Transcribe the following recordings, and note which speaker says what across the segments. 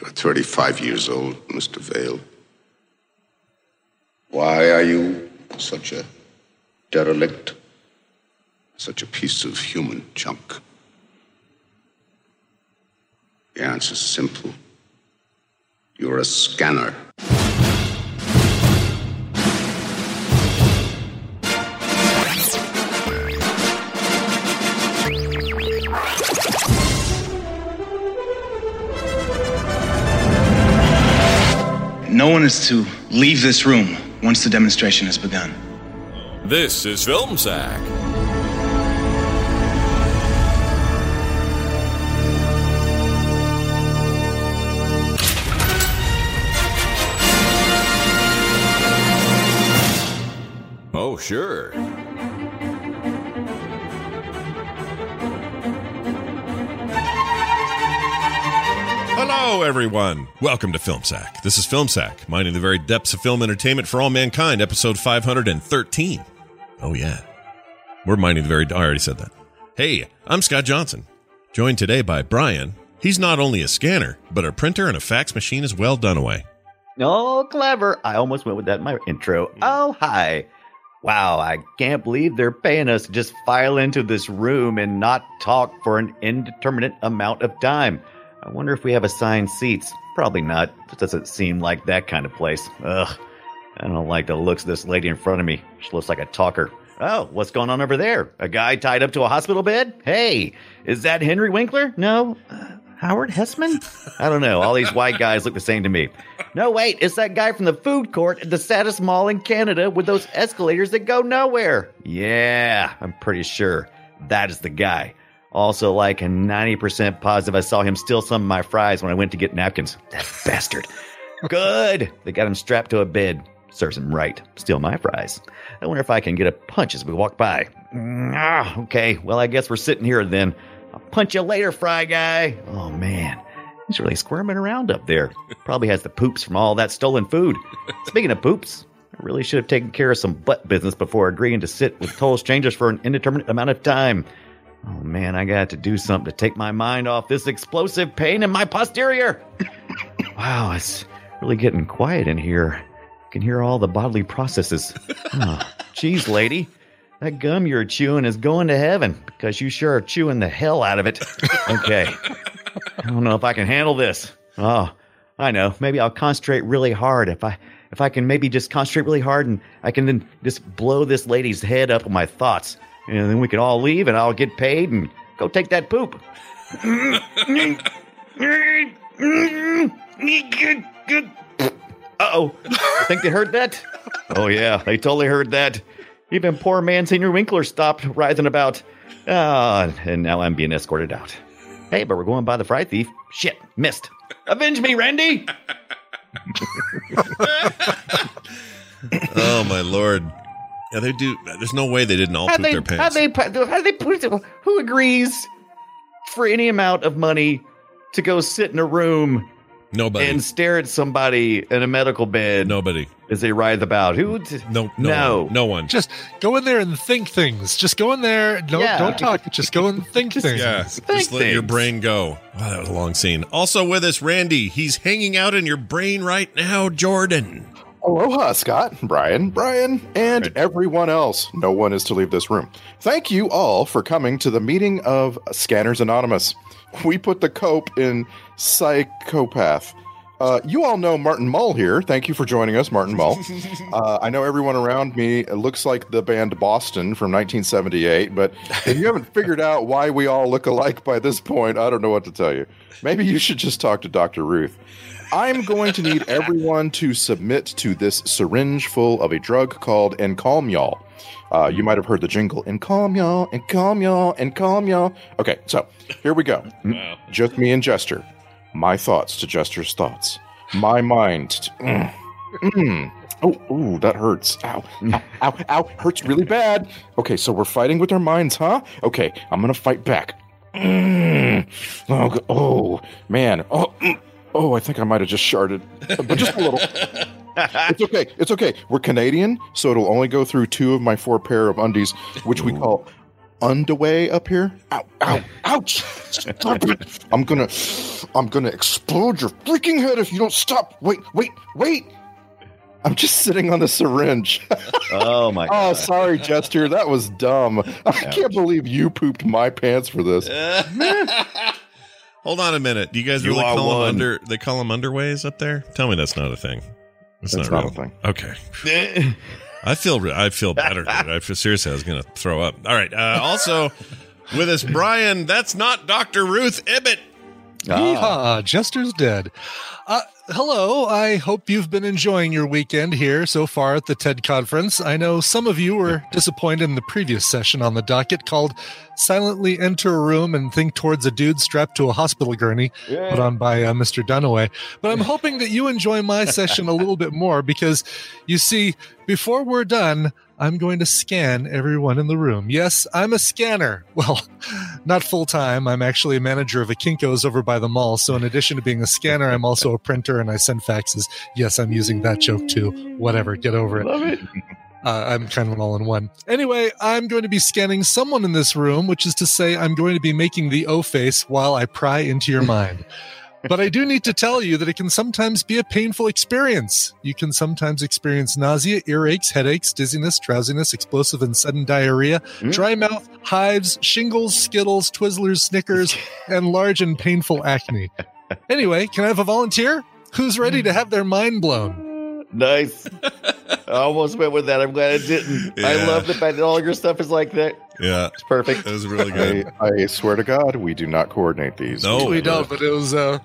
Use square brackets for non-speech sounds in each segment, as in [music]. Speaker 1: You're 35 years old, Mr. Vale. Why are you such a derelict? Such a piece of human junk? The answer's simple. You're a scanner.
Speaker 2: No one is to leave this room once the demonstration has begun.
Speaker 3: This is Film Sack. Oh, sure.
Speaker 4: Hello, everyone. Welcome to Film Sack. This is Film Sack, mining the very depths of film entertainment for all mankind, episode 513. Oh, yeah. We're mining the very. I already said that. Hey, I'm Scott Johnson, joined today by Brian. He's not only a scanner, but a printer and a fax machine as well, Dunaway.
Speaker 5: Oh, clever. I almost went with that in my intro. Oh, hi. Wow, I can't believe they're paying us to just file into this room and not talk for an indeterminate amount of time. I wonder if we have assigned seats. Probably not. This doesn't seem like that kind of place. Ugh. I don't like the looks of this lady in front of me. She looks like a talker. Oh, what's going on over there? A guy tied up to a hospital bed? Hey, is that Henry Winkler? No. Uh, Howard Hessman? [laughs] I don't know. All these white guys look the same to me. No, wait, it's that guy from the food court at the saddest mall in Canada with those escalators that go nowhere. Yeah, I'm pretty sure that is the guy. Also, like 90% positive, I saw him steal some of my fries when I went to get napkins. That bastard. Good. They got him strapped to a bed. Serves him right. Steal my fries. I wonder if I can get a punch as we walk by. Mm, ah, okay. Well, I guess we're sitting here then. I'll punch you later, fry guy. Oh, man. He's really squirming around up there. Probably has the poops from all that stolen food. Speaking of poops, I really should have taken care of some butt business before agreeing to sit with total strangers for an indeterminate amount of time. Oh man, I got to do something to take my mind off this explosive pain in my posterior. wow, it's really getting quiet in here. I can hear all the bodily processes. Oh, Jeez, lady. That gum you're chewing is going to heaven because you sure are chewing the hell out of it. Okay. I don't know if I can handle this. Oh, I know. Maybe I'll concentrate really hard if I if I can maybe just concentrate really hard and I can then just blow this lady's head up with my thoughts. And then we can all leave and I'll get paid and go take that poop. Uh oh. Think they heard that? Oh, yeah. They totally heard that. Even poor man Senior Winkler stopped writhing about. Ah, and now I'm being escorted out. Hey, but we're going by the fry thief. Shit, missed. Avenge me, Randy!
Speaker 4: Oh, my lord. Yeah, they do. There's no way they didn't all
Speaker 5: How
Speaker 4: poop
Speaker 5: they,
Speaker 4: their
Speaker 5: how
Speaker 4: pants.
Speaker 5: they, how they put it, who agrees for any amount of money to go sit in a room
Speaker 4: Nobody.
Speaker 5: and stare at somebody in a medical bed
Speaker 4: Nobody.
Speaker 5: as they writhe about? Who? t-
Speaker 4: No, no,
Speaker 5: no.
Speaker 4: One. No one.
Speaker 6: Just go in there and think things. Just go in there. No,
Speaker 5: Yeah.
Speaker 6: don't talk. Just go and think
Speaker 5: [laughs] Just-
Speaker 6: things.
Speaker 4: Yeah,
Speaker 5: Thank
Speaker 4: just let your
Speaker 5: things.
Speaker 4: brain go. Wow, that was a long scene. Also with us, Randy. He's hanging out in your brain right now, Jordan.
Speaker 7: Aloha, Scott, Brian, Brian, and everyone else. No one is to leave this room. Thank you all for coming to the meeting of Scanners Anonymous. [laughs] We put the cope in psychopath. Uh, you all know Martin Mull here. Thank you for joining us, Martin Mull. Uh, I know everyone around me it looks like the band Boston from 1978, but if you haven't figured out why we all look alike by this point, I don't know what to tell you. Maybe you should just talk to Dr. Ruth. I'm going to need everyone to submit to this syringe full of a drug called Encalm Y'all. Uh, you might have heard the jingle Encalm Y'all, Encalm Y'all, Encalm Y'all. Okay, so here we go. Just me and Jester. My thoughts to Jester's thoughts. My mind. To, mm, mm. Oh, ooh, that hurts. Ow, ow, ow, ow, hurts really bad. Okay, so we're fighting with our minds, huh? Okay, I'm gonna fight back. Mm. Oh, g- oh, man. Oh, mm. oh, I think I might have just sharded, but just a
Speaker 5: [laughs]
Speaker 7: little. it's okay. It's okay. We're Canadian, so it'll only go through two of my four pair of undies, which we call underway up here. Ow, ow, ouch! Stop it! I'm gonna, I'm gonna explode your freaking head if you don't stop. Wait, wait, wait! I'm just sitting on the syringe.
Speaker 5: Oh my god.
Speaker 7: Oh, sorry, Jester. That was dumb. I can't believe you pooped my pants for this.
Speaker 4: Hold on a minute. Do you guys
Speaker 7: You
Speaker 4: really
Speaker 7: are
Speaker 4: call
Speaker 7: one.
Speaker 4: them under? They call them underways up there. Tell me that's not a thing. It's
Speaker 7: That's
Speaker 4: not,
Speaker 7: not a
Speaker 4: real. Okay.
Speaker 5: [laughs]
Speaker 4: I feel re- I feel better, dude. I feel seriously. I was gonna throw up. All right. Uh, also with us, Brian. That's not Doctor Ruth Ibbett.
Speaker 5: Ah.
Speaker 6: Yeehaw, Jester's dead. Uh, hello, I hope you've been enjoying your weekend here so far at the TED conference. I know some of you were disappointed in the previous session on the docket called Silently Enter a Room and Think Towards a Dude Strapped to a Hospital Gurney, put on by uh, Mr. Dunaway. But I'm hoping that you enjoy my session a little bit more because you see, before we're done, I'm going to scan everyone in the room. Yes, I'm a scanner. [laughs] Well, not full time. I'm actually a manager of a Kinko's over by the mall. So, in addition to being a scanner, I'm also a printer and I send faxes. Yes, I'm using that joke too. Whatever, get over it. Love it. Uh, I'm kind of an all in one. Anyway, I'm going to be scanning someone in this room, which is to say, I'm going to be making the O face while I pry into [laughs] your mind. but I do need to tell you that it can sometimes be a painful experience. You can sometimes experience nausea, earaches, headaches, dizziness, drowsiness, explosive and sudden diarrhea, dry mouth, hives, shingles, skittles, twizzlers, snickers, and large and painful acne. Anyway, can I have a volunteer? Who's ready to have their mind blown?
Speaker 5: [laughs] Nice. I almost went with that. I'm glad I didn't. I
Speaker 7: Yeah.
Speaker 5: love the fact that all your stuff is like that.
Speaker 4: Yeah,
Speaker 5: it's perfect.
Speaker 4: That was
Speaker 7: I, I swear to God, we do not coordinate these.
Speaker 6: we don't, but it was. Uh,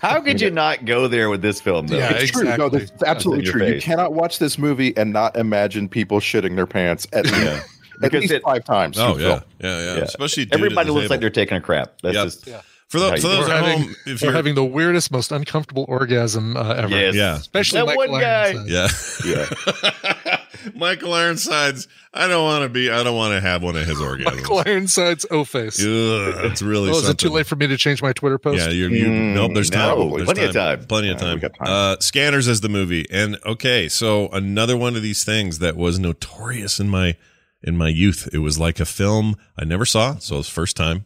Speaker 5: How could you not go there with this film? Though?
Speaker 7: Yeah, it's true. No, that's absolutely
Speaker 5: Your
Speaker 7: true. You
Speaker 5: face.
Speaker 7: cannot watch this movie and not imagine people shitting their pants at least, at
Speaker 5: Because
Speaker 7: least
Speaker 5: it-
Speaker 7: five times.
Speaker 4: Oh
Speaker 7: through
Speaker 4: yeah.
Speaker 7: film.
Speaker 4: yeah, yeah,
Speaker 5: Yeah.
Speaker 4: Especially dude
Speaker 5: Everybody
Speaker 4: at the
Speaker 5: looks
Speaker 4: table.
Speaker 5: like they're taking a crap. That's
Speaker 4: Yep.
Speaker 5: just
Speaker 4: For tho-
Speaker 5: how you
Speaker 4: for
Speaker 5: do
Speaker 4: those
Speaker 5: it.
Speaker 4: at home,
Speaker 6: if
Speaker 4: if
Speaker 6: you're
Speaker 4: you're-
Speaker 6: having the weirdest, most uncomfortable orgasm uh, ever.
Speaker 4: Yes. Yeah.
Speaker 6: Especially
Speaker 4: That
Speaker 6: Michael
Speaker 4: one guy.
Speaker 6: Ironside.
Speaker 4: Yeah. [laughs] Michael Ironsides. I don't want to be. I don't want to have one
Speaker 6: [laughs]
Speaker 4: of his orgasms.
Speaker 6: Michael Ironside's O "Oh, face.
Speaker 4: Ugh, that's really
Speaker 6: Oh, is it too
Speaker 4: something.
Speaker 6: late for me to change my Twitter post?
Speaker 4: Yeah, you're, you nope. There's time. There's Mm, Plenty of time. Uh, Scanners is the movie, and okay, so another one of these things that was notorious in my in my youth. It was like a film I never saw, so it was first time,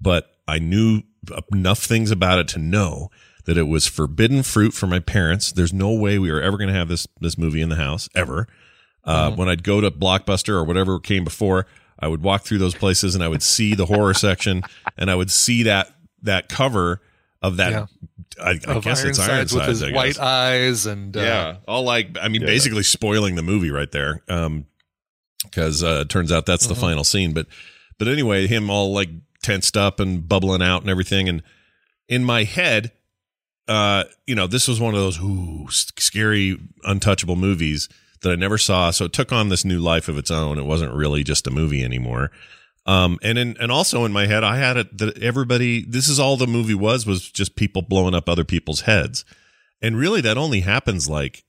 Speaker 4: but I knew enough things about it to know that it was forbidden fruit for my parents. There's no way we were ever going to have this this movie in the house ever. Uh,
Speaker 6: Mm-hmm.
Speaker 4: When I'd go to Blockbuster or whatever came before, I would walk through those places and I would see the horror section and I would see that that cover of that.
Speaker 6: Yeah.
Speaker 4: I, I
Speaker 6: Of
Speaker 4: guess it's
Speaker 6: Ironsides with
Speaker 4: Ironsides,
Speaker 6: his
Speaker 4: I guess.
Speaker 6: white eyes and uh,
Speaker 4: yeah, all like I mean,
Speaker 6: Yeah.
Speaker 4: basically spoiling the movie right there. Um, because uh, it turns out that's the
Speaker 6: Mhm.
Speaker 4: final scene. But but anyway, him all like tensed up and bubbling out and everything. And in my head, uh, you know, this was one of those ooh s- scary, untouchable movies that I never saw. So it took on this new life of its own. It wasn't really just a movie anymore. Um, and in, and also in my head, I had it that everybody, this is all the movie was, was just people blowing up other people's heads. And really that only happens like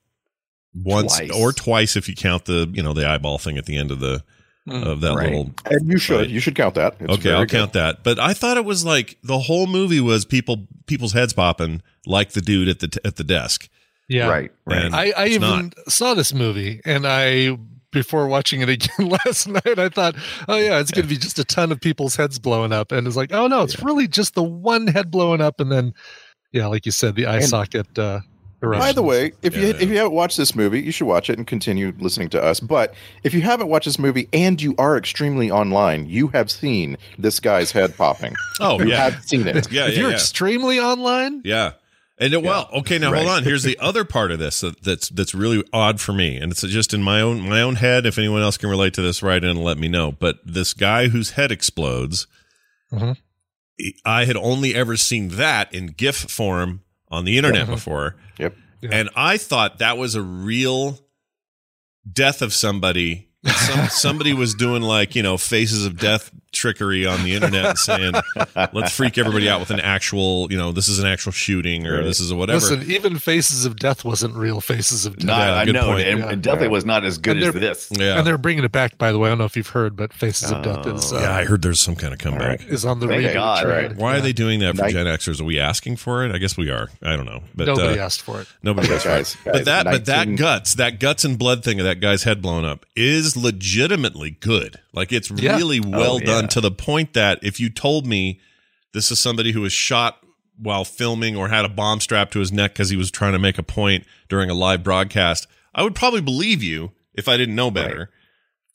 Speaker 4: once
Speaker 7: Twice.
Speaker 4: or twice if you count the, you know, the eyeball thing at the end of the,
Speaker 7: Mm.
Speaker 4: of that
Speaker 7: Right.
Speaker 4: little.
Speaker 7: And you should.
Speaker 4: Right.
Speaker 7: You should count that. It's
Speaker 4: okay.
Speaker 7: very
Speaker 4: I'll
Speaker 7: good.
Speaker 4: count that. But I thought it was like the whole movie was people, people's heads popping like the dude at the, t- at the desk.
Speaker 6: Yeah.
Speaker 4: And
Speaker 6: I, I
Speaker 4: it's
Speaker 6: even
Speaker 4: not.
Speaker 6: saw this movie and I before watching it again [laughs] last night, I thought, oh yeah, it's gonna be just a ton of people's heads blowing up. And it's like, oh no, it's really just the one head blowing up and then yeah, like you said, the eye
Speaker 7: And-
Speaker 6: socket uh
Speaker 7: By the way, if you if you haven't watched this movie, you should watch it and continue listening to us. But if you haven't watched this movie and you are extremely online, you have seen this guy's
Speaker 5: [laughs]
Speaker 7: head popping.
Speaker 4: Oh,
Speaker 7: you
Speaker 4: yeah.
Speaker 7: have seen it.
Speaker 4: Yeah, If yeah, you're yeah.
Speaker 6: extremely online,
Speaker 4: Yeah. And it, well, okay, now hold
Speaker 7: Right.
Speaker 4: on. Here's the other part of this that, that's that's really odd for me, and it's just in my own my own head. If anyone else can relate to this, write in and let me know. But this guy whose head explodes,
Speaker 7: Mm-hmm.
Speaker 6: Mhm.
Speaker 4: I had only ever seen that in GIF form on the internet
Speaker 7: Mhm.
Speaker 4: before.
Speaker 7: Yep.
Speaker 4: And I thought that was a real death of somebody.
Speaker 6: [laughs]
Speaker 4: Some, somebody was doing like, you know, faces of death trickery on the internet and saying, let's freak everybody out with an actual, you know, this is an actual shooting or this is a whatever.
Speaker 6: Listen, even Faces of Death wasn't real Faces of Death.
Speaker 4: No, I good know, point. and- and definitely was
Speaker 5: not as good
Speaker 6: And
Speaker 5: as
Speaker 6: they're-
Speaker 5: this.
Speaker 4: Yeah.
Speaker 6: And they're bringing it back, by the way. I don't know if you've heard, but Faces of Death is, uh,
Speaker 4: Oh. yeah, I heard there's some kind of comeback.
Speaker 6: is on the
Speaker 5: Thank
Speaker 6: radio.
Speaker 5: God,
Speaker 6: train.
Speaker 5: right.
Speaker 4: Why are
Speaker 6: Yeah.
Speaker 4: they doing that for
Speaker 6: Night-
Speaker 4: Gen Xers? Are we asking for it? I guess we are. I don't know. But
Speaker 6: Nobody
Speaker 4: uh,
Speaker 6: asked for it.
Speaker 4: Nobody
Speaker 7: Okay,
Speaker 4: asked for
Speaker 7: guys,
Speaker 4: it.
Speaker 7: guys,
Speaker 4: But that but that
Speaker 7: 19
Speaker 4: guts, that guts and blood thing of that guy's head blown up is legitimately good. Like it's
Speaker 6: Yeah.
Speaker 4: really well
Speaker 5: Oh, yeah.
Speaker 4: done to the point that if you told me this is somebody who was shot while filming or had a bomb strapped to his neck because he was trying to make a point during a live broadcast, I would probably believe you if I didn't know better.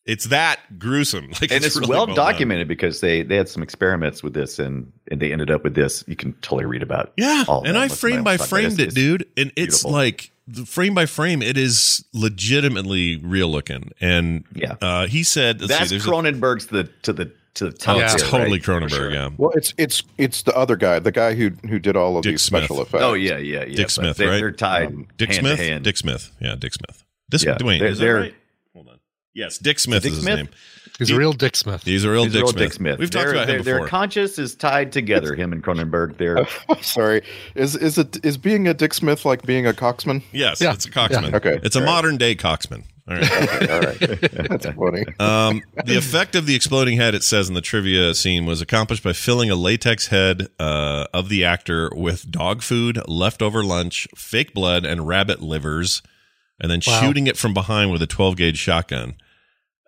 Speaker 4: It's that gruesome. [laughs] Like
Speaker 5: and it's,
Speaker 4: really
Speaker 5: well,
Speaker 4: done.
Speaker 5: documented because they they had some experiments with this and and they ended up with this. You can totally read about.
Speaker 4: Yeah,
Speaker 5: all of
Speaker 4: and
Speaker 5: that.
Speaker 4: I
Speaker 5: Listen,
Speaker 4: frame by
Speaker 5: don't talk about
Speaker 4: framed it,
Speaker 5: It's-
Speaker 4: dude, and it's
Speaker 5: beautiful.
Speaker 4: like the frame by frame, it is legitimately real looking. And
Speaker 5: Yeah.
Speaker 4: uh, he said let's see,
Speaker 5: That's
Speaker 4: there's a-
Speaker 5: Cronenberg's to the to the to the
Speaker 4: oh,
Speaker 5: top.
Speaker 4: it's
Speaker 5: tier, right?
Speaker 4: totally
Speaker 5: For
Speaker 4: Cronenberg.
Speaker 5: sure.
Speaker 4: Yeah,
Speaker 7: Well, it's it's it's the other guy, the guy who who did all of
Speaker 4: Dick
Speaker 7: these
Speaker 4: Smith.
Speaker 7: special effects.
Speaker 5: Oh yeah, yeah, yeah.
Speaker 4: Dick
Speaker 5: but
Speaker 4: Smith,
Speaker 5: they,
Speaker 4: right?
Speaker 5: They're tied.
Speaker 7: Um,
Speaker 4: Dick
Speaker 5: hand
Speaker 4: Smith,
Speaker 5: To hand.
Speaker 4: Dick Smith, yeah, Dick Smith. This
Speaker 5: Yeah,
Speaker 4: Dwayne
Speaker 5: they're-
Speaker 4: is
Speaker 5: they're-
Speaker 4: that right? Hold on. Yes, Dick Smith
Speaker 5: Dick
Speaker 4: is his
Speaker 5: Smith?
Speaker 4: name.
Speaker 6: He's a real Dick Smith.
Speaker 4: He's a real,
Speaker 5: He's
Speaker 4: Dick,
Speaker 5: real
Speaker 4: Smith.
Speaker 5: Dick Smith.
Speaker 4: We've talked
Speaker 5: Their-
Speaker 4: about him
Speaker 5: their-
Speaker 4: before.
Speaker 5: Their conscience is tied together. Him and Cronenberg. They're
Speaker 6: Oh.
Speaker 7: Sorry, is is it is being a Dick Smith like being a coxman?
Speaker 4: yes,
Speaker 6: Yeah.
Speaker 4: it's a coxman.
Speaker 7: Yeah. Okay.
Speaker 4: it's a
Speaker 7: All right.
Speaker 4: modern day coxman. All right.
Speaker 7: All right,
Speaker 4: [laughs]
Speaker 7: that's funny.
Speaker 4: Um, the effect of the exploding head, it says in the trivia scene, was accomplished by filling a latex head uh, of the actor with dog food, leftover lunch, fake blood, and rabbit livers, and then
Speaker 6: Wow.
Speaker 4: shooting it from behind with a 12 gauge shotgun.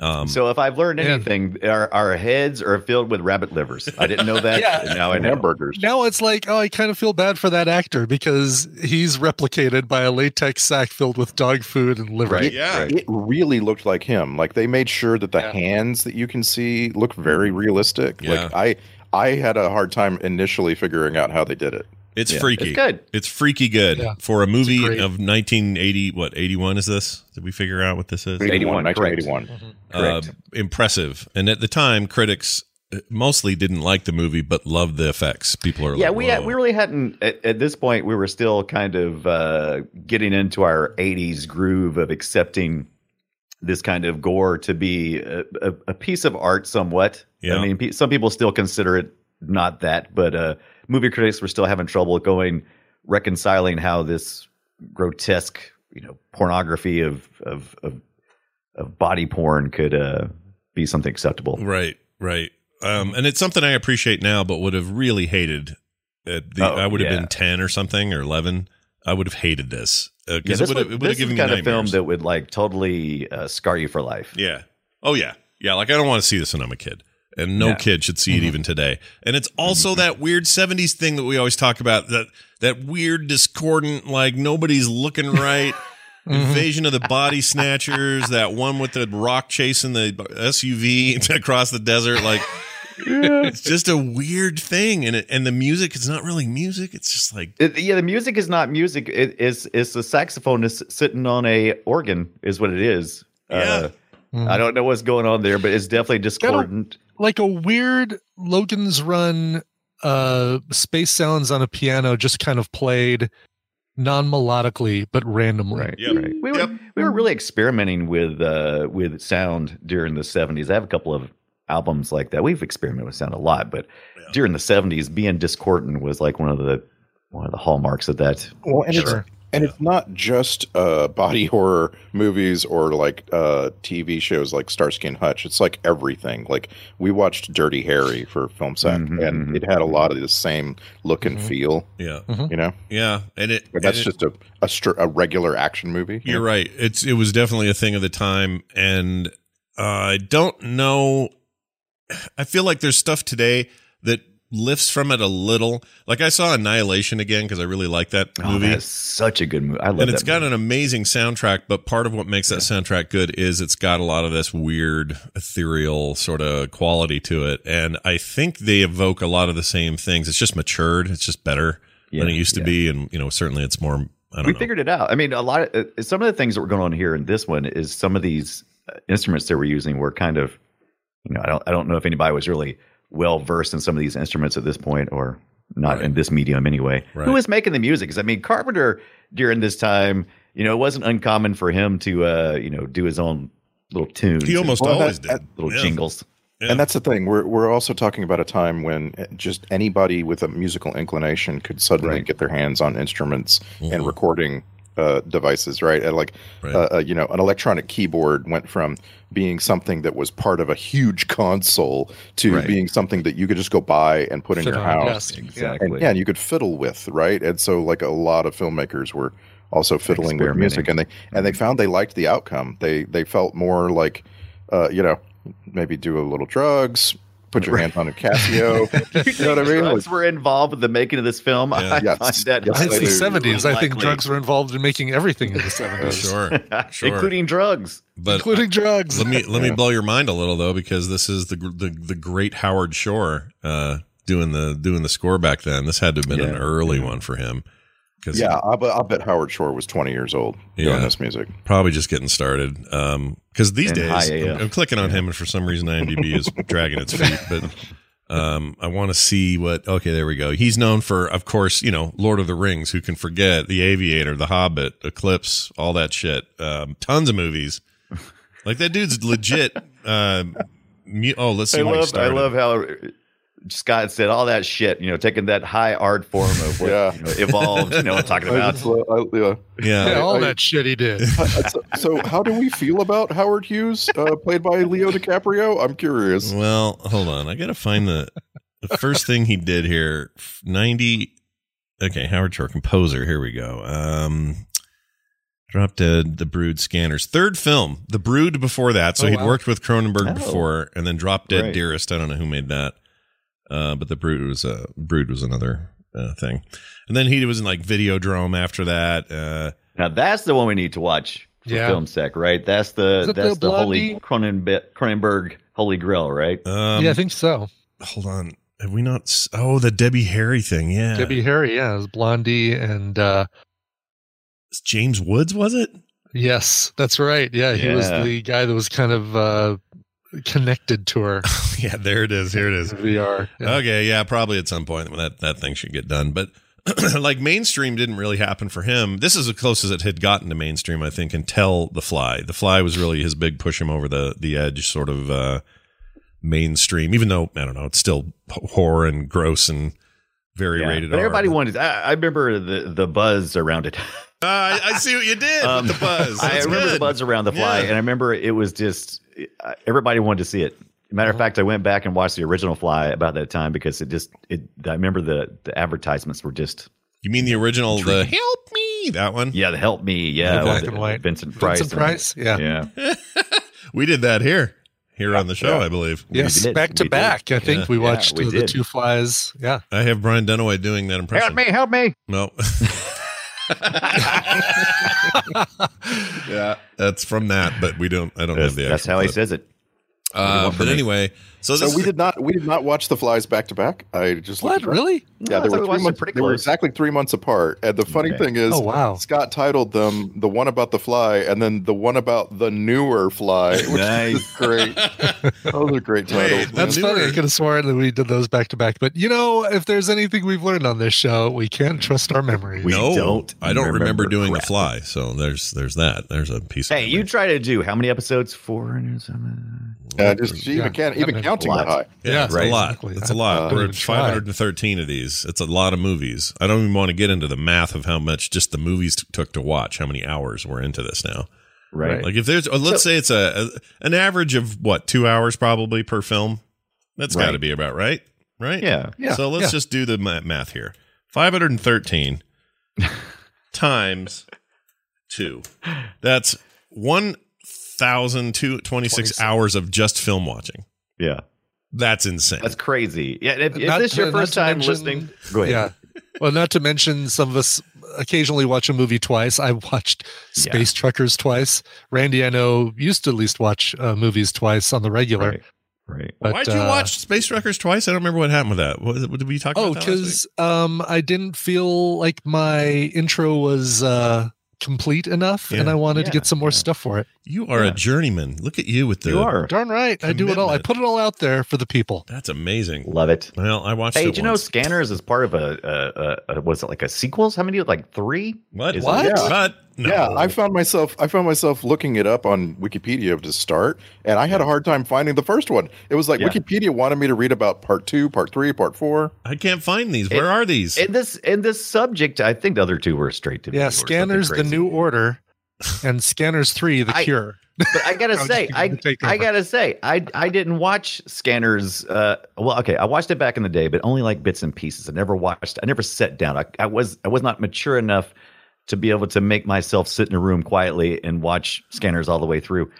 Speaker 4: Um,
Speaker 5: so. If I've learned
Speaker 6: Yeah.
Speaker 5: anything, our, our heads are filled with rabbit livers. I didn't know that.
Speaker 6: [laughs] Yeah.
Speaker 5: Now I know.
Speaker 7: hamburgers.
Speaker 6: Now it's like, oh, I kind of feel bad for that actor because he's replicated by a latex sack filled with dog food and liver.
Speaker 5: Right.
Speaker 4: yeah.
Speaker 5: Right.
Speaker 7: It really looked like him. Like they made sure that the hands that you can see look very realistic. Like
Speaker 4: Yeah.
Speaker 7: I I had a hard time initially figuring out how they did it.
Speaker 4: It's
Speaker 5: Yeah.
Speaker 4: freaky.
Speaker 5: It's good.
Speaker 4: It's freaky good
Speaker 6: Yeah.
Speaker 4: for a movie
Speaker 6: great-
Speaker 4: of 1980. What 81 is this? Did we figure out what this is?
Speaker 5: 81,
Speaker 7: 1981.
Speaker 4: uh,
Speaker 5: Correct.
Speaker 4: impressive. And at the time, critics uh, mostly didn't like the movie, but loved the effects. People are
Speaker 5: yeah,
Speaker 4: like,
Speaker 5: we
Speaker 4: Whoa.
Speaker 5: had, we really hadn't at, at this point. We were still kind of uh, getting into our '80s groove of accepting this kind of gore to be a, a, a piece of art, somewhat.
Speaker 4: Yeah.
Speaker 5: I mean, pe- some people still consider it not that, but uh, movie critics were still having trouble going reconciling how this grotesque, you know, pornography of of of, of body porn could uh, be something acceptable.
Speaker 4: Right, right. Um, and it's something I appreciate now, but would have really hated. At the,
Speaker 5: Oh,
Speaker 4: I would have
Speaker 5: yeah.
Speaker 4: been ten or something or eleven. I would have hated this
Speaker 5: Yeah,
Speaker 4: because
Speaker 5: this
Speaker 4: it would have,
Speaker 5: would-
Speaker 4: it would
Speaker 5: this
Speaker 4: have given
Speaker 5: is
Speaker 4: me
Speaker 5: kind of film
Speaker 4: nightmares.
Speaker 5: that would like totally uh, scar you for life.
Speaker 4: yeah. Oh yeah. Yeah. Like I don't want to see this when I'm a kid, and no
Speaker 5: No.
Speaker 4: kid should
Speaker 5: Mm-hmm.
Speaker 4: see it even today. And it's also that weird '70s thing that we always talk about that that weird discordant like nobody's looking
Speaker 5: [laughs]
Speaker 4: right.
Speaker 5: Mm-hmm.
Speaker 4: Invasion of the Body Snatchers, that one with the rock chasing the SUV [laughs] across the desert, like it's just a weird thing, and it, and the music is not really music. It's just like
Speaker 5: It- yeah, the music is not music. It is it's a saxophonist sitting on a organ is what it is. Uh,
Speaker 4: Yeah.
Speaker 5: I don't know what's going on there, but it's definitely discordant.
Speaker 6: Like a weird Logan's Run uh space sounds on a piano just kind of played non-melodically but randomly.
Speaker 5: Right.
Speaker 4: Yep.
Speaker 5: right. We were
Speaker 4: Yep.
Speaker 5: we were really experimenting with uh with sound during the 70s. I have a couple of albums like that. We've experimented with sound a lot, but during the 70s being discordant was like one of the one of the hallmarks of that.
Speaker 7: Well, and
Speaker 6: Sure.
Speaker 7: it's and it's not just uh, body [laughs] horror movies or like uh, TV shows like Starsky and Hutch. It's like everything. Like we watched Dirty Harry for film sack,
Speaker 5: Mhm,
Speaker 7: and
Speaker 5: mhm.
Speaker 7: it had a lot of the same look and feel.
Speaker 4: yeah,
Speaker 5: Mm-hmm.
Speaker 7: You know,
Speaker 4: yeah, and it
Speaker 7: but that's
Speaker 4: and it-
Speaker 7: just a a, str- a regular action movie.
Speaker 4: You're right. It's it was definitely a thing of the time, and uh, I don't know. I feel like there's stuff today that lifts from it a little. Like I saw Annihilation again because I really like that
Speaker 5: Oh,
Speaker 4: movie.
Speaker 5: that is such a good movie. I love
Speaker 4: and
Speaker 5: that
Speaker 4: it's got an amazing soundtrack, but part of what makes that soundtrack good is it's got a lot of this weird ethereal sort of quality to it. And I think they evoke a lot of the same things. It's just matured. It's just better than it
Speaker 5: Yeah,
Speaker 4: used to
Speaker 5: yeah.
Speaker 4: be. And, you know, certainly it's more, I don't
Speaker 5: we
Speaker 4: know.
Speaker 5: figured it out. I mean, a lot of uh, some of the things that were going on here in this one is some of these uh, instruments they were using were kind of, you know, I don't I don't know if anybody was really well versed in some of these instruments at this point or not in this medium anyway. Who was making the music? 'Cause, I mean, Carpenter during this time, you know, it wasn't uncommon for him to, uh, you know, do his own little tunes.
Speaker 4: He almost
Speaker 5: and
Speaker 4: always did.
Speaker 5: little
Speaker 4: Yeah.
Speaker 5: jingles.
Speaker 7: And that's the thing. We're we're also talking about a time when eh, just anybody with a musical inclination could suddenly get their hands on instruments
Speaker 5: Mm-hmm.
Speaker 7: and recording uh, devices, right? And like, Uh, uh, you know, an electronic keyboard went from being something that was part of a huge console to
Speaker 5: Right.
Speaker 7: being something that you could just go buy and put in
Speaker 5: Sit
Speaker 7: your
Speaker 5: on your
Speaker 7: house,
Speaker 5: desk.
Speaker 7: And-
Speaker 5: Exactly.
Speaker 7: yeah, and you could fiddle with, right? And so, like, a lot of filmmakers were also fiddling with music, and they and they found they liked the outcome. They they felt more like, uh, you know, maybe do a little drugs, put your hand on a [laughs]
Speaker 5: [laughs]
Speaker 7: Casio. you know what I mean?
Speaker 5: Drugs were involved with the making of this film. I
Speaker 7: Yes.
Speaker 5: find [laughs] that
Speaker 7: Yes,
Speaker 6: It's
Speaker 5: highly
Speaker 6: the 70s. I think
Speaker 5: unlikely.
Speaker 6: drugs were involved in making everything in the
Speaker 4: [laughs]
Speaker 6: 70s.
Speaker 4: sure, sure.
Speaker 5: including drugs.
Speaker 4: but
Speaker 6: including drugs.
Speaker 4: let me let me
Speaker 6: Yeah.
Speaker 4: blow your mind a little though because this is the gr- the, the great Howard Shore uh, doing the doing the score back then. This had to have been an
Speaker 7: Yeah.
Speaker 4: early one for him because
Speaker 7: yeah, I, bet- I bet Howard Shore was 20 years old doing this music.
Speaker 4: Probably just getting started. Because these
Speaker 7: And
Speaker 4: days,
Speaker 7: high
Speaker 4: I'm,
Speaker 7: AF.
Speaker 4: I'm clicking on him, and for some reason,
Speaker 7: [laughs]
Speaker 4: IMDb is dragging its feet. But um, I want to see what. Okay, there we go. He's known for, of course, you know, Lord of the Rings. Who can forget The Aviator, The Hobbit, Eclipse, all that shit. Um, tons of movies. Like that dude's legit. Uh, mu- oh, let's see.
Speaker 5: I
Speaker 4: when he
Speaker 5: love, I
Speaker 4: started.
Speaker 5: love how Scott said all that shit. You know, taking that high art form of what you know, evolved. You know, what I'm talking
Speaker 7: I
Speaker 5: about.
Speaker 7: just lo- I- yeah.
Speaker 4: [laughs] Yeah.
Speaker 6: all
Speaker 7: I-
Speaker 6: that shit he did.
Speaker 7: so, so how do we feel about Howard Hughes, uh, played by Leo DiCaprio? I'm curious.
Speaker 4: Well, hold on. I gotta find the the first thing he did here. Ninety. Okay, Howard Shore, composer. Here we go. Um, Drop Dead, The Brood, Scanners. Third film, The Brood. Before that, so
Speaker 6: Oh,
Speaker 4: he'd
Speaker 6: wow.
Speaker 4: worked with Cronenberg
Speaker 6: Oh.
Speaker 4: before, and then Drop Dead,
Speaker 6: Right.
Speaker 4: Dearest. I don't know who made that, uh, but The Brood was a Brood was another uh, thing, and then he was in like Videodrome after that. Uh,
Speaker 5: Now that's the one we need to watch for
Speaker 4: Yeah.
Speaker 5: film sec, right? That's the
Speaker 6: Is it
Speaker 5: that's
Speaker 6: the
Speaker 5: the, holy
Speaker 6: Blondie?
Speaker 5: Cronenbe- Cronenberg holy grail, right?
Speaker 4: um,
Speaker 6: yeah, I think so.
Speaker 4: Hold on. Have we not? s- Oh, the Debbie Harry thing. Yeah,
Speaker 6: Debbie Harry, yeah, it was Blondie and uh,
Speaker 4: James Woods was it?
Speaker 6: yes, that's right. Yeah, he was
Speaker 4: Yeah.
Speaker 6: the guy that was kind of uh, connected to her.
Speaker 4: [laughs] yeah, there it is. Here it is.
Speaker 6: VR.
Speaker 4: Okay, yeah, probably at some point that that thing should get done. But [clears throat] like mainstream didn't really happen for him. This is the closest it had gotten to mainstream, I think, until The Fly. The Fly was really his big push him over the the edge, sort of uh, mainstream. Even though I don't know, it's still h- horror and gross and very
Speaker 5: Yeah.
Speaker 4: rated.
Speaker 5: But
Speaker 4: R.
Speaker 5: everybody wanted. I, I remember the the buzz around it. [laughs]
Speaker 4: Uh, I, I see what you did
Speaker 5: Um,
Speaker 4: with the buzz.
Speaker 5: I
Speaker 4: That's
Speaker 5: remember the
Speaker 4: good.
Speaker 5: buzz around the fly,
Speaker 4: Yeah.
Speaker 5: and I remember it was just uh, everybody wanted to see it. Matter of
Speaker 4: Uh-huh.
Speaker 5: fact, I went back and watched the original Fly about that time because it just it. I remember the the advertisements were just
Speaker 4: You mean the original, the help me that one?
Speaker 5: yeah, the help me, yeah,
Speaker 4: Black
Speaker 5: with
Speaker 4: and white.
Speaker 5: Vincent Price,
Speaker 6: Vincent Price, yeah.
Speaker 5: yeah.
Speaker 4: We did that here, here on the show, I believe.
Speaker 6: Yes, back to back. I think
Speaker 4: Yeah.
Speaker 6: we watched
Speaker 4: we
Speaker 6: uh, the
Speaker 4: did.
Speaker 6: two flies. Yeah,
Speaker 4: I have Brian Dunaway doing that impression.
Speaker 5: help me. [laughs]
Speaker 4: No.
Speaker 7: yeah,
Speaker 4: that's from that, but we don't. I don't have the.
Speaker 5: That's
Speaker 4: actual
Speaker 5: how he
Speaker 4: clip.
Speaker 5: says it.
Speaker 4: Uh,
Speaker 7: What do you want
Speaker 4: but
Speaker 7: from me?
Speaker 4: anyway, so,
Speaker 7: So,
Speaker 4: this
Speaker 7: we
Speaker 4: is-
Speaker 7: did not we did not watch the flies back to back. I just
Speaker 6: What?
Speaker 7: looked it up.
Speaker 6: Really?
Speaker 7: Yeah,
Speaker 5: No, I
Speaker 7: they
Speaker 5: thought
Speaker 7: were
Speaker 5: we
Speaker 7: three
Speaker 5: watched it
Speaker 7: months.
Speaker 5: pretty
Speaker 7: They were
Speaker 5: close.
Speaker 7: exactly three months apart. And the funny
Speaker 5: Okay.
Speaker 7: thing is,
Speaker 6: Oh, wow.
Speaker 7: Scott titled them the one about the fly and then the one about the newer fly, which is
Speaker 5: Nice.
Speaker 7: great. Those are great titles. man.
Speaker 6: that's funny. I could have sworn that we did those back to back. But you know, if there's anything we've learned on this show, we can't trust our memories.
Speaker 5: We
Speaker 4: no,
Speaker 5: don't
Speaker 4: I don't remember,
Speaker 5: remember
Speaker 4: doing
Speaker 5: crap.
Speaker 4: the fly. So there's there's that. There's a piece.
Speaker 5: Hey,
Speaker 4: of
Speaker 5: you try to do how many episodes? Four and something.
Speaker 7: Yeah, just Uh, even can even counting
Speaker 5: Lots.
Speaker 7: were high.
Speaker 4: yeah,
Speaker 6: Yeah,
Speaker 4: it's
Speaker 5: right.
Speaker 4: a lot.
Speaker 6: exactly.
Speaker 4: It's a
Speaker 6: I- I
Speaker 4: lot.
Speaker 6: didn't
Speaker 4: We're
Speaker 6: even
Speaker 4: at
Speaker 6: try.
Speaker 4: 513 of these. It's a lot of movies. I don't even want to get into the math of how much just the movies t- took to watch. How many hours we're into this now?
Speaker 5: Right.
Speaker 4: Like if there's, uh, let's say it's a, a an average of what two hours probably per film. That's got to
Speaker 5: Right.
Speaker 4: be about right, right?
Speaker 5: Yeah.
Speaker 6: Yeah,
Speaker 4: So let's
Speaker 6: yeah.
Speaker 4: just do the ma- math here. Five hundred and
Speaker 5: [laughs]
Speaker 4: thirteen times two. That's one thousand two twenty six hours of just film watching.
Speaker 5: Yeah.
Speaker 4: That's insane.
Speaker 5: That's crazy. Yeah, if, if this is your first time listening, go ahead.
Speaker 6: Yeah. Well, not to mention some of us occasionally watch a movie twice. I watched Space Truckers twice. Randy, I know, used to at least watch uh, movies twice on the regular. Right.
Speaker 5: right.
Speaker 4: Why'd you watch Space Wreckers twice? I don't remember what happened with that. What, what did we talk
Speaker 6: Oh,
Speaker 4: about? that
Speaker 6: because
Speaker 4: last
Speaker 6: um, I didn't feel like my intro was uh, complete enough, and
Speaker 4: Yeah.
Speaker 6: I wanted to
Speaker 4: Yeah,
Speaker 6: get some more stuff for it.
Speaker 4: week? you are a journeyman. Look at you with the.
Speaker 5: You are.
Speaker 6: darn right. I do it all. I
Speaker 4: Commitment.
Speaker 6: put it all out there for the people.
Speaker 4: That's amazing.
Speaker 5: Love it.
Speaker 4: Well, I watched
Speaker 5: Hey,
Speaker 4: it
Speaker 5: did you know
Speaker 4: once.
Speaker 5: Scanners is part of a, a, a, a was it like a sequels? How many? Like three?
Speaker 4: What?
Speaker 5: Is it-
Speaker 6: What?
Speaker 7: Yeah.
Speaker 4: But no.
Speaker 7: Yeah, I found myself I found myself looking it up on Wikipedia to start, and I had a hard time finding the first one. It was like
Speaker 5: Yeah.
Speaker 7: Wikipedia wanted me to read about part two, part three, part four.
Speaker 4: I can't find these. Where
Speaker 5: It-
Speaker 4: are these?
Speaker 5: In this in this subject, I think the other two were straight to
Speaker 6: Yeah,
Speaker 5: video or something
Speaker 6: Scanners the
Speaker 5: crazy.
Speaker 6: New Order and Scanners 3 the
Speaker 5: [laughs] I-
Speaker 6: Cure.
Speaker 5: But
Speaker 6: [laughs]
Speaker 5: I gotta
Speaker 6: I'm
Speaker 5: say,
Speaker 6: just
Speaker 5: I
Speaker 6: gonna take
Speaker 5: I
Speaker 6: over.
Speaker 5: gotta say, I I didn't watch Scanners. Uh, well, okay, I watched it back in the day, but only like bits and pieces. I never watched. I never sat down. I, I was I was not mature enough to be able to make myself sit in a room quietly and watch Scanners all the way through.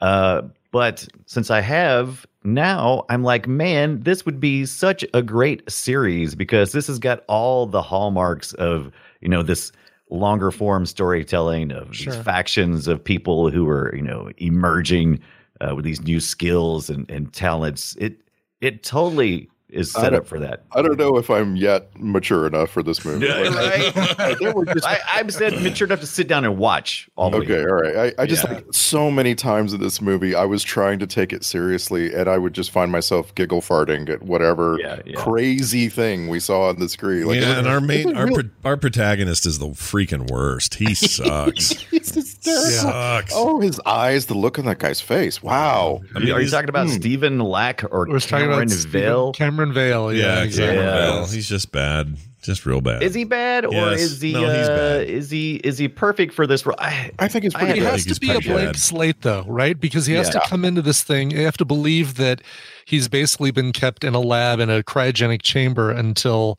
Speaker 5: Uh, but since I have now, I'm like, man, this would be such a great series because this has got all the hallmarks of you know this longer form storytelling of
Speaker 6: Sure.
Speaker 5: these factions of people who are you know emerging uh, with these new skills and, and talents. It it totally is
Speaker 7: I
Speaker 5: set
Speaker 7: don't-
Speaker 5: up
Speaker 7: [laughs]
Speaker 5: for that.
Speaker 7: I don't know if I'm yet mature enough for this movie. There were just-
Speaker 5: I, I'm said mature enough to sit down and watch all the way
Speaker 7: okay, all right. I, I just
Speaker 5: Yeah.
Speaker 7: like so many times in this movie, I was trying to take it seriously, and I would just find myself giggle farting at whatever
Speaker 5: Yeah, yeah.
Speaker 7: crazy thing we saw on the screen. Like, it
Speaker 4: yeah,
Speaker 7: was-
Speaker 4: and our
Speaker 7: it was
Speaker 5: [laughs]
Speaker 4: main, our
Speaker 7: really-
Speaker 4: pro- our protagonist is the freaking worst. He sucks.
Speaker 7: He's hysterical.
Speaker 4: Sucks.
Speaker 7: Oh, his eyes, the look on that guy's face. Wow.
Speaker 4: I mean,
Speaker 5: Are you
Speaker 4: he's-
Speaker 5: talking
Speaker 7: Hmm.
Speaker 5: about Stephen Lack or
Speaker 6: We're talking
Speaker 5: Cameron
Speaker 6: about Stephen-
Speaker 5: Vale?
Speaker 6: Cameron Vale. Yeah,
Speaker 4: Yeah,
Speaker 6: exactly.
Speaker 4: Cameron
Speaker 5: Yeah.
Speaker 4: Bell. He's just bad. Just real bad.
Speaker 5: Is he bad or
Speaker 4: Yes.
Speaker 5: is he
Speaker 4: No, he's
Speaker 5: uh,
Speaker 4: bad.
Speaker 5: is he is he perfect for this role? I,
Speaker 7: I think it's
Speaker 5: I
Speaker 7: pretty
Speaker 5: had
Speaker 6: It
Speaker 7: good.
Speaker 5: a-
Speaker 6: has
Speaker 4: think he's
Speaker 6: to be a
Speaker 4: pretty
Speaker 6: blank
Speaker 4: bad.
Speaker 6: slate, though, right? Because he has
Speaker 5: Yeah.
Speaker 6: to come into this thing. You have to believe that he's basically been kept in a lab in a cryogenic chamber until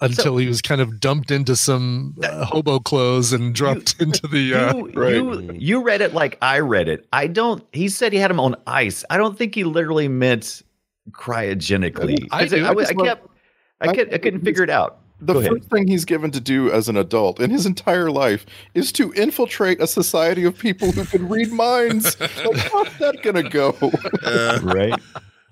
Speaker 6: until he was kind of dumped into some uh, hobo clothes and dropped [laughs] into the. Uh,
Speaker 5: you,
Speaker 7: right.
Speaker 5: you you read it like I read it. I don't. He said he had him on ice. I don't think he literally meant cryogenically.
Speaker 6: I do.
Speaker 5: I,
Speaker 6: I
Speaker 5: was-
Speaker 7: just
Speaker 5: I
Speaker 7: love-
Speaker 5: kept. I,
Speaker 7: I-
Speaker 5: could, I couldn't figure it out.
Speaker 7: The
Speaker 5: Go
Speaker 7: first
Speaker 5: ahead.
Speaker 7: thing he's given to do as an adult in his entire life is to infiltrate a society of people who can read
Speaker 5: [laughs]
Speaker 7: minds. like, how's that going to go?
Speaker 5: right.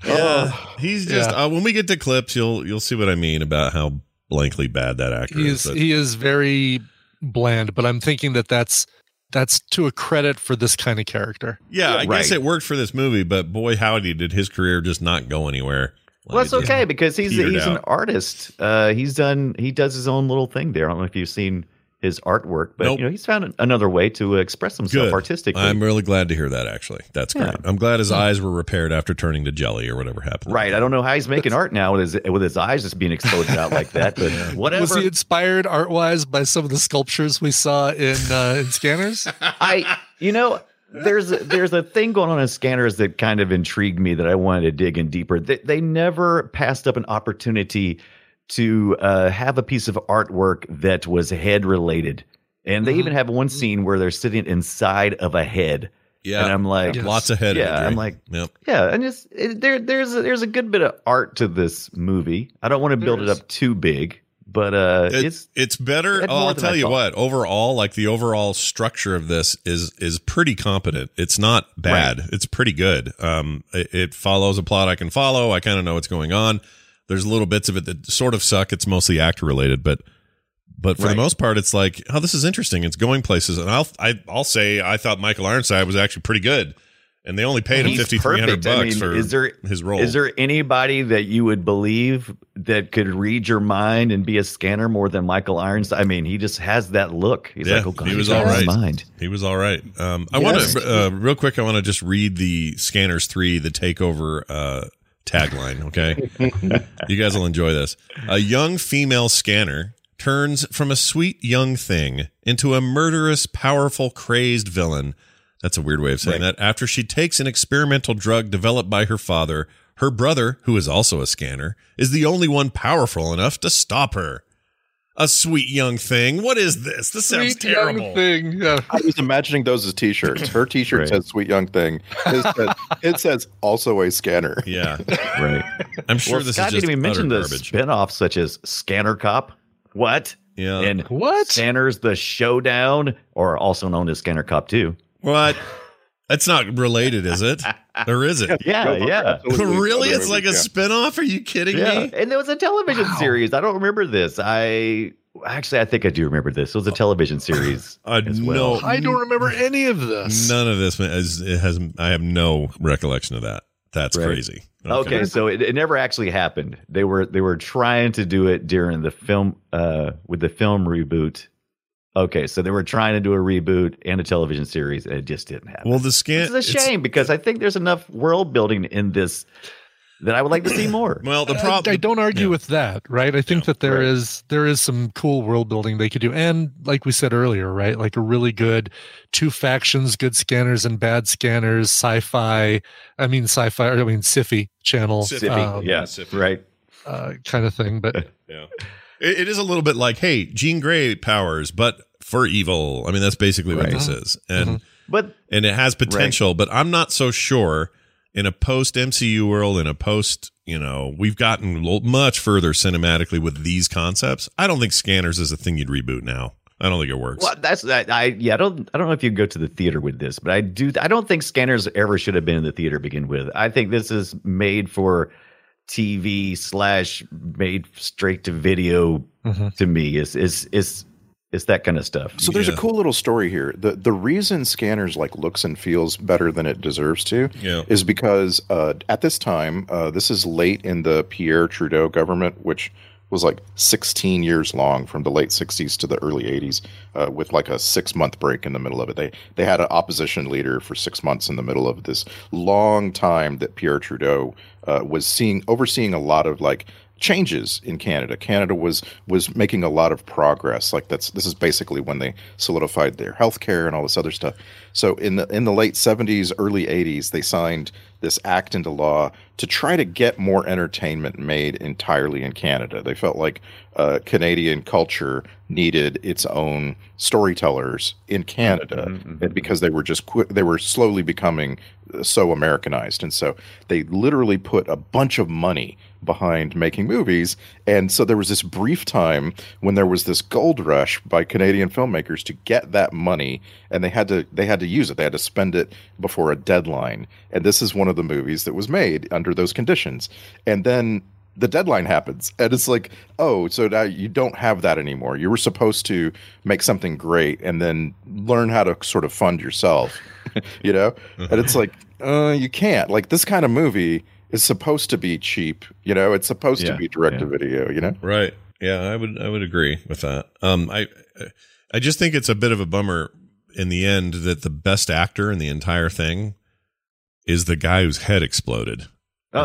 Speaker 4: Yeah,
Speaker 5: Oh.
Speaker 4: he's just.
Speaker 6: Yeah.
Speaker 4: Uh, when we get to clips, you'll youll see what I mean about how blankly bad that actor
Speaker 6: he is
Speaker 4: is. but-
Speaker 6: he is very bland, but I'm thinking that that's that's to a credit for this kind of character.
Speaker 4: yeah, I guess
Speaker 5: Right.
Speaker 4: it worked for this movie, but boy, howdy, did his career just not go anywhere.
Speaker 5: Well, that's
Speaker 4: Like, it just-
Speaker 5: okay because he's
Speaker 4: petered
Speaker 5: he's an
Speaker 4: out.
Speaker 5: artist. Uh, he's done. He does his own little thing there. I don't know if you've seen his artwork, but
Speaker 4: Nope.
Speaker 5: you know he's found another way to express himself
Speaker 4: Good.
Speaker 5: artistically.
Speaker 4: I'm really glad to hear that. Actually, that's great.
Speaker 5: Yeah.
Speaker 4: I'm glad his eyes were repaired after turning to jelly or whatever happened.
Speaker 5: Right. I don't know how he's making art now with his with his eyes just being exploded out like
Speaker 4: [laughs]
Speaker 5: that, but whatever.
Speaker 6: Was he inspired art wise by some of the sculptures we saw in uh, in Scanners?
Speaker 5: I you know there's there's a thing going on in scanners that kind of intrigued me that I wanted to dig in deeper. They, they never passed up an opportunity to uh, have a piece of artwork that was head related, and they even have one scene where they're sitting inside of a head.
Speaker 4: Yeah,
Speaker 5: and I'm like,
Speaker 4: lots of head.
Speaker 5: Yeah,
Speaker 4: injury.
Speaker 5: I'm like,
Speaker 4: yep.
Speaker 5: yeah, and just it, there, there's a, there's a good bit of art to this movie. I don't want to build it up too big, but uh,
Speaker 4: It-
Speaker 5: it's
Speaker 4: it's better.
Speaker 5: had
Speaker 4: I'll,
Speaker 5: more
Speaker 4: I'll
Speaker 5: than
Speaker 4: tell
Speaker 5: I
Speaker 4: you
Speaker 5: thought.
Speaker 4: what. Overall, like the overall structure of this is is pretty competent. It's not bad. It's pretty good. Um, it, it follows a plot I can follow. I kind of know what's going on. There's little bits of it that sort of suck. It's mostly actor related, but but for
Speaker 5: Right.
Speaker 4: the most part, it's like, oh, this is interesting. It's going places, and I'll I, I'll say I thought Michael Ironside was actually pretty good, and they only paid him
Speaker 5: He's
Speaker 4: fifty three hundred
Speaker 5: perfect. I
Speaker 4: bucks
Speaker 5: mean,
Speaker 4: for
Speaker 5: is there-
Speaker 4: his role.
Speaker 5: Is there anybody that you would believe that could read your mind and be a scanner more than Michael Irons? I mean, he just has that look. He's
Speaker 4: Yeah,
Speaker 5: like, oh god,
Speaker 4: he was
Speaker 5: got
Speaker 4: all
Speaker 5: his
Speaker 4: right.
Speaker 5: Mind.
Speaker 4: He was all right. Um, I
Speaker 5: Yes.
Speaker 4: want to uh, real quick. I want to just read the Scanners Three, the Takeover uh,
Speaker 6: [laughs]
Speaker 4: tagline. Okay, you guys will enjoy this. A young female scanner turns from a sweet young thing into a murderous, powerful, crazed villain. That's a weird way of saying that. After she takes an experimental drug developed by her father, her brother, who is also a scanner, is the only one powerful enough to stop her. A sweet young thing. What is this? This sounds
Speaker 6: Sweet young
Speaker 4: terrible.
Speaker 6: thing. Yeah.
Speaker 7: I was imagining those as T-shirts. Her T-shirt
Speaker 4: Right.
Speaker 7: says "Sweet Young Thing." His says, it says also a scanner.
Speaker 4: Yeah,
Speaker 5: right.
Speaker 4: I'm [laughs] sure
Speaker 5: well,
Speaker 4: this
Speaker 5: Scott
Speaker 4: is just
Speaker 5: didn't even mention
Speaker 4: utter
Speaker 5: the
Speaker 4: garbage.
Speaker 5: spin-offs such as Scanner Cop. What?
Speaker 4: Yeah.
Speaker 5: And
Speaker 6: what?
Speaker 5: Scanner's the Showdown, or also known as Scanner Cop 2.
Speaker 4: What? That's not related, is it? Or is it?
Speaker 5: [laughs] Yeah, yeah.
Speaker 4: really? It's like a
Speaker 5: Yeah.
Speaker 4: spinoff? Are you kidding
Speaker 5: Yeah.
Speaker 4: me?
Speaker 5: And there was a television series. I don't remember this. I actually I think I do remember this. It was a television series.
Speaker 4: Uh,
Speaker 5: as well.
Speaker 6: I don't remember any of this.
Speaker 4: None of this is, it has. I have no recollection of that. That's crazy.
Speaker 5: Okay, so it, it never actually happened. They were they were trying to do it during the film uh with the film reboot. Okay, so they were trying to do a reboot and a television series, and it just didn't happen.
Speaker 4: Well, the scan.
Speaker 5: This is a shame because I think there's enough world building in this that I would like to [clears throat] see more.
Speaker 4: Well, the
Speaker 6: I,
Speaker 4: problem.
Speaker 6: I don't argue with that, right? I think that there is there is some cool world building they could do, and like we said earlier, right? Like a really good two factions, good scanners and bad scanners, sci-fi. I mean, sci-fi. Or I mean, sci-fi channel,
Speaker 4: Sci-fi,
Speaker 6: um,
Speaker 5: yeah,
Speaker 4: Sippy.
Speaker 5: right.
Speaker 6: uh, kind of thing. But
Speaker 4: Yeah. It, it is a little bit like, hey, Jean Grey powers, but for evil. I mean, that's basically what
Speaker 5: Right.
Speaker 4: this is, and
Speaker 5: Uh-huh. But
Speaker 4: and it has potential, but I'm not so sure in a post MCU world, in a post, you know, we've gotten lo- much further cinematically with these concepts. I don't think Scanners is a thing you'd reboot now. I don't think it works.
Speaker 5: well, that's I, I yeah, I don't I don't know if you can go to the theater with this, but I do I don't think scanners ever should have been in the theater to begin with. I think this is made for TV slash made straight to video to me. Is is is it's that kind of stuff.
Speaker 7: Mm-hmm. So there's
Speaker 4: Yeah.
Speaker 7: a cool little story here. The the reason Scanners like looks and feels better than it deserves to
Speaker 4: Yeah.
Speaker 7: is because uh, at this time, uh, this is late in the Pierre Trudeau government, which was like 16 years long from the late 60s to the early 80s, uh, with like a six month break in the middle of it. They they had an opposition leader for six months in the middle of this long time that Pierre Trudeau uh, was seeing overseeing a lot of like changes in Canada. Canada was was making a lot of progress. Like that's this is basically when they solidified their healthcare and all this other stuff. So in the in the late 70s, early 80s, they signed this act into law to try to get more entertainment made entirely in Canada. They felt like uh, Canadian culture needed its own storytellers in Canada [laughs] and because they were just qui- they were slowly becoming uh, so Americanized, and so they literally put a bunch of money behind making movies. And so there was this brief time when there was this gold rush by Canadian filmmakers to get that money, and they had to they had to use it. They had to spend it before a deadline. And this is one of the movies that was made under those conditions. And then the deadline happens and it's like oh so now you don't have that anymore you were supposed to make something great and then learn how to sort of fund yourself [laughs] you know
Speaker 5: Mm-hmm.
Speaker 7: and it's like uh, you can't like this kind of movie is supposed to be cheap you know it's supposed
Speaker 5: Yeah,
Speaker 7: to be direct to video you know
Speaker 4: Right. Yeah, I would I would agree with that. Um I I just think it's a bit of a bummer in the end that the best actor in the entire thing is the guy whose head exploded.
Speaker 5: Oh,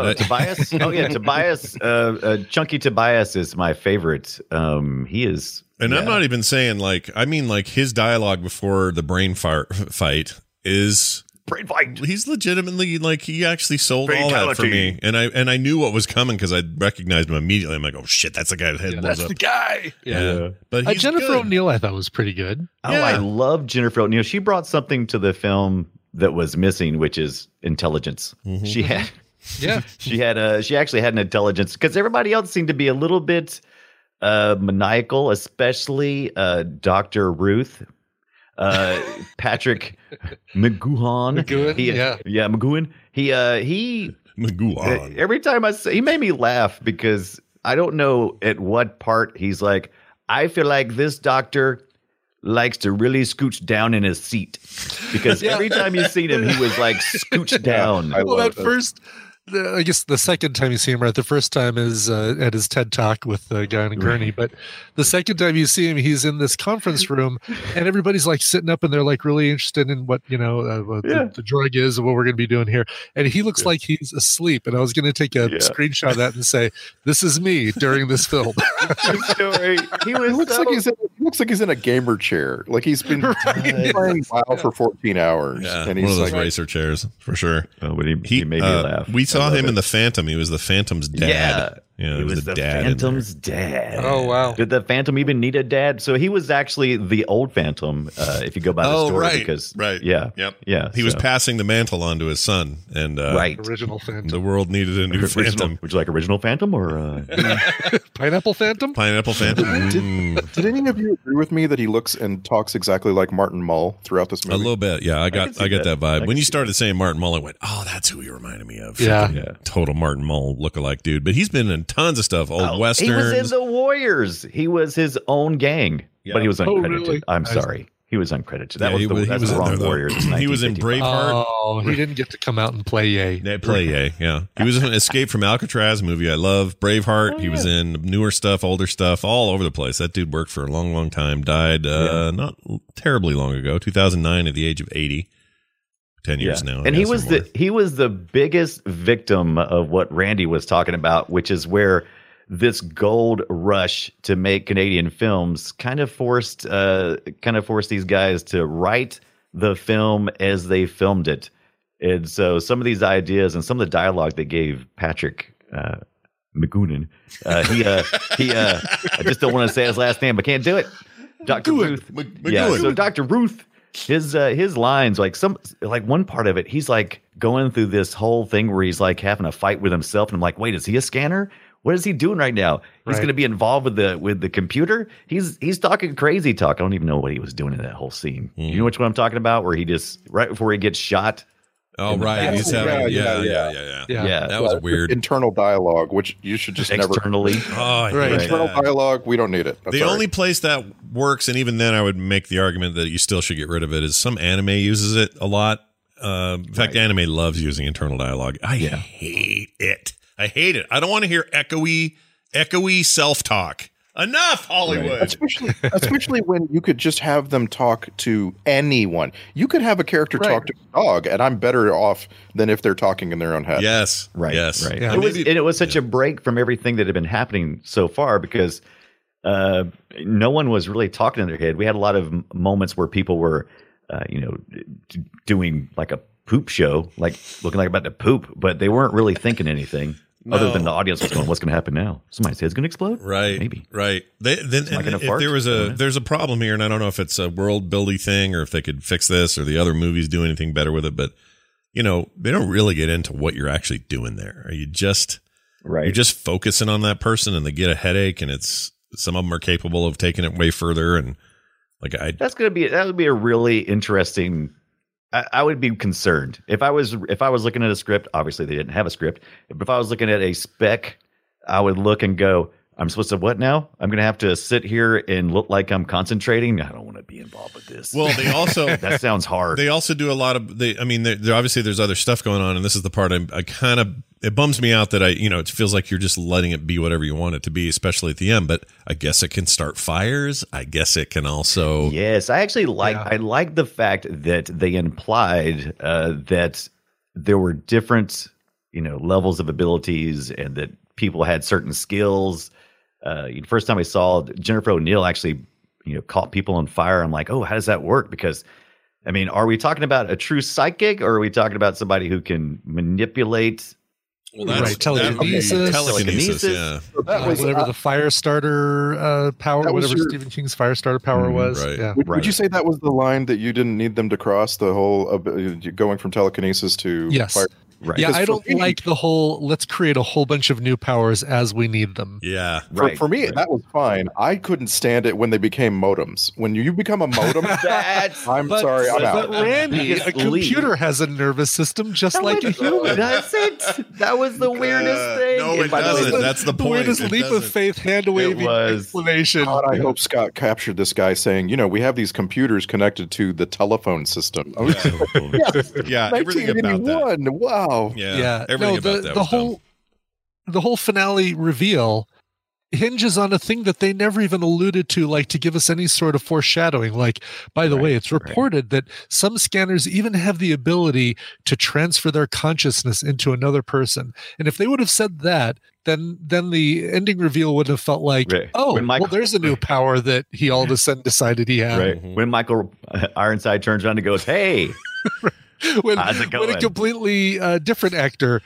Speaker 7: [laughs]
Speaker 4: And I-
Speaker 5: Tobias! Oh yeah, Tobias. Uh, uh, Chunky Tobias is my favorite. Um, he is,
Speaker 4: And I'm
Speaker 5: yeah.
Speaker 4: not even saying like I mean like his dialogue before the brain fire fight is
Speaker 5: brain fight.
Speaker 4: he's legitimately like he actually sold all that for me and I and I knew what was coming cuz I recognized him immediately. I'm like, "Oh shit, that's the guy that head
Speaker 6: yeah,
Speaker 4: blows
Speaker 6: that's
Speaker 4: up."
Speaker 6: the guy.
Speaker 4: yeah. But
Speaker 6: Uh,
Speaker 4: he's
Speaker 6: Jennifer
Speaker 4: good.
Speaker 6: O'Neill, I thought was pretty good.
Speaker 5: Oh, I
Speaker 4: Yeah.
Speaker 5: love Jennifer O'Neill. She brought something to the film that was missing, which is intelligence. She had,
Speaker 6: Mm-hmm,
Speaker 5: [laughs]
Speaker 6: Yeah,
Speaker 5: she had a, she actually had an intelligence because everybody else seemed to be a little bit uh, maniacal, especially uh, Doctor Ruth,
Speaker 6: [laughs]
Speaker 5: uh, Patrick McGuhan.
Speaker 6: McGoohan,
Speaker 5: He-
Speaker 6: yeah.
Speaker 5: yeah, McGuhan. He, uh, he
Speaker 4: Maguan.
Speaker 5: Eh, Every time I say, he made me laugh because I don't know at what part he's like, I feel like this doctor likes to really scooch down in his seat because every time you've seen him, he was like scooched down.
Speaker 7: I
Speaker 6: well,
Speaker 7: love
Speaker 6: that
Speaker 7: that.
Speaker 6: first, the, I guess the second time you see him, right? The first time is uh, at his TED talk with the guy
Speaker 5: [laughs]
Speaker 6: on a gurney, but the second time you see him, he's in this conference room, and everybody's like sitting up, and they're like really interested in what you know, uh, what
Speaker 5: Yeah.
Speaker 6: the, the drug is, and what we're going to be doing here. And he looks like he's asleep. And I was going to take a
Speaker 5: Yeah.
Speaker 6: screenshot of that and say, "This is me during this film."
Speaker 5: True story.
Speaker 6: [laughs]
Speaker 5: He was
Speaker 7: he looks
Speaker 5: so-
Speaker 7: like he's in, he looks like he's in a gamer chair like he's been playing WoW for 14 hours
Speaker 4: Yeah,
Speaker 7: and
Speaker 4: one
Speaker 7: he's
Speaker 4: of those
Speaker 7: like
Speaker 4: racer chairs for sure.
Speaker 5: Oh, but he, he, made me
Speaker 4: uh,
Speaker 5: laugh.
Speaker 4: We
Speaker 5: I
Speaker 4: saw
Speaker 5: love
Speaker 4: him in
Speaker 5: it.
Speaker 4: the Phantom. He was the Phantom's dad. Yeah,
Speaker 5: he
Speaker 4: there was
Speaker 5: was
Speaker 4: a
Speaker 5: the
Speaker 4: dad in
Speaker 5: Phantom's dad.
Speaker 6: Oh, wow.
Speaker 5: Did the Phantom even need a dad? So he was actually the old Phantom, uh, if you go by the
Speaker 4: Oh,
Speaker 5: story,
Speaker 4: right,
Speaker 5: because
Speaker 4: right,
Speaker 5: yeah,
Speaker 4: yep,
Speaker 5: yeah.
Speaker 4: He was
Speaker 5: so-
Speaker 4: passing the mantle on to his son, and uh,
Speaker 5: Right.
Speaker 6: Original Phantom.
Speaker 4: the world needed a new
Speaker 5: Original-
Speaker 4: phantom.
Speaker 5: Would you like original Phantom or uh,
Speaker 6: Pineapple Phantom?
Speaker 4: Pineapple phantom.
Speaker 5: [laughs]
Speaker 4: Mm.
Speaker 7: Did any of you agree with me that he looks and talks exactly like Martin Mull throughout this
Speaker 4: A
Speaker 7: movie?
Speaker 4: little bit, yeah. I
Speaker 5: can
Speaker 4: got,
Speaker 5: see
Speaker 4: I, got
Speaker 5: that.
Speaker 4: that,
Speaker 5: I
Speaker 4: vibe.
Speaker 5: can
Speaker 4: When you
Speaker 5: see
Speaker 4: started saying Martin Mull, I went, "Oh, that's who he reminded me of."
Speaker 6: Yeah.
Speaker 4: Fucking total Martin Mull lookalike dude. But he's been in tons of stuff, old
Speaker 5: Oh,
Speaker 4: westerns.
Speaker 5: He was in the Warriors. He was his own gang,
Speaker 4: Yeah.
Speaker 5: but he was
Speaker 6: Oh,
Speaker 5: uncredited.
Speaker 6: really?
Speaker 5: I'm
Speaker 6: I-
Speaker 5: sorry, he was uncredited. That
Speaker 4: Yeah,
Speaker 5: was
Speaker 4: he
Speaker 5: the,
Speaker 4: was- he
Speaker 5: that's
Speaker 4: was
Speaker 5: the
Speaker 4: in
Speaker 5: wrong
Speaker 4: there, though.
Speaker 5: Warriors.
Speaker 4: [clears throat] He was in
Speaker 5: 1955.
Speaker 4: Braveheart.
Speaker 6: Oh, he didn't get to come out and play Yay.
Speaker 4: That play, yeah. He was in Escape from Alcatraz, a movie I love, Braveheart.
Speaker 5: Oh,
Speaker 4: He was in newer stuff, older stuff, all over the place. That dude worked for a long, long time. Died uh, not terribly long ago, 2009, at the age of 80. 10 years now. I
Speaker 5: And he
Speaker 4: guess, or
Speaker 5: was
Speaker 4: more.
Speaker 5: the he was the biggest victim of what Randy was talking about, which is where this gold rush to make Canadian films kind of forced uh, kind of forced these guys to write the film as they filmed it. And so some of these ideas and some of the dialogue they gave Patrick uh, McGoonan, uh, he uh, he uh, I just don't want to say his last name, but can't do it. Dr.
Speaker 4: Do it.
Speaker 5: Ruth.
Speaker 4: Mc-
Speaker 5: yeah,
Speaker 4: McGoohan.
Speaker 5: so Dr. Ruth, his uh, his lines, like some like one part of it, he's like going through this whole thing where he's like having a fight with himself, and I'm like, wait, is he a scanner? What is he doing right now? He's
Speaker 6: Right.
Speaker 5: gonna be involved with the with the computer. He's he's talking crazy talk. I don't even know what he was doing in that whole scene.
Speaker 4: Mm-hmm.
Speaker 5: You know which one I'm talking about? Where he just right before he gets shot.
Speaker 4: Oh,
Speaker 5: in the
Speaker 4: right.
Speaker 5: back.
Speaker 4: He's
Speaker 7: Yeah,
Speaker 4: having,
Speaker 7: yeah,
Speaker 4: yeah, yeah, yeah, yeah,
Speaker 7: yeah.
Speaker 6: Yeah.
Speaker 5: Yeah.
Speaker 4: That was
Speaker 7: Uh,
Speaker 4: weird.
Speaker 7: Internal dialogue, which you should just never. [laughs]
Speaker 5: externally.
Speaker 4: oh, I hate
Speaker 6: Right.
Speaker 4: that.
Speaker 7: Internal dialogue, we don't need it. That's
Speaker 4: The
Speaker 7: all right.
Speaker 4: only place that works, and even then, I would make the argument that you still should get rid of it, is some anime uses it a lot. Uh, in fact, anime loves using internal dialogue. I hate it. I hate it. I don't want to hear echoey, echoey self talk. Enough, Hollywood.
Speaker 7: especially especially when you could just have them talk to anyone. You could have a character
Speaker 6: Right.
Speaker 7: talk to a dog, and I'm better off than if they're talking in their own head.
Speaker 4: Yes.
Speaker 5: Right.
Speaker 4: Yes.
Speaker 5: Right.
Speaker 6: Yeah.
Speaker 4: I
Speaker 5: It was,
Speaker 4: mean,
Speaker 5: and it was such a break from everything that had been happening so far because uh, no one was really talking in their head. We had a lot of m- moments where people were, uh, you know, d- doing like a poop show, like looking like about to poop, but they weren't really thinking [laughs] anything other than the audience was going, "What's going to happen now? Somebody's head's going to explode,
Speaker 4: Right.
Speaker 5: Maybe."
Speaker 4: Right. They, then
Speaker 5: Am I
Speaker 4: and
Speaker 5: gonna
Speaker 4: if
Speaker 5: fart?
Speaker 4: there was
Speaker 5: I don't
Speaker 4: a
Speaker 5: know.
Speaker 4: there's a problem here, and I don't know if it's a world building thing or if they could fix this or the other movies do anything better with it, but you know they don't really get into what you're actually doing there. Are you just
Speaker 5: Right.
Speaker 4: you're just focusing on that person and they get a headache and it's some of them are capable of taking it way further and like I
Speaker 5: That's gonna be that would be a really interesting. I, I would be concerned if I was if I was looking at a script. Obviously, they didn't have a script. But if I was looking at a spec, I would look and go, "I'm supposed to what now? I'm gonna have to sit here and look like I'm concentrating. I don't want to be involved with this.
Speaker 4: well they also
Speaker 5: [laughs] that sounds hard.
Speaker 4: They also do a lot of they. I mean, they they obviously there's other stuff going on, and this is the part I'm, I kind of it bums me out that I you know it feels like you're just letting it be whatever you want it to be, especially at the end. But I guess it can start fires. I guess it can also
Speaker 5: Yes, I actually like
Speaker 6: Oh. Yeah.
Speaker 5: I like the fact that they implied uh, that there were different you know levels of abilities and that people had certain skills. Uh, you know, first time I saw Jennifer O'Neill actually you know caught people on fire, I'm like, oh, how does that work? Because I mean, are we talking about a true psychic, or are we talking about somebody who can manipulate?
Speaker 4: well,
Speaker 6: that's- Right, telekinesis.
Speaker 4: that-
Speaker 5: Telekinesis.
Speaker 4: telekinesis, yeah,
Speaker 7: So that
Speaker 6: Uh,
Speaker 7: was,
Speaker 6: whatever
Speaker 7: uh,
Speaker 6: the Firestarter uh, power,
Speaker 7: That was
Speaker 6: whatever
Speaker 7: your-
Speaker 6: Stephen King's Firestarter power
Speaker 5: Mm,
Speaker 6: was.
Speaker 4: right.
Speaker 6: Yeah.
Speaker 7: would,
Speaker 5: Right.
Speaker 7: would you say that was the line that you didn't need them to cross? The whole uh, going from telekinesis to
Speaker 6: Yes.
Speaker 7: fire-
Speaker 5: Right.
Speaker 6: Yeah,
Speaker 7: Because
Speaker 6: I
Speaker 7: for
Speaker 6: don't
Speaker 7: me-
Speaker 6: like the whole let's create a whole bunch of new powers as we need them.
Speaker 4: yeah.
Speaker 7: For, for me,
Speaker 5: right.
Speaker 7: that was fine. I couldn't stand it when they became modems. When you become a modem,
Speaker 5: That's-
Speaker 7: I'm sorry, I'm
Speaker 6: but
Speaker 7: out.
Speaker 6: Randy,
Speaker 5: Biggest
Speaker 6: a computer
Speaker 5: lead.
Speaker 6: has a nervous system just
Speaker 5: That
Speaker 6: like a
Speaker 5: was-
Speaker 6: human.
Speaker 5: [laughs] That's it. That was the weirdest thing.
Speaker 4: Uh, no, it
Speaker 5: by the way,
Speaker 4: doesn't. That's the point.
Speaker 6: weirdest
Speaker 4: It
Speaker 6: leap of
Speaker 4: doesn't.
Speaker 6: faith, hand waving
Speaker 5: was-
Speaker 6: explanation.
Speaker 7: God, I hope Scott captured this guy saying, you know, we have these computers connected to the telephone system. I was just like, yes,
Speaker 4: Yeah, everything about that.
Speaker 7: 1981. Wow.
Speaker 4: Yeah,
Speaker 6: yeah,
Speaker 4: everything
Speaker 6: no, the,
Speaker 4: about that.
Speaker 6: the
Speaker 4: was dumb.
Speaker 6: whole the whole finale reveal hinges on a thing that they never even alluded to like to give us any sort of foreshadowing like by the way
Speaker 5: Right,
Speaker 6: it's
Speaker 5: right.
Speaker 6: reported that some scanners even have the ability to transfer their consciousness into another person and if they would have said that then then the ending reveal would have felt like
Speaker 5: Right.
Speaker 6: oh
Speaker 5: When Michael-
Speaker 6: well there's a new power that he all of a sudden decided he had [laughs]
Speaker 5: uh, Right. When Michael Ironside turns around and goes, "Hey,
Speaker 6: when,
Speaker 5: How's it
Speaker 6: when a
Speaker 5: going?
Speaker 6: completely uh, different actor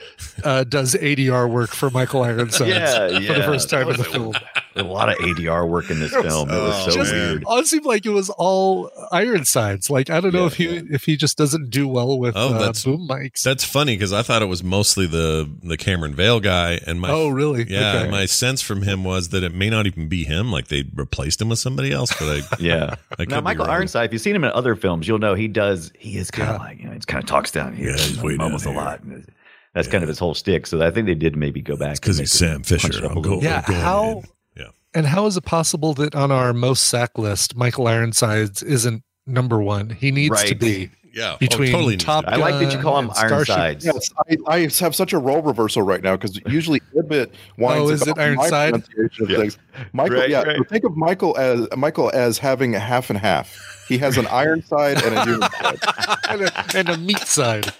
Speaker 6: uh, does ADR work for Michael Ironside
Speaker 5: Yeah,
Speaker 6: for the
Speaker 5: yeah.
Speaker 6: first time
Speaker 5: That
Speaker 6: in the film.
Speaker 5: A lot of ADR work in this
Speaker 6: It was-
Speaker 5: film. It was
Speaker 6: it
Speaker 5: so
Speaker 6: just
Speaker 5: weird.
Speaker 6: all seemed like it was all Ironsides. Like I don't know if he if he just doesn't do well with
Speaker 4: Oh,
Speaker 6: uh,
Speaker 4: that's-
Speaker 6: boom mics.
Speaker 4: [laughs] That's funny because I thought it was mostly the the Cameron Vale guy, and my
Speaker 6: Oh, really?
Speaker 4: Yeah,
Speaker 6: Okay.
Speaker 4: my sense from him was that it may not even be him. Like they replaced him with somebody else. But I
Speaker 5: Yeah.
Speaker 4: I
Speaker 5: now,
Speaker 4: could be
Speaker 5: Michael
Speaker 4: wrong.
Speaker 5: Ironside, if you've seen him in other films, you'll know he does. He is kind of like you know, he's kind of talks down here. he's way almost a lot. That's kind of his whole stick. So I think they did maybe go back because he's Sam Fisher. I'm going,
Speaker 6: yeah, how?
Speaker 4: Yeah.
Speaker 6: And how is it possible that on our most sack list, Michael Ironsides isn't number one? He needs to
Speaker 5: Right.
Speaker 6: be.
Speaker 4: Yeah. Oh,
Speaker 6: Between Top
Speaker 5: I like Oh, that you call
Speaker 6: Gun
Speaker 5: him
Speaker 6: and Starship-
Speaker 5: Ironsides.
Speaker 7: [laughs] Yes, I, I have such a role reversal right now because usually Ibit winds
Speaker 6: Oh,
Speaker 7: up
Speaker 6: is it
Speaker 7: on my
Speaker 6: Ironside?
Speaker 7: pronunciation of
Speaker 5: Yeah.
Speaker 7: things. Michael,
Speaker 5: Right,
Speaker 7: yeah,
Speaker 5: right.
Speaker 7: so think of Michael as Michael as having a half and half. He has an iron side and a
Speaker 5: [laughs]
Speaker 7: human side.
Speaker 6: [laughs] and, a, and a meat side.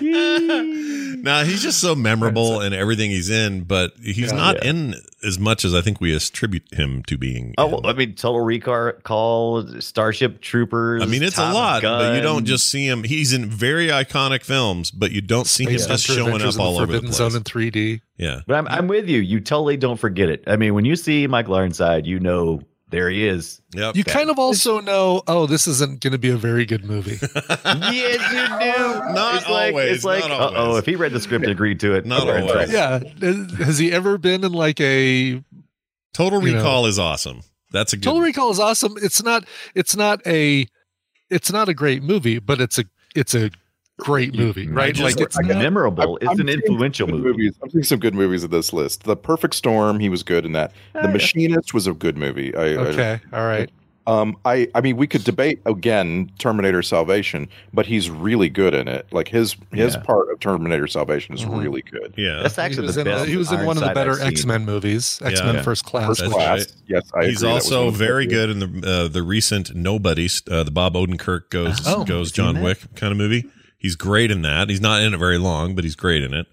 Speaker 4: Nah, he's just so memorable in everything he's in, but he's not
Speaker 5: Yeah.
Speaker 4: in as much as I think we attribute him to being.
Speaker 5: Oh, well, I mean, Total Recall, Starship Troopers.
Speaker 4: I mean, it's
Speaker 5: Top
Speaker 4: a lot, but you
Speaker 5: Gun.
Speaker 4: don't just see him. He's in very iconic films, but you don't see him
Speaker 6: Space
Speaker 4: just
Speaker 6: Hunter,
Speaker 4: showing
Speaker 6: Adventures
Speaker 4: up
Speaker 6: in the
Speaker 4: all over the
Speaker 6: Forbidden
Speaker 4: place.
Speaker 6: Zone in 3D.
Speaker 4: Yeah.
Speaker 5: But I'm, I'm with you. You totally don't forget it. I mean, when you see Michael Ironside, you know there he is.
Speaker 4: Yep.
Speaker 6: You kind of also know, oh, this isn't going to be a very good movie.
Speaker 5: yes, you do.
Speaker 4: Not
Speaker 5: it's like,
Speaker 4: always,
Speaker 5: It's like,
Speaker 4: not
Speaker 5: uh oh,
Speaker 4: always.
Speaker 5: if he read the script and agreed to it,
Speaker 4: Not
Speaker 5: Michael
Speaker 4: always.
Speaker 5: Ironside-
Speaker 6: yeah. Has he ever been in like a
Speaker 4: Total
Speaker 6: you know.
Speaker 4: Recall is awesome. That's a good.
Speaker 6: Total Recall is awesome. It's not. It's not a. It's not a great movie, but it's a. It's a great movie, right?
Speaker 4: just-
Speaker 6: like it's
Speaker 5: It's
Speaker 6: not-
Speaker 5: memorable.
Speaker 7: I'm
Speaker 5: it's an
Speaker 7: seeing
Speaker 5: influential
Speaker 7: good
Speaker 5: movie.
Speaker 7: Movies. I'm seeing some good movies of this list. The Perfect Storm, he was good in that. The Machinist was a good movie. I, I-
Speaker 6: okay. All right.
Speaker 7: um, I, I mean, we could debate again Terminator Salvation, but he's really good in it. Like his his
Speaker 5: Yeah.
Speaker 7: part of Terminator Salvation is really good.
Speaker 4: Yeah.
Speaker 5: That's
Speaker 6: He
Speaker 5: actually
Speaker 6: was,
Speaker 5: the
Speaker 6: in, a-
Speaker 5: best.
Speaker 6: he was in one of the
Speaker 5: Ironside I've
Speaker 6: better
Speaker 5: seen.
Speaker 6: X Men movies, X Men
Speaker 4: Yeah.
Speaker 6: First Class.
Speaker 7: First
Speaker 4: That's
Speaker 7: class.
Speaker 4: right.
Speaker 7: Yes, I
Speaker 4: He's
Speaker 7: agree. That was one
Speaker 4: also
Speaker 7: of the
Speaker 4: very
Speaker 7: best
Speaker 4: good in the uh, the recent Nobody, uh, the Bob Odenkirk goes
Speaker 6: Oh,
Speaker 4: goes
Speaker 6: seen
Speaker 4: John
Speaker 6: that.
Speaker 4: Wick kind of movie. He's great in that. He's not in it very long, but he's great in it.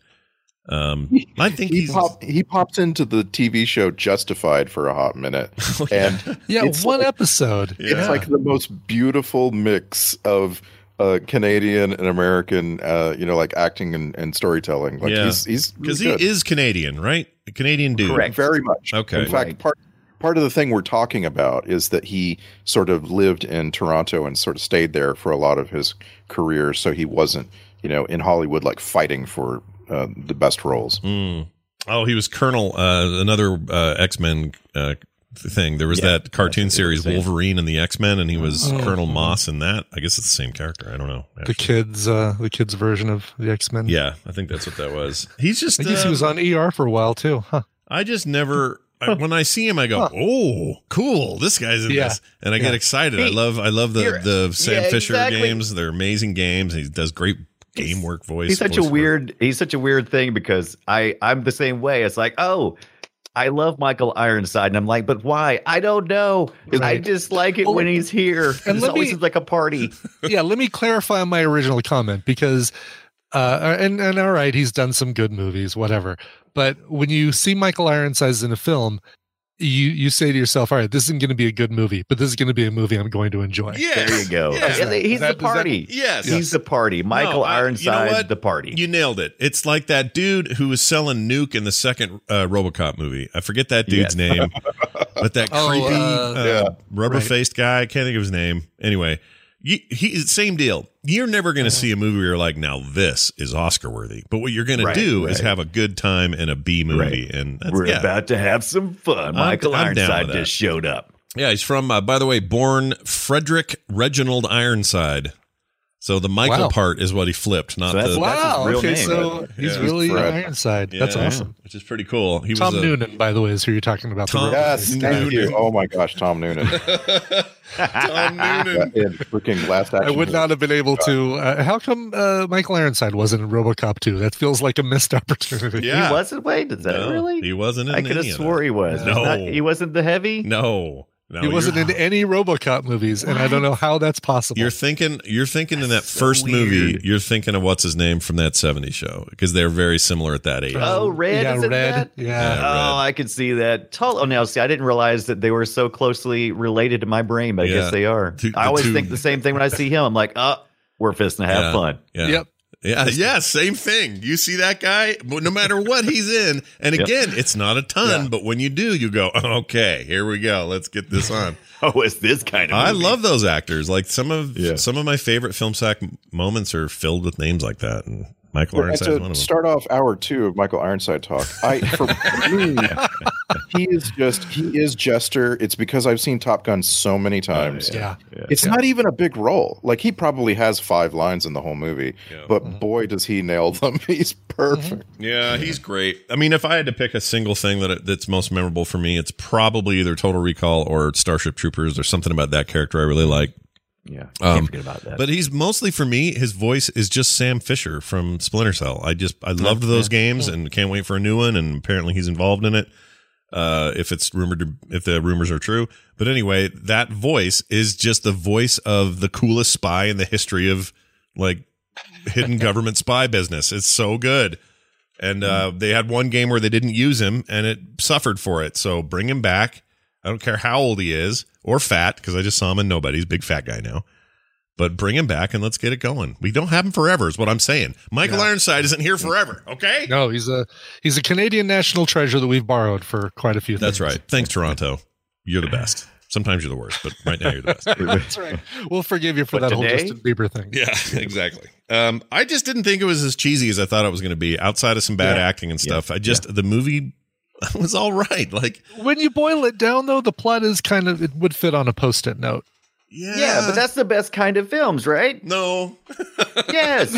Speaker 4: Um, I think
Speaker 7: he,
Speaker 4: he's
Speaker 7: pop, he pops into the TV show Justified for a hot minute, and
Speaker 6: Yeah,
Speaker 7: It's
Speaker 6: one
Speaker 7: like-
Speaker 6: episode.
Speaker 4: Yeah.
Speaker 7: it's like the most beautiful mix of uh, Canadian and American, uh, you know, like acting and, and storytelling. Like
Speaker 4: Yeah.
Speaker 7: he's he's
Speaker 4: because
Speaker 7: really
Speaker 4: he
Speaker 7: good.
Speaker 4: is Canadian, right? A Canadian dude.
Speaker 5: Correct.
Speaker 7: very much.
Speaker 4: Okay.
Speaker 7: In fact,
Speaker 5: Right.
Speaker 7: part part of the thing we're talking about is that he sort of lived in Toronto and sort of stayed there for a lot of his career, so he wasn't, you know, in Hollywood like fighting for uh, the best roles.
Speaker 4: Mm. Oh, he was Colonel. Uh, another uh, X Men uh, thing. There was
Speaker 5: Yeah,
Speaker 4: that cartoon
Speaker 5: that's what they were
Speaker 4: series
Speaker 5: saying.
Speaker 4: Wolverine and the X Men, and he was
Speaker 6: Oh.
Speaker 4: Colonel Moss in that. I guess it's the same character. I don't know.
Speaker 6: The
Speaker 4: actually.
Speaker 6: kids, uh, the kids version of the X Men.
Speaker 4: Yeah, I think that's what that was. He's just.
Speaker 6: I guess he
Speaker 4: uh,
Speaker 6: was on ER for a while too. Huh.
Speaker 4: I just never. I, when I see him, I go,
Speaker 6: Huh.
Speaker 4: "Oh, cool! This guy's in
Speaker 6: Yeah.
Speaker 4: this," and I get
Speaker 6: Yeah.
Speaker 4: excited. I
Speaker 5: Hey,
Speaker 4: love, I love the
Speaker 5: here-
Speaker 4: the Sam
Speaker 5: yeah,
Speaker 4: Fisher
Speaker 5: exactly.
Speaker 4: games. They're amazing games. He does great game work voice.
Speaker 5: he's such
Speaker 4: voice
Speaker 5: a
Speaker 4: work.
Speaker 5: weird he's such a weird thing because i i'm the same way it's like oh i love michael ironside and i'm like but why i don't know i
Speaker 6: Right.
Speaker 5: just like it
Speaker 6: Well,
Speaker 5: when he's here
Speaker 6: and
Speaker 5: and it's
Speaker 6: let
Speaker 5: always
Speaker 6: me-
Speaker 5: like a party
Speaker 4: [laughs]
Speaker 6: yeah, let me clarify my original comment because uh and and all right, he's done some good movies, whatever. But when you see Michael Ironsides in a film, you you say to yourself, "All right, this isn't going to be a good movie, but this is going to be a movie I'm going to enjoy."
Speaker 4: Yes.
Speaker 5: [laughs] there you go
Speaker 4: Yes.
Speaker 5: And he's
Speaker 6: That-
Speaker 5: the party
Speaker 4: yes.
Speaker 5: he's the party michael
Speaker 4: I- you know
Speaker 5: ironside
Speaker 4: what?
Speaker 5: the party
Speaker 4: You nailed it. It's like that dude who was selling nuke in the second uh, RoboCop movie. I forget that dude's
Speaker 5: Yes. [laughs]
Speaker 4: name, but that
Speaker 6: [laughs] Oh,
Speaker 4: creepy
Speaker 6: uh,
Speaker 4: uh, rubber faced guy. I can't think of his name. Anyway, you, he same deal. You're never
Speaker 6: Uh-huh.
Speaker 4: going to see a movie where you're like, now this is Oscar worthy. But what you're going
Speaker 5: Right,
Speaker 4: to do is
Speaker 5: right.
Speaker 4: have a good time in a B movie,
Speaker 5: Right.
Speaker 4: and that's,
Speaker 5: we're
Speaker 4: yeah,
Speaker 5: about to have some fun
Speaker 4: I'm-
Speaker 5: michael
Speaker 4: I'm down
Speaker 5: ironside
Speaker 4: with that.
Speaker 5: just showed up
Speaker 4: yeah. He's from, uh, by the way, born Frederick Reginald Ironside. So the Michael
Speaker 6: Wow.
Speaker 4: part is what he flipped, not
Speaker 5: So that's
Speaker 4: the
Speaker 5: why-
Speaker 6: Wow.
Speaker 5: his real
Speaker 6: Okay,
Speaker 5: name,
Speaker 6: so
Speaker 5: right?
Speaker 6: he's
Speaker 4: Yeah.
Speaker 6: really
Speaker 7: He's Fred.
Speaker 6: Ironside. That's
Speaker 4: Yeah,
Speaker 6: awesome.
Speaker 4: which is pretty cool. He
Speaker 6: Tom
Speaker 4: was a,
Speaker 6: Noonan, by the way, is who you're talking about. the
Speaker 4: Tom-
Speaker 6: real-
Speaker 7: Yes, thank
Speaker 4: Noonan.
Speaker 7: you. Oh my gosh, Tom Noonan.
Speaker 4: [laughs] Tom
Speaker 5: [laughs]
Speaker 4: Noonan.
Speaker 7: That is freaking last action.
Speaker 6: I would not have been able to. Uh, how come uh, Michael Ironside wasn't in RoboCop 2? That feels like a missed [laughs] opportunity.
Speaker 4: Yeah.
Speaker 5: he wasn't wait is that
Speaker 4: No,
Speaker 5: really
Speaker 4: He wasn't in
Speaker 5: i could have
Speaker 4: any of
Speaker 5: swore
Speaker 4: that.
Speaker 5: he was He's
Speaker 4: No.
Speaker 5: not- he wasn't the heavy
Speaker 4: No. No.
Speaker 6: he wasn't
Speaker 4: you're,
Speaker 6: in any RoboCop movies, and I don't know how that's possible.
Speaker 4: You're thinking you're thinking in that
Speaker 5: That's so
Speaker 4: first movie,
Speaker 5: weird.
Speaker 4: you're thinking of what's his name from that 70s show because they're very similar at that age.
Speaker 5: Oh, Red
Speaker 6: Yeah,
Speaker 5: is in
Speaker 6: Red.
Speaker 5: that?
Speaker 6: Yeah.
Speaker 4: Yeah.
Speaker 5: Oh,
Speaker 4: Red.
Speaker 5: I could see that. Tol- oh, now see, I didn't realize that they were so closely related to my brain, but I
Speaker 4: Yeah.
Speaker 5: guess they are.
Speaker 4: Two- the
Speaker 5: I always
Speaker 4: two-
Speaker 5: think the same thing when I see him. I'm like, uh,
Speaker 8: we're fisting to have
Speaker 4: Yeah.
Speaker 8: fun.
Speaker 4: Yeah. Yeah, [laughs] yeah, same thing. You see that guy, but no matter what he's in, and
Speaker 8: Yep.
Speaker 4: again, it's not a ton, but when you do, you go, [laughs] okay, here we go, let's get this on.
Speaker 8: [laughs] oh, it's this kind of
Speaker 4: I
Speaker 8: movie.
Speaker 4: love those actors. Like some of some of my favorite film sack m- moments are filled with names like that, and Michael
Speaker 5: Well, and
Speaker 4: Ironside's one
Speaker 5: to
Speaker 4: of them.
Speaker 5: start off hour two of Michael Ironside talk, I
Speaker 4: [laughs]
Speaker 5: for me, he is just he is Jester. It's because I've seen Top Gun so
Speaker 4: Oh,
Speaker 5: many times.
Speaker 6: yeah. Yeah.
Speaker 5: it's
Speaker 6: Yeah.
Speaker 5: not even a big role. Like he probably has five lines in the whole movie, but
Speaker 4: Mm-hmm.
Speaker 5: boy does he nail them. [laughs] He's perfect.
Speaker 4: Yeah, he's great. I mean, if I had to pick a single thing that that's most memorable for me, it's probably either Total Recall or Starship Troopers or something about that character I really like.
Speaker 8: Yeah, can't
Speaker 4: Um,
Speaker 8: forget about that.
Speaker 4: But he's mostly for me. His voice is just Sam Fisher from Splinter Cell. I just I loved those games and can't wait for a new one. And apparently he's involved in it. Uh, if it's rumored, to, if the rumors are true. But anyway, that voice is just the voice of the coolest spy in the history of like
Speaker 8: [laughs]
Speaker 4: hidden government spy business. It's so good. And uh,
Speaker 8: Mm.
Speaker 4: they had one game where they didn't use him, and it suffered for it. So bring him back. I don't care how old he is or fat, because I just saw him in Nobody's big fat guy now. But bring him back and let's get it going. We don't have him forever, is what I'm saying. Michael Ironside isn't here forever. Okay.
Speaker 6: No, he's a he's a Canadian national treasure that we've borrowed for quite a few.
Speaker 4: That's
Speaker 6: things.
Speaker 4: right. Thanks, Toronto. You're the best. Sometimes you're the worst, but right now
Speaker 6: [laughs]
Speaker 4: you're the best.
Speaker 6: That's
Speaker 4: [laughs]
Speaker 6: right. We'll forgive you for
Speaker 8: But
Speaker 6: that whole
Speaker 8: today-
Speaker 6: Justin Bieber thing.
Speaker 4: Yeah, exactly. Um, I just didn't think it was as cheesy as I thought it was going to be. Outside of some bad
Speaker 8: Yeah.
Speaker 4: acting and stuff, I just the movie [laughs] was all right. Like,
Speaker 6: When you boil it down, though, the plot is kind of it would fit on a post-it note.
Speaker 4: yeah,
Speaker 8: Yeah, but that's the best kind of films,
Speaker 4: [laughs]
Speaker 8: right?
Speaker 4: no.
Speaker 8: Yes.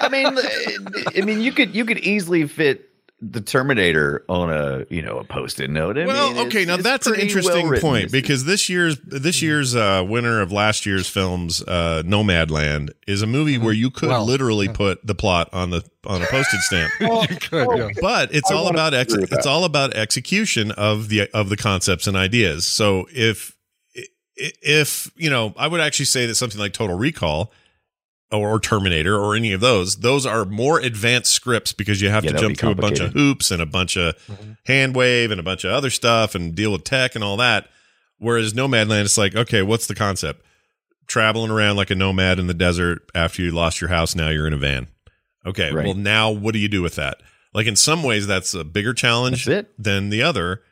Speaker 8: I mean, I mean, you could you could easily fit the Terminator on a you know a post-it note. I
Speaker 4: well,
Speaker 8: mean, it's-
Speaker 4: okay, now
Speaker 8: it's
Speaker 4: that's an
Speaker 8: pretty
Speaker 4: interesting
Speaker 8: well-written.
Speaker 4: point
Speaker 8: It's-
Speaker 4: because this year's this year's uh, winner of last year's films, uh, Nomadland, is a movie where you could
Speaker 6: Mm-hmm. Well,
Speaker 4: literally put the plot on the on a postage stamp.
Speaker 6: [laughs] You could, yeah.
Speaker 4: but it's
Speaker 5: I
Speaker 4: all
Speaker 5: wanna
Speaker 4: about ex-
Speaker 5: agree with
Speaker 4: it's
Speaker 5: that.
Speaker 4: all about execution of the of the concepts and ideas. So if i- if you know, I would actually say that something like Total Recall or, or Terminator or any of those, those are more advanced scripts because you have
Speaker 8: Yeah,
Speaker 4: to
Speaker 8: that would
Speaker 4: jump
Speaker 8: be
Speaker 4: through a bunch of
Speaker 8: complicated.
Speaker 4: hoops and a bunch of hand wave and a bunch of other stuff and deal with tech and all that. Whereas Nomadland, it's like, okay, what's the concept? Traveling around like a nomad in the desert after you lost your house, now you're in a van. Okay,
Speaker 8: Right.
Speaker 4: well now what do you do with that? Like in some ways, that's a bigger challenge
Speaker 8: That's it.
Speaker 4: than the other.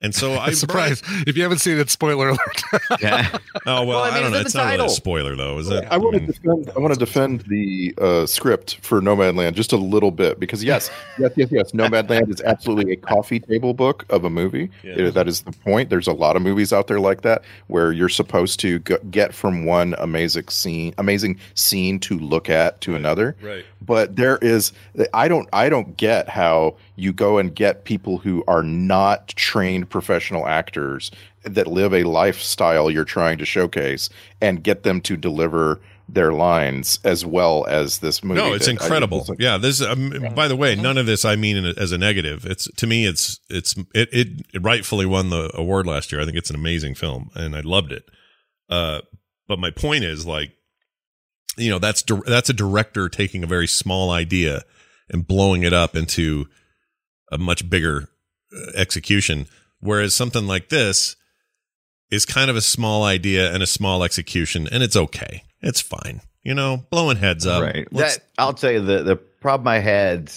Speaker 4: And so I
Speaker 6: Surprise! If you haven't seen it, spoiler alert.
Speaker 8: Yeah.
Speaker 4: Oh well,
Speaker 8: Well, I
Speaker 4: I,
Speaker 8: mean, it's in
Speaker 4: don't know.
Speaker 8: the
Speaker 4: It's not really a
Speaker 8: title.
Speaker 4: spoiler though, is it?
Speaker 5: I want to
Speaker 4: mean,
Speaker 5: defend. I want to defend the uh, script for Nomadland just a little bit because
Speaker 4: [laughs]
Speaker 5: yes, yes, yes, yes. Nomadland is absolutely a coffee table book of a movie.
Speaker 4: Yeah.
Speaker 5: Uh, That is the point. There's a lot of movies out there like that where you're supposed to go- get from one amazing scene, amazing scene to look at to another.
Speaker 4: Right.
Speaker 5: But there is, I don't, I don't get how you go and get people who are not trained professional actors that live a lifestyle you're trying to showcase and get them to deliver their lines as well as this movie.
Speaker 4: No, it's
Speaker 5: did. I-
Speaker 4: incredible.
Speaker 5: it's like-
Speaker 4: yeah, this. Um, by the way, none of this I mean in a, as a negative. It's to me, it's it's it, it rightfully won the award last year. I think it's an amazing film, and I loved it. Uh, but my point is like, you know, that's dir- that's a director taking a very small idea and blowing it up into a much bigger uh, execution. Whereas something like this is kind of a small idea and a small execution, and it's okay. It's fine. You know, blowing heads up.
Speaker 8: right.
Speaker 4: Let's-
Speaker 8: That I'll tell you the the problem I had.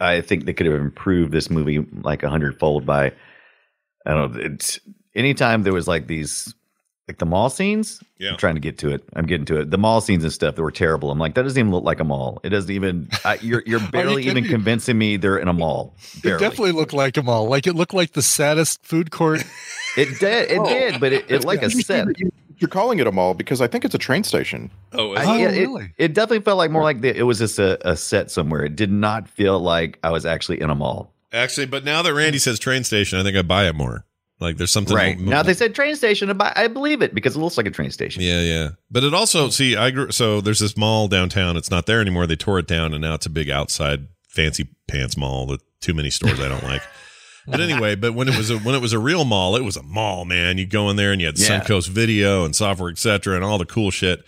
Speaker 8: I think they could have improved this movie like a hundredfold by. I don't. know. It's anytime there was like these, like the mall scenes.
Speaker 4: Yeah.
Speaker 8: I'm trying to get to it. I'm getting to it. The mall scenes and stuff that were terrible. I'm like, that doesn't even look like a mall. It doesn't even. I, you're
Speaker 6: [laughs]
Speaker 8: you're barely
Speaker 6: kidding
Speaker 8: even
Speaker 6: me?
Speaker 8: convincing me they're in a mall.
Speaker 6: It
Speaker 8: Barely.
Speaker 6: definitely looked like them all. Like it looked like the saddest food court. Oh.
Speaker 8: It did.
Speaker 6: [laughs]
Speaker 8: It did. But it, it like a set.
Speaker 5: You're calling it a mall because I think it's a train station.
Speaker 4: Oh,
Speaker 8: I-
Speaker 6: Oh,
Speaker 8: yeah, it,
Speaker 6: really?
Speaker 8: It definitely felt like more like the, it was just a, a set somewhere. It did not feel like I was actually in a mall.
Speaker 4: Actually, but now that Randy says train station, I think I buy it more. Like there's something
Speaker 8: Right.
Speaker 4: mo-
Speaker 8: Now they said train station. and I I believe it because it looks like a train station.
Speaker 4: yeah, yeah. But it also see I grew so there's this mall downtown. It's not there anymore. They tore it down, and now it's a big outside fancy pants mall with too many stores I
Speaker 8: [laughs]
Speaker 4: don't like. But anyway, but when it was a, when it was a real mall, it was a mall, man. You go in there and you had
Speaker 8: Yeah.
Speaker 4: Suncoast Video and software, etc., and all the cool shit.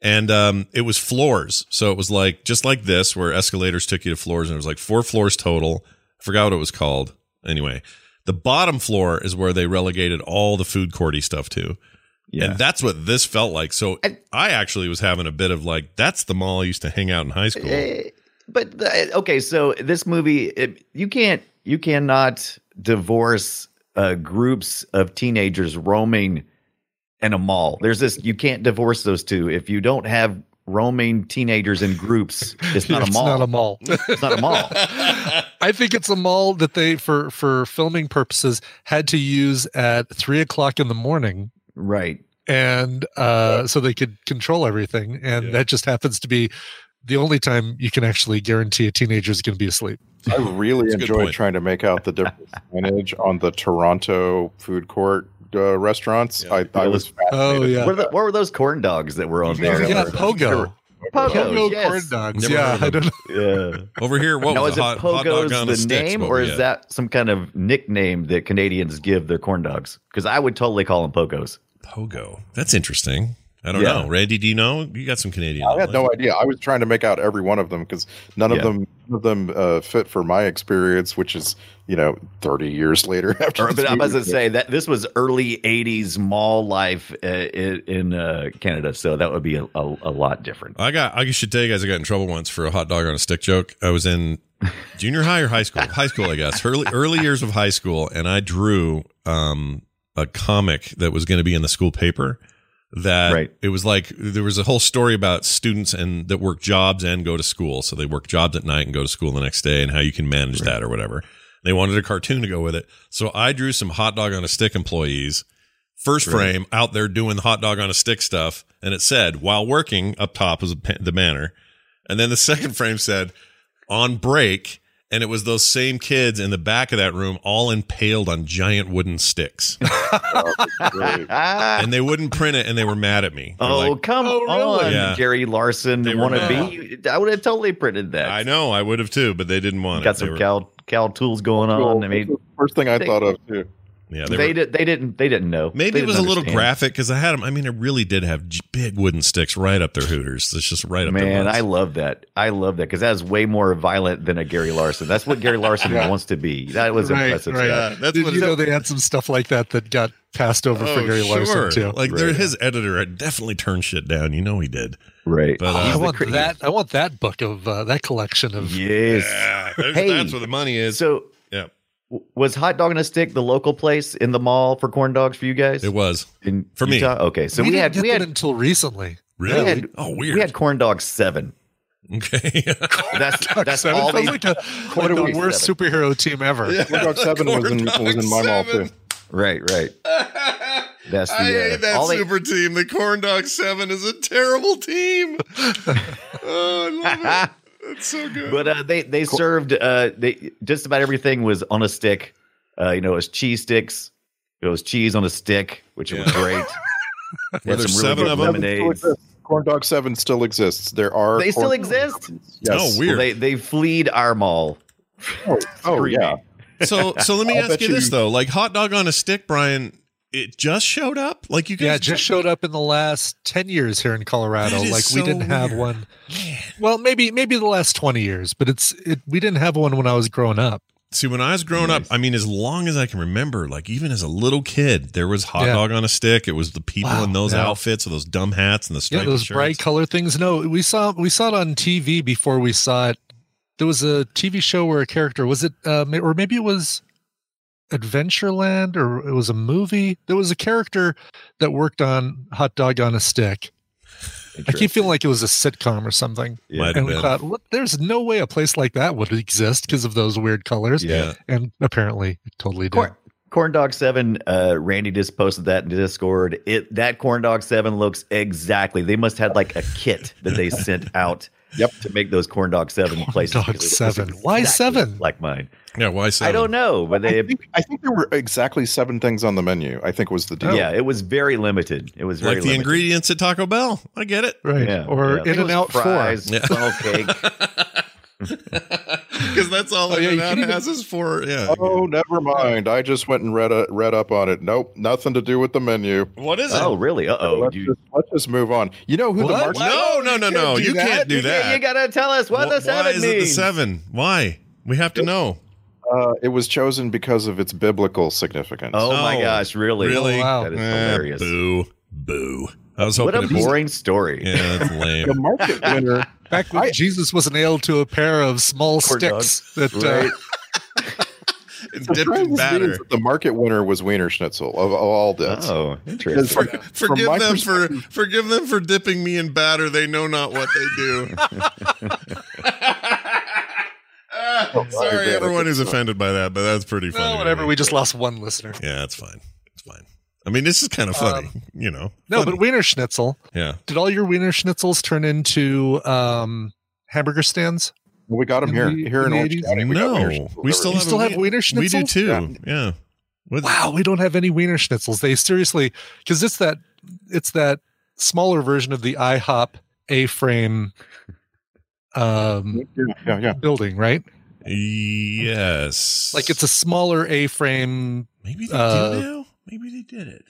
Speaker 4: And um, it was floors, so it was like just like this, where escalators took you to floors, and it was like four floors total. I forgot what it was called. Anyway, the bottom floor is where they relegated all the food courty stuff to. Yeah. And that's what this felt like. So I, I actually was having a bit of like, that's the mall I used to hang out in high school.
Speaker 8: Eh, but the, okay, so this movie, it, you can't, you cannot divorce uh, groups of teenagers roaming in a mall. There's this, you can't divorce those two. If you don't have roaming teenagers in groups, it's not a
Speaker 6: It's
Speaker 8: mall.
Speaker 6: not a mall.
Speaker 8: [laughs] it's not a mall.
Speaker 6: [laughs] I think it's a mall that they, for for filming purposes, had to use at three o'clock in the morning,
Speaker 8: right?
Speaker 6: And uh, so they could control everything, and that just happens to be the only time you can actually guarantee a teenager is going to be asleep.
Speaker 5: I really
Speaker 6: That's a good
Speaker 5: enjoy
Speaker 6: point.
Speaker 5: trying to
Speaker 4: [laughs]
Speaker 5: make out the different percentage on the Toronto food court uh, restaurants. I, I was
Speaker 4: Oh,
Speaker 5: fascinated.
Speaker 8: What, are the- what were those corn dogs that were on there?
Speaker 5: Yeah,
Speaker 6: Pogo.
Speaker 8: Pogo,
Speaker 6: Pogo
Speaker 8: yes.
Speaker 6: corn dogs. yeah, I don't know.
Speaker 8: Yeah.
Speaker 4: [laughs] Over here, what
Speaker 8: now,
Speaker 4: was
Speaker 8: is
Speaker 4: a
Speaker 8: it
Speaker 4: hot, hot dog
Speaker 8: Pogo's
Speaker 4: on
Speaker 8: the
Speaker 4: a stick?
Speaker 8: name, or is that some kind of nickname that Canadians give their corn dogs? Because I would totally call them Pogos.
Speaker 4: Pogo. That's interesting. I don't
Speaker 8: Yeah.
Speaker 4: know. Randy, do you know? You got some Canadian.
Speaker 5: I had
Speaker 4: knowledge.
Speaker 5: no idea. I was trying to make out every one of them because none
Speaker 4: Yeah.
Speaker 5: of them none of them uh, fit for my experience, which is you know thirty years later [laughs] after.
Speaker 8: Or,
Speaker 5: this
Speaker 8: but I was
Speaker 5: movie.
Speaker 8: going to say that this was early '80s mall life uh, i- in uh, Canada, so that would be a, a, a lot different.
Speaker 4: I got. I should tell you guys, I got in trouble once for a hot dog on a stick joke. I was in junior high or high school. high school, I guess. Early early years of high school, and I drew um, a comic that was going to be in the school paper. That it was like there was a whole story about students and that work jobs and go to school. So they work jobs at night and go to school the next day, and how you can manage that or whatever. They wanted a cartoon to go with it, so I drew some hot dog on a stick employees first
Speaker 9: Right.
Speaker 4: frame out there doing the hot dog on a stick stuff and it said while working up top was pa- the banner and then the [laughs] second frame said on break and it was those same kids in the back of that room all impaled on giant wooden
Speaker 8: [laughs]
Speaker 4: sticks and they wouldn't print it and they were mad at me They were
Speaker 8: Oh,
Speaker 4: like,
Speaker 8: come on,
Speaker 4: Yeah.
Speaker 8: Gary Larson
Speaker 4: were
Speaker 8: wannabe. I would have totally printed that.
Speaker 4: i know i would have too but they didn't want
Speaker 8: Got
Speaker 4: it They
Speaker 8: some
Speaker 4: were-
Speaker 8: Cal Cal tools going on. I mean,
Speaker 5: first thing I
Speaker 8: they-
Speaker 5: thought of too.
Speaker 4: yeah
Speaker 8: they
Speaker 4: they were-
Speaker 8: did, they didn't they didn't know.
Speaker 4: Maybe
Speaker 8: They
Speaker 4: it was a
Speaker 8: didn't
Speaker 4: little
Speaker 8: understand.
Speaker 4: graphic because I had them. I mean, I really did have j- big wooden sticks right up their hooters. It's just right up their
Speaker 8: Man,
Speaker 4: butts.
Speaker 8: I love that. I love that because that is way more violent than a Gary Larson. That's what Gary Larson
Speaker 6: Yeah.
Speaker 8: wants to be. That was impressive. Scott.
Speaker 6: Did you know they had some stuff like that that got passed over
Speaker 8: Oh,
Speaker 6: for Gary Larson too.
Speaker 4: Oh, Like there, his editor had definitely turned shit down. You know he did.
Speaker 5: [laughs]
Speaker 8: Right.
Speaker 4: But
Speaker 6: I
Speaker 4: uh,
Speaker 6: want that. I want that book of uh, that collection of.
Speaker 8: Yes.
Speaker 4: Yeah, there's-
Speaker 8: Hey.
Speaker 4: that's where the money is.
Speaker 8: So
Speaker 4: yeah,
Speaker 8: w- was Hot Dog and a Stick the local place in the mall for corn dogs for you guys?
Speaker 4: It was
Speaker 8: in
Speaker 4: for me.
Speaker 8: Utah? Okay, so
Speaker 6: we,
Speaker 8: we,
Speaker 6: didn't
Speaker 8: had
Speaker 6: get
Speaker 8: we
Speaker 6: them
Speaker 8: had
Speaker 6: until recently.
Speaker 8: we had we had corn dogs seven.
Speaker 4: Oh, Okay, [laughs]
Speaker 6: [laughs]
Speaker 8: that's that's
Speaker 6: Seven
Speaker 8: all.
Speaker 6: sounds
Speaker 8: [laughs] They,
Speaker 6: like, a, like
Speaker 8: do
Speaker 6: the
Speaker 8: we-
Speaker 6: worst superhero team ever.
Speaker 5: Yeah. Corn Dog Seven was in- Corn was in my mall, Dog too. Seven.
Speaker 8: right,
Speaker 4: [laughs]
Speaker 8: right. That's the,
Speaker 4: I
Speaker 8: uh,
Speaker 4: hate that
Speaker 8: all they-
Speaker 4: super team. The Corn Dog Seven is a
Speaker 8: [laughs]
Speaker 4: terrible team. oh, I love it. It's so good.
Speaker 8: but uh, they they served uh, they just about everything was on a stick. Uh, you know, it was cheese sticks. It was cheese on a stick, which was great. They had some really good lemonades.
Speaker 5: Corn Dog Seven still exists. There are
Speaker 8: They still
Speaker 5: corn-
Speaker 8: exist.
Speaker 4: Oh,
Speaker 5: Yes.
Speaker 8: Well, they they fleed our mall.
Speaker 5: Oh, oh
Speaker 8: Screaming.
Speaker 5: yeah.
Speaker 4: So,
Speaker 6: [laughs]
Speaker 4: so let me
Speaker 5: I'll
Speaker 4: ask
Speaker 5: bet
Speaker 4: you,
Speaker 5: you-
Speaker 4: this though: like hot dog on a stick, Brian. It just showed up. Like you guys,
Speaker 6: Yeah, it just showed up in the last ten years here in Colorado.
Speaker 4: That is
Speaker 6: Like
Speaker 4: so
Speaker 6: we didn't have
Speaker 4: weird.
Speaker 6: one. Well, maybe maybe the last twenty years, but it's it. We didn't have one when I was growing up.
Speaker 4: See, when I was growing up, I mean, as long as I can remember, like even as a little kid, there was hot
Speaker 6: Yeah.
Speaker 4: dog on a stick. It was the people
Speaker 6: Wow,
Speaker 4: in those
Speaker 6: yeah.
Speaker 4: outfits with those dumb hats and the
Speaker 6: Yeah,
Speaker 4: striped
Speaker 6: those
Speaker 4: shirts.
Speaker 6: bright color things. No, we saw we saw it on TV before we saw it. There was a TV show where a character was it, uh, ma- or maybe it was Adventureland, or it was a movie. There was a character that worked on hot dog on a stick. I keep feeling like it was a sitcom or something.
Speaker 4: Yeah. Might have
Speaker 6: and we
Speaker 4: been.
Speaker 6: thought, what, there's no way a place like that would exist because of those weird colors.
Speaker 4: Yeah.
Speaker 6: And apparently it totally did.
Speaker 8: Corn, corn dog seven. Uh, Randy just posted that in Discord. It that corn dog seven looks exactly. They must have like a kit that they sent out. Yep. To make those corn dog seven places.
Speaker 6: dog
Speaker 8: because it looks
Speaker 6: seven. Why seven?
Speaker 8: Like mine.
Speaker 4: Yeah, why seven?
Speaker 8: I don't know, but they.
Speaker 5: I think, I think there were exactly seven things on the menu. I think was the deal.
Speaker 8: Yeah, it was very limited. It was very
Speaker 4: like the
Speaker 8: limited.
Speaker 4: ingredients at Taco Bell. I get it.
Speaker 6: Right.
Speaker 8: Yeah,
Speaker 6: or
Speaker 8: yeah. I think
Speaker 6: in
Speaker 8: it
Speaker 6: and
Speaker 8: was
Speaker 6: out
Speaker 8: fries,
Speaker 6: four.
Speaker 8: funnel cake.
Speaker 4: Because that's
Speaker 6: [laughs]
Speaker 4: all
Speaker 6: Oh, yeah,
Speaker 4: In-N-Out
Speaker 6: you can even-
Speaker 4: has is for. Yeah.
Speaker 5: Oh, never mind. I just went and read a, read up on it. Nope, nothing to do with the menu.
Speaker 4: What is
Speaker 8: Oh,
Speaker 4: it?
Speaker 8: really? Uh oh.
Speaker 5: Let's, just, let's just move on. You know who
Speaker 6: What?
Speaker 5: the march?
Speaker 4: No, no, no, no. Oh, You can't do
Speaker 8: You
Speaker 4: that.
Speaker 8: gotta tell us what
Speaker 4: Wh-
Speaker 8: the seven
Speaker 4: Why is it the
Speaker 8: means.
Speaker 4: seven? Why? We have to know.
Speaker 5: Uh, it was chosen because of its biblical significance.
Speaker 8: Oh, my
Speaker 4: Oh,
Speaker 8: gosh! Really? Oh,
Speaker 4: Really?
Speaker 6: wow.
Speaker 8: That is
Speaker 4: Eh,
Speaker 8: hilarious.
Speaker 4: Boo. Boo. I was hoping
Speaker 8: What a
Speaker 4: it was-
Speaker 8: boring story.
Speaker 4: [laughs] Yeah, that's lame.
Speaker 5: The market winner.
Speaker 6: Back when Jesus was nailed to a pair of small sticks that uh,
Speaker 5: Right.
Speaker 4: dipped
Speaker 5: Surprised
Speaker 4: in
Speaker 5: this
Speaker 4: batter.
Speaker 5: means that The market winner was Wiener Schnitzel of, of all this.
Speaker 8: Oh,
Speaker 5: interesting.
Speaker 4: For- forgive
Speaker 5: my
Speaker 4: them for forgive them for dipping me in batter. They know not what they do. [laughs]
Speaker 5: Oh,
Speaker 4: Sorry,
Speaker 5: man,
Speaker 4: everyone who's
Speaker 5: that's-
Speaker 4: offended by that, but that's pretty funny.
Speaker 6: well,
Speaker 4: to
Speaker 6: whatever.
Speaker 4: me.
Speaker 6: We just lost one listener.
Speaker 4: Yeah, that's fine. It's fine. I mean, this is kind of funny, you know.
Speaker 6: Um, No, but Wiener Schnitzel.
Speaker 4: Yeah.
Speaker 6: Did all your Wiener Schnitzels turn into um, hamburger stands?
Speaker 5: We got him here.
Speaker 6: In the-
Speaker 5: Here
Speaker 6: in
Speaker 5: in
Speaker 6: the
Speaker 5: Orange
Speaker 6: 80s?
Speaker 5: County. we got
Speaker 4: No.
Speaker 5: Wiener Schnitzel
Speaker 4: We
Speaker 5: everywhere.
Speaker 4: still
Speaker 6: You
Speaker 4: have
Speaker 6: still
Speaker 4: a
Speaker 6: have
Speaker 4: Wien-
Speaker 6: Wiener
Speaker 4: We
Speaker 6: Schnitzels?
Speaker 4: do too. Yeah. What-
Speaker 6: Wow, we don't have any Wiener Schnitzels. They seriously, because it's that it's that smaller version of the IHOP A-frame um,
Speaker 5: Yeah, yeah.
Speaker 6: building, right?
Speaker 4: Yes.
Speaker 6: Like it's a smaller A-frame
Speaker 4: maybe they
Speaker 6: uh,
Speaker 4: do now. Maybe they did it.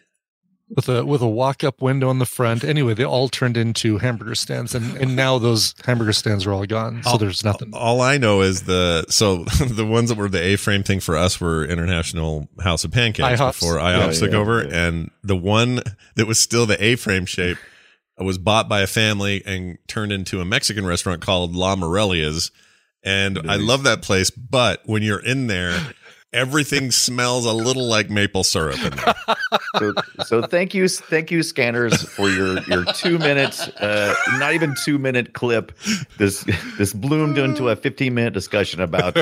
Speaker 6: with a with a walk-up window on the front. Anyway, they all turned into hamburger stands, and and now those hamburger stands are all gone. So
Speaker 4: All-
Speaker 6: there's nothing.
Speaker 4: All I know is the so [laughs] the ones that were the A-frame thing for us were International House of Pancakes
Speaker 6: IHOPs.
Speaker 4: before IHOPs
Speaker 8: Yeah,
Speaker 4: took
Speaker 8: yeah,
Speaker 4: over, and the one that was still the A-frame shape was bought by a family and turned into a Mexican restaurant called La Morelia's, and I love that place. But when you're in there, everything smells a little like maple syrup. In there.
Speaker 8: so, so thank you, thank you, scanners, for your
Speaker 6: [laughs]
Speaker 8: your two minute, uh, not even two minute clip. This this bloomed into a fifteen minute discussion about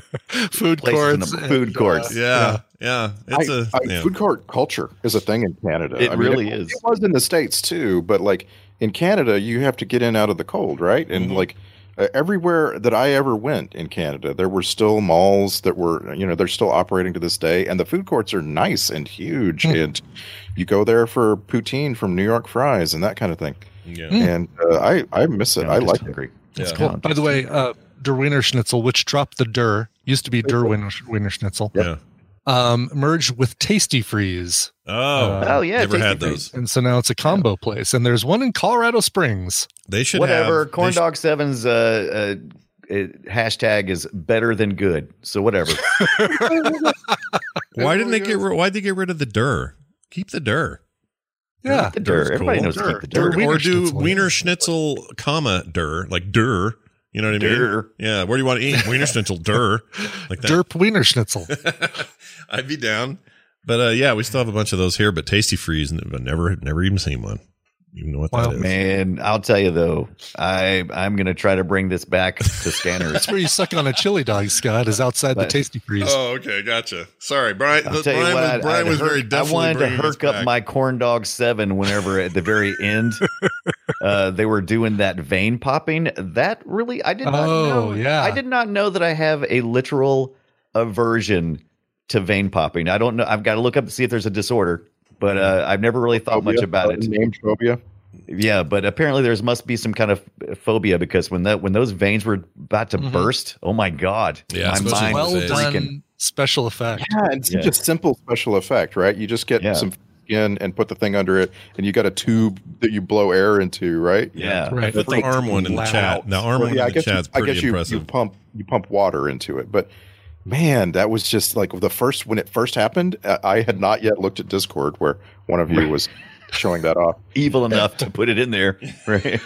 Speaker 6: food
Speaker 8: places in
Speaker 6: courts,
Speaker 8: the
Speaker 6: and,
Speaker 8: food
Speaker 6: uh,
Speaker 8: courts.
Speaker 4: Yeah, yeah, it's
Speaker 5: I-
Speaker 4: a
Speaker 5: I-
Speaker 4: yeah.
Speaker 5: food court culture is a thing in Canada.
Speaker 8: It really
Speaker 5: it,
Speaker 8: is.
Speaker 5: It was in the states too, but like in Canada, you have to get in out of the cold, right? And
Speaker 8: Mm-hmm.
Speaker 5: like uh, everywhere that I ever went in Canada, there were still malls that were, you know, they're still operating to this day, and the food courts are nice and huge,
Speaker 8: Hmm.
Speaker 5: and you go there for poutine from New York fries and that kind of thing.
Speaker 4: Yeah.
Speaker 5: And uh, I I miss it.
Speaker 8: Now
Speaker 5: I
Speaker 8: I'm just
Speaker 5: like it.
Speaker 8: hungry.
Speaker 4: Yeah.
Speaker 8: Now I'm
Speaker 6: By the
Speaker 8: just-
Speaker 6: way, uh, Der Wiener Schnitzel, which dropped the Der, used to be Der Wiener, Wiener Schnitzel,
Speaker 4: yeah.
Speaker 6: um, merged with Tasty Freeze,
Speaker 4: Oh,
Speaker 8: Oh, yeah,
Speaker 4: never
Speaker 8: tasty
Speaker 4: had
Speaker 8: food.
Speaker 4: those.
Speaker 6: and so now it's a combo place. And there's one in Colorado Springs.
Speaker 4: They should
Speaker 8: whatever.
Speaker 4: Have,
Speaker 8: Corn
Speaker 4: they sh-
Speaker 8: Dog Seven's uh, uh, uh, hashtag is better than good. So whatever.
Speaker 4: Why didn't they get? Rid- why did they get rid of the dir? Keep the dir.
Speaker 6: Yeah,
Speaker 8: the dirt.
Speaker 4: Dirt's
Speaker 8: Everybody
Speaker 4: cool.
Speaker 8: knows to
Speaker 6: Dirt.
Speaker 8: keep the
Speaker 4: Or,
Speaker 8: dirt.
Speaker 6: Dirt. Wiener
Speaker 4: or do
Speaker 6: Schnitzel,
Speaker 4: Wiener
Speaker 6: yeah.
Speaker 4: Schnitzel, comma dir like dir. You know what I mean?
Speaker 8: Dir.
Speaker 4: Yeah. Where do you want to [laughs] eat Wiener Schnitzel dir? Like that.
Speaker 6: Derp Wiener Schnitzel.
Speaker 4: I'd be down. But uh, yeah, we still have a bunch of those here. But Tasty Freeze, n- I've never, never even seen one. You know what
Speaker 6: Wow,
Speaker 4: that is?
Speaker 8: Man, I'll tell you though, I I'm gonna try to bring this back to scanners.
Speaker 6: That's where you suck on a chili dog, Scott, is outside the
Speaker 8: But-
Speaker 6: Tasty Freeze.
Speaker 4: Oh, okay, gotcha. Sorry, Brian.
Speaker 8: I'll
Speaker 4: the-
Speaker 8: tell you
Speaker 4: Brian
Speaker 8: what,
Speaker 4: was,
Speaker 8: I'd-
Speaker 4: Brian
Speaker 8: I'd
Speaker 4: was
Speaker 8: herc-
Speaker 4: very
Speaker 8: I
Speaker 4: definitely.
Speaker 8: wanted to
Speaker 4: bringing us
Speaker 8: herc up
Speaker 4: back.
Speaker 8: my corn dog seven whenever at the very end uh, they were doing that vein popping. That really, I did not
Speaker 6: Oh,
Speaker 8: know.
Speaker 6: yeah.
Speaker 8: I did not know that I have a literal aversion to vein popping. I don't know. I've got to look up and see if there's a disorder, but uh, I've never really
Speaker 4: Oh,
Speaker 8: thought much
Speaker 5: Phobia,
Speaker 8: about
Speaker 5: uh,
Speaker 8: it.
Speaker 5: Name phobia.
Speaker 8: Yeah, but apparently there's must be some kind of phobia because when that when those veins were about to
Speaker 6: Mhm.
Speaker 8: burst, oh my god,
Speaker 4: Yeah,
Speaker 8: my
Speaker 4: especially
Speaker 8: mind
Speaker 4: when
Speaker 6: well
Speaker 8: was
Speaker 4: they-
Speaker 6: done
Speaker 8: freaking.
Speaker 6: special effect.
Speaker 5: Yeah, it's such
Speaker 8: Yeah.
Speaker 5: a simple special effect, right? You just get
Speaker 8: Yeah.
Speaker 5: some skin and put the thing under it, and you got a tube that you blow air into, right?
Speaker 8: Yeah,
Speaker 6: Right.
Speaker 4: Put the
Speaker 6: Freaked
Speaker 4: arm one in the
Speaker 6: out.
Speaker 4: chat. The arm
Speaker 5: Well,
Speaker 4: one
Speaker 5: yeah, I
Speaker 4: in the
Speaker 5: guess, you,
Speaker 4: chat's
Speaker 5: I
Speaker 4: pretty
Speaker 5: guess you, you
Speaker 4: impressive.
Speaker 5: pump you pump water into it, but man, that was just like the first when it first happened. I I had not yet looked at Discord where one of you was showing that off.
Speaker 8: [laughs] evil enough to put it in
Speaker 5: [laughs]
Speaker 8: there. Right.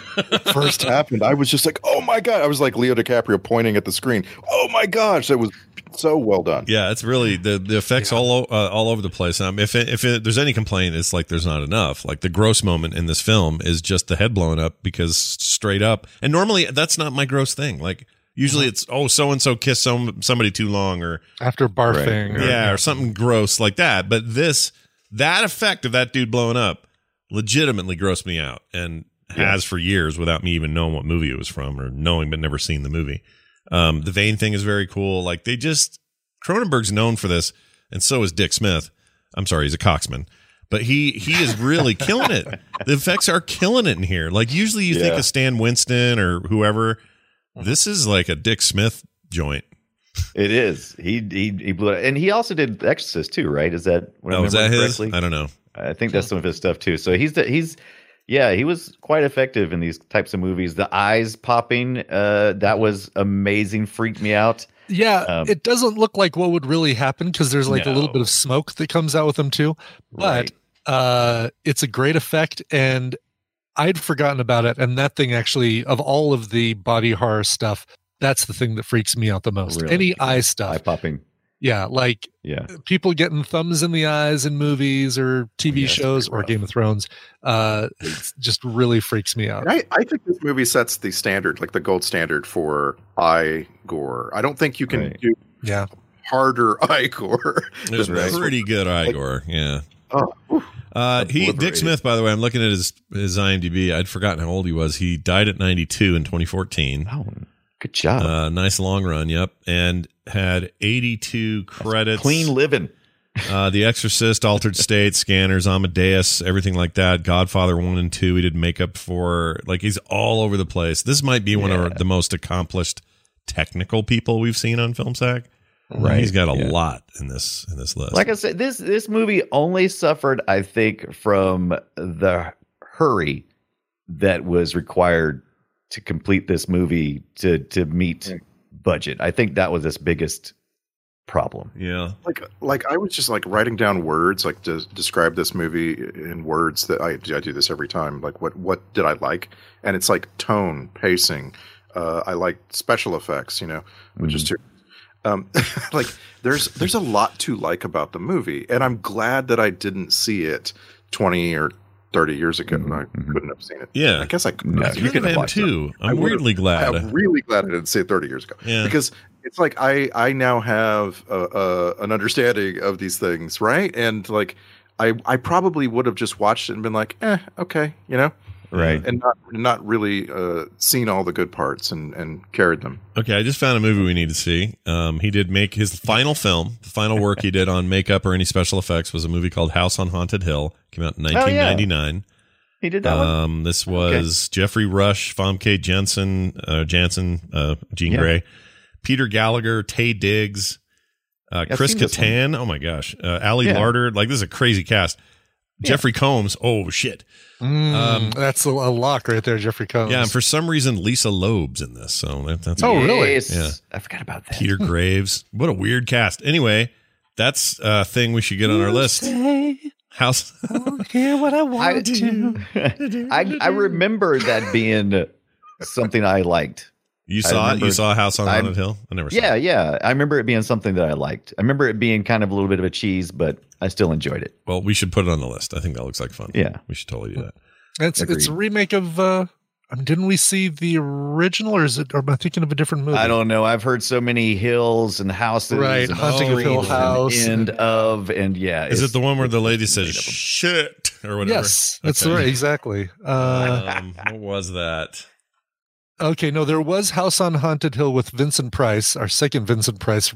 Speaker 5: First happened, I was just like, oh my god! I was like Leo DiCaprio pointing at the screen. Oh my gosh, that was so well done.
Speaker 4: Yeah, it's really the the effects all o- uh, all over the place. Um, if it, if it, there's any complaint, it's like there's not enough. Like the gross moment in this film is just the head blown up because straight up. And normally that's not my gross thing. Like usually it's oh so and so kissed some somebody too long or
Speaker 6: After barfing. or-
Speaker 4: yeah or something gross like that. But this that effect of that dude blowing up legitimately grossed me out and has for years without me even knowing what movie it was from or knowing but never seen the movie. Um, the vein thing is very cool. Like they just Cronenberg's known for this, and so is Dick Smith. I'm sorry, he's a coxman, but he he is really killing it. The effects are killing it in here. Like usually you think
Speaker 5: Yeah.
Speaker 4: of Stan Winston or whoever. This is like a Dick Smith joint.
Speaker 8: It is. He he he blew it, and he also did The Exorcist too, right? Is that when
Speaker 4: Oh, is that his?
Speaker 8: correctly?
Speaker 4: I don't know.
Speaker 8: I think that's some of his stuff too. So he's the, he's yeah, he was quite effective in these types of movies. The eyes popping, uh, that was amazing. Freaked me out.
Speaker 6: Yeah,
Speaker 8: Um,
Speaker 6: it doesn't look like what would really happen because there's like a little
Speaker 8: No.
Speaker 6: bit of smoke that comes out with them too. But
Speaker 8: Right.
Speaker 6: Uh, it's a great effect, and I'd forgotten about it. And that thing actually, of all of the body horror stuff, that's the thing that freaks me out the most.
Speaker 8: Really?
Speaker 6: Any eye stuff,
Speaker 8: Eye popping.
Speaker 6: yeah, like
Speaker 8: Yeah.
Speaker 6: people getting thumbs in the eyes in movies or TV shows or Game of Thrones, uh, it's just really freaks me out.
Speaker 5: And I, I think this movie sets the standard, like the gold standard for eye gore. I don't think you can do
Speaker 6: Yeah.
Speaker 5: harder [laughs] eye gore.
Speaker 4: It was
Speaker 5: than this.
Speaker 4: pretty good, Igor. Yeah.
Speaker 5: Oh,
Speaker 4: Uh, he Dick
Speaker 5: Obliterated.
Speaker 4: Smith, by the way, I'm looking at his his IMDb. I'd forgotten how old he was. He died at 92 in 2014.
Speaker 8: Oh, good job.
Speaker 4: Uh, nice long run. Yep, and had 82 credits.
Speaker 8: Clean living.
Speaker 4: Uh, the Exorcist, Altered State, Scanners, Amadeus, everything like that. Godfather one and two. He did makeup for. Like he's all over the place. This might be one of the most accomplished technical people we've seen on Film Sack.
Speaker 8: Right,
Speaker 4: He's got a
Speaker 8: yeah.
Speaker 4: lot in this in this list.
Speaker 8: Like I said, this this movie only suffered, I think, from the hurry that was required to complete this movie to to meet budget. I think that was its biggest problem.
Speaker 4: yeah.
Speaker 5: like like I was just like writing down words, like to describe this movie in words that I, I do this every time. Like what what did I like? And it's like tone, pacing. Uh, I like special effects, you know, which
Speaker 4: Mm.
Speaker 5: is too. Um, [laughs] like there's there's a lot to like about the movie, and I'm glad that I didn't see it 20 or 30 years ago, and I couldn't have seen it.
Speaker 4: Mm-hmm, Yeah.
Speaker 5: I guess I could.
Speaker 4: Yeah,
Speaker 5: have.
Speaker 4: you could have
Speaker 5: watched it.
Speaker 4: too. I'm
Speaker 5: would've-
Speaker 4: weirdly glad.
Speaker 5: I'm really glad I didn't see it 30 years ago
Speaker 4: Yeah.
Speaker 5: because it's like I I now have uh uh an understanding of these things, right? And like I I probably would have just watched it and been like, eh, okay, you know,
Speaker 8: Right.
Speaker 5: and not not really uh, seen all the good parts and and carried them.
Speaker 4: Okay, I just found a movie we need to see. Um, he did make his final film, the final work he did on makeup or any special effects was a movie called House on Haunted Hill. Came out in
Speaker 8: Oh, yeah.
Speaker 4: 1999.
Speaker 8: He did that one.
Speaker 4: um, this was Jeffrey Rush, Famke Jensen, uh, Jansen, uh, Jean
Speaker 8: Yeah.
Speaker 4: Grey, Peter Gallagher, Tay Diggs, uh,
Speaker 8: I've
Speaker 4: Chris
Speaker 8: seen this one.
Speaker 4: Kattan. Oh my gosh, uh, Ali
Speaker 8: Yeah.
Speaker 4: Larter. Like this is a crazy cast. Jeffrey Combs. Oh shit.
Speaker 6: Mm,
Speaker 4: Um,
Speaker 6: that's a, a lock right there, Jeffrey Combs.
Speaker 4: Yeah, and for some reason Lisa Loeb's in this. So that, that's
Speaker 6: Oh, really?
Speaker 8: Yes.
Speaker 4: Yeah.
Speaker 8: I forgot about that.
Speaker 4: Peter Graves. What a weird cast. Anyway, that's a thing we should get on our list. House.
Speaker 8: I, I I remember that being uh, something I liked.
Speaker 4: You
Speaker 8: I
Speaker 4: saw it. You
Speaker 8: remember-
Speaker 4: saw House on
Speaker 8: I'm-
Speaker 4: Haunted Hill. I never saw.
Speaker 8: Yeah,
Speaker 4: it.
Speaker 8: yeah. I remember it being something that I liked. I remember it being kind of a little bit of a cheese, but I still enjoyed it.
Speaker 4: Well, we should put it on the list. I think that looks like fun.
Speaker 8: Yeah.
Speaker 4: we should totally do that.
Speaker 6: it's it's a remake of. Uh, I mean, didn't we see the original, or is it? Or am I thinking of a different movie?
Speaker 8: I don't know. I've heard so many hills and houses,
Speaker 6: Right,
Speaker 8: and
Speaker 6: Haunting of Hill
Speaker 8: streets
Speaker 6: House.
Speaker 8: and end of, and yeah.
Speaker 4: Is it the one where the lady says
Speaker 8: made up.
Speaker 4: "shit" or whatever?
Speaker 6: Yes, that's
Speaker 4: Okay.
Speaker 6: right. Exactly. Uh,
Speaker 4: um, what was that?
Speaker 6: okay, no, there was House on Haunted Hill with Vincent Price, our second Vincent Price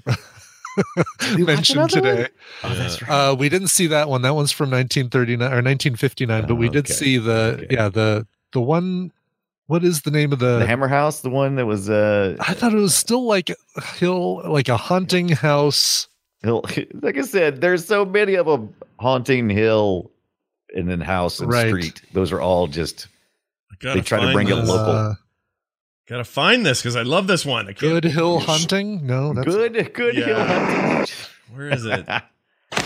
Speaker 6: mentioned
Speaker 8: another
Speaker 6: today.
Speaker 8: Oh, that's right.
Speaker 6: Uh, we didn't see that one. That one's from 1939 or 1959, Uh, but we did
Speaker 8: Okay,
Speaker 6: see the
Speaker 8: okay.
Speaker 6: yeah the the one. What is the name of the?
Speaker 8: the Hammer House, the one that was uh,
Speaker 6: I thought it was still like a hill, like a haunting house.
Speaker 8: hill. [laughs] Like I said, there's so many of them. Haunting hill, and then house and
Speaker 6: Right.
Speaker 8: street. Those are all just
Speaker 4: I gotta
Speaker 8: They try to
Speaker 4: find
Speaker 8: bring it
Speaker 4: this.
Speaker 8: local.
Speaker 6: Uh,
Speaker 4: Gotta find this because I love this one. I can't-
Speaker 6: good hill hunting. No, that's
Speaker 8: good, good hill
Speaker 4: Yeah.
Speaker 8: hunting.
Speaker 4: Where is it?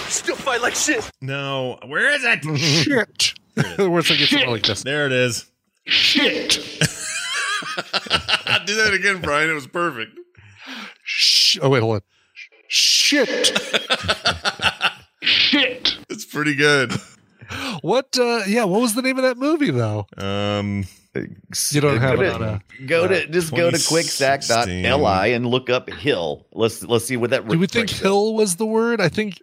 Speaker 10: Still fight like shit.
Speaker 4: No, where is it?
Speaker 6: shit. Worse, I get something like this.
Speaker 4: [laughs] there it is.
Speaker 6: Shit.
Speaker 4: [laughs] Do that again, Brian. It was perfect.
Speaker 6: Sh- oh wait, hold on. Shit. shit.
Speaker 4: It's pretty [laughs] good.
Speaker 6: What? uh Yeah. What was the name of that movie though?
Speaker 4: Um,
Speaker 6: You don't have
Speaker 8: go
Speaker 6: it
Speaker 8: to-
Speaker 6: on a.
Speaker 8: Go to just go to
Speaker 4: 2016.
Speaker 8: quicksack.li and look up hill. Let's let's see what that.
Speaker 6: Do we think
Speaker 8: brings up.
Speaker 6: hill was the word? I think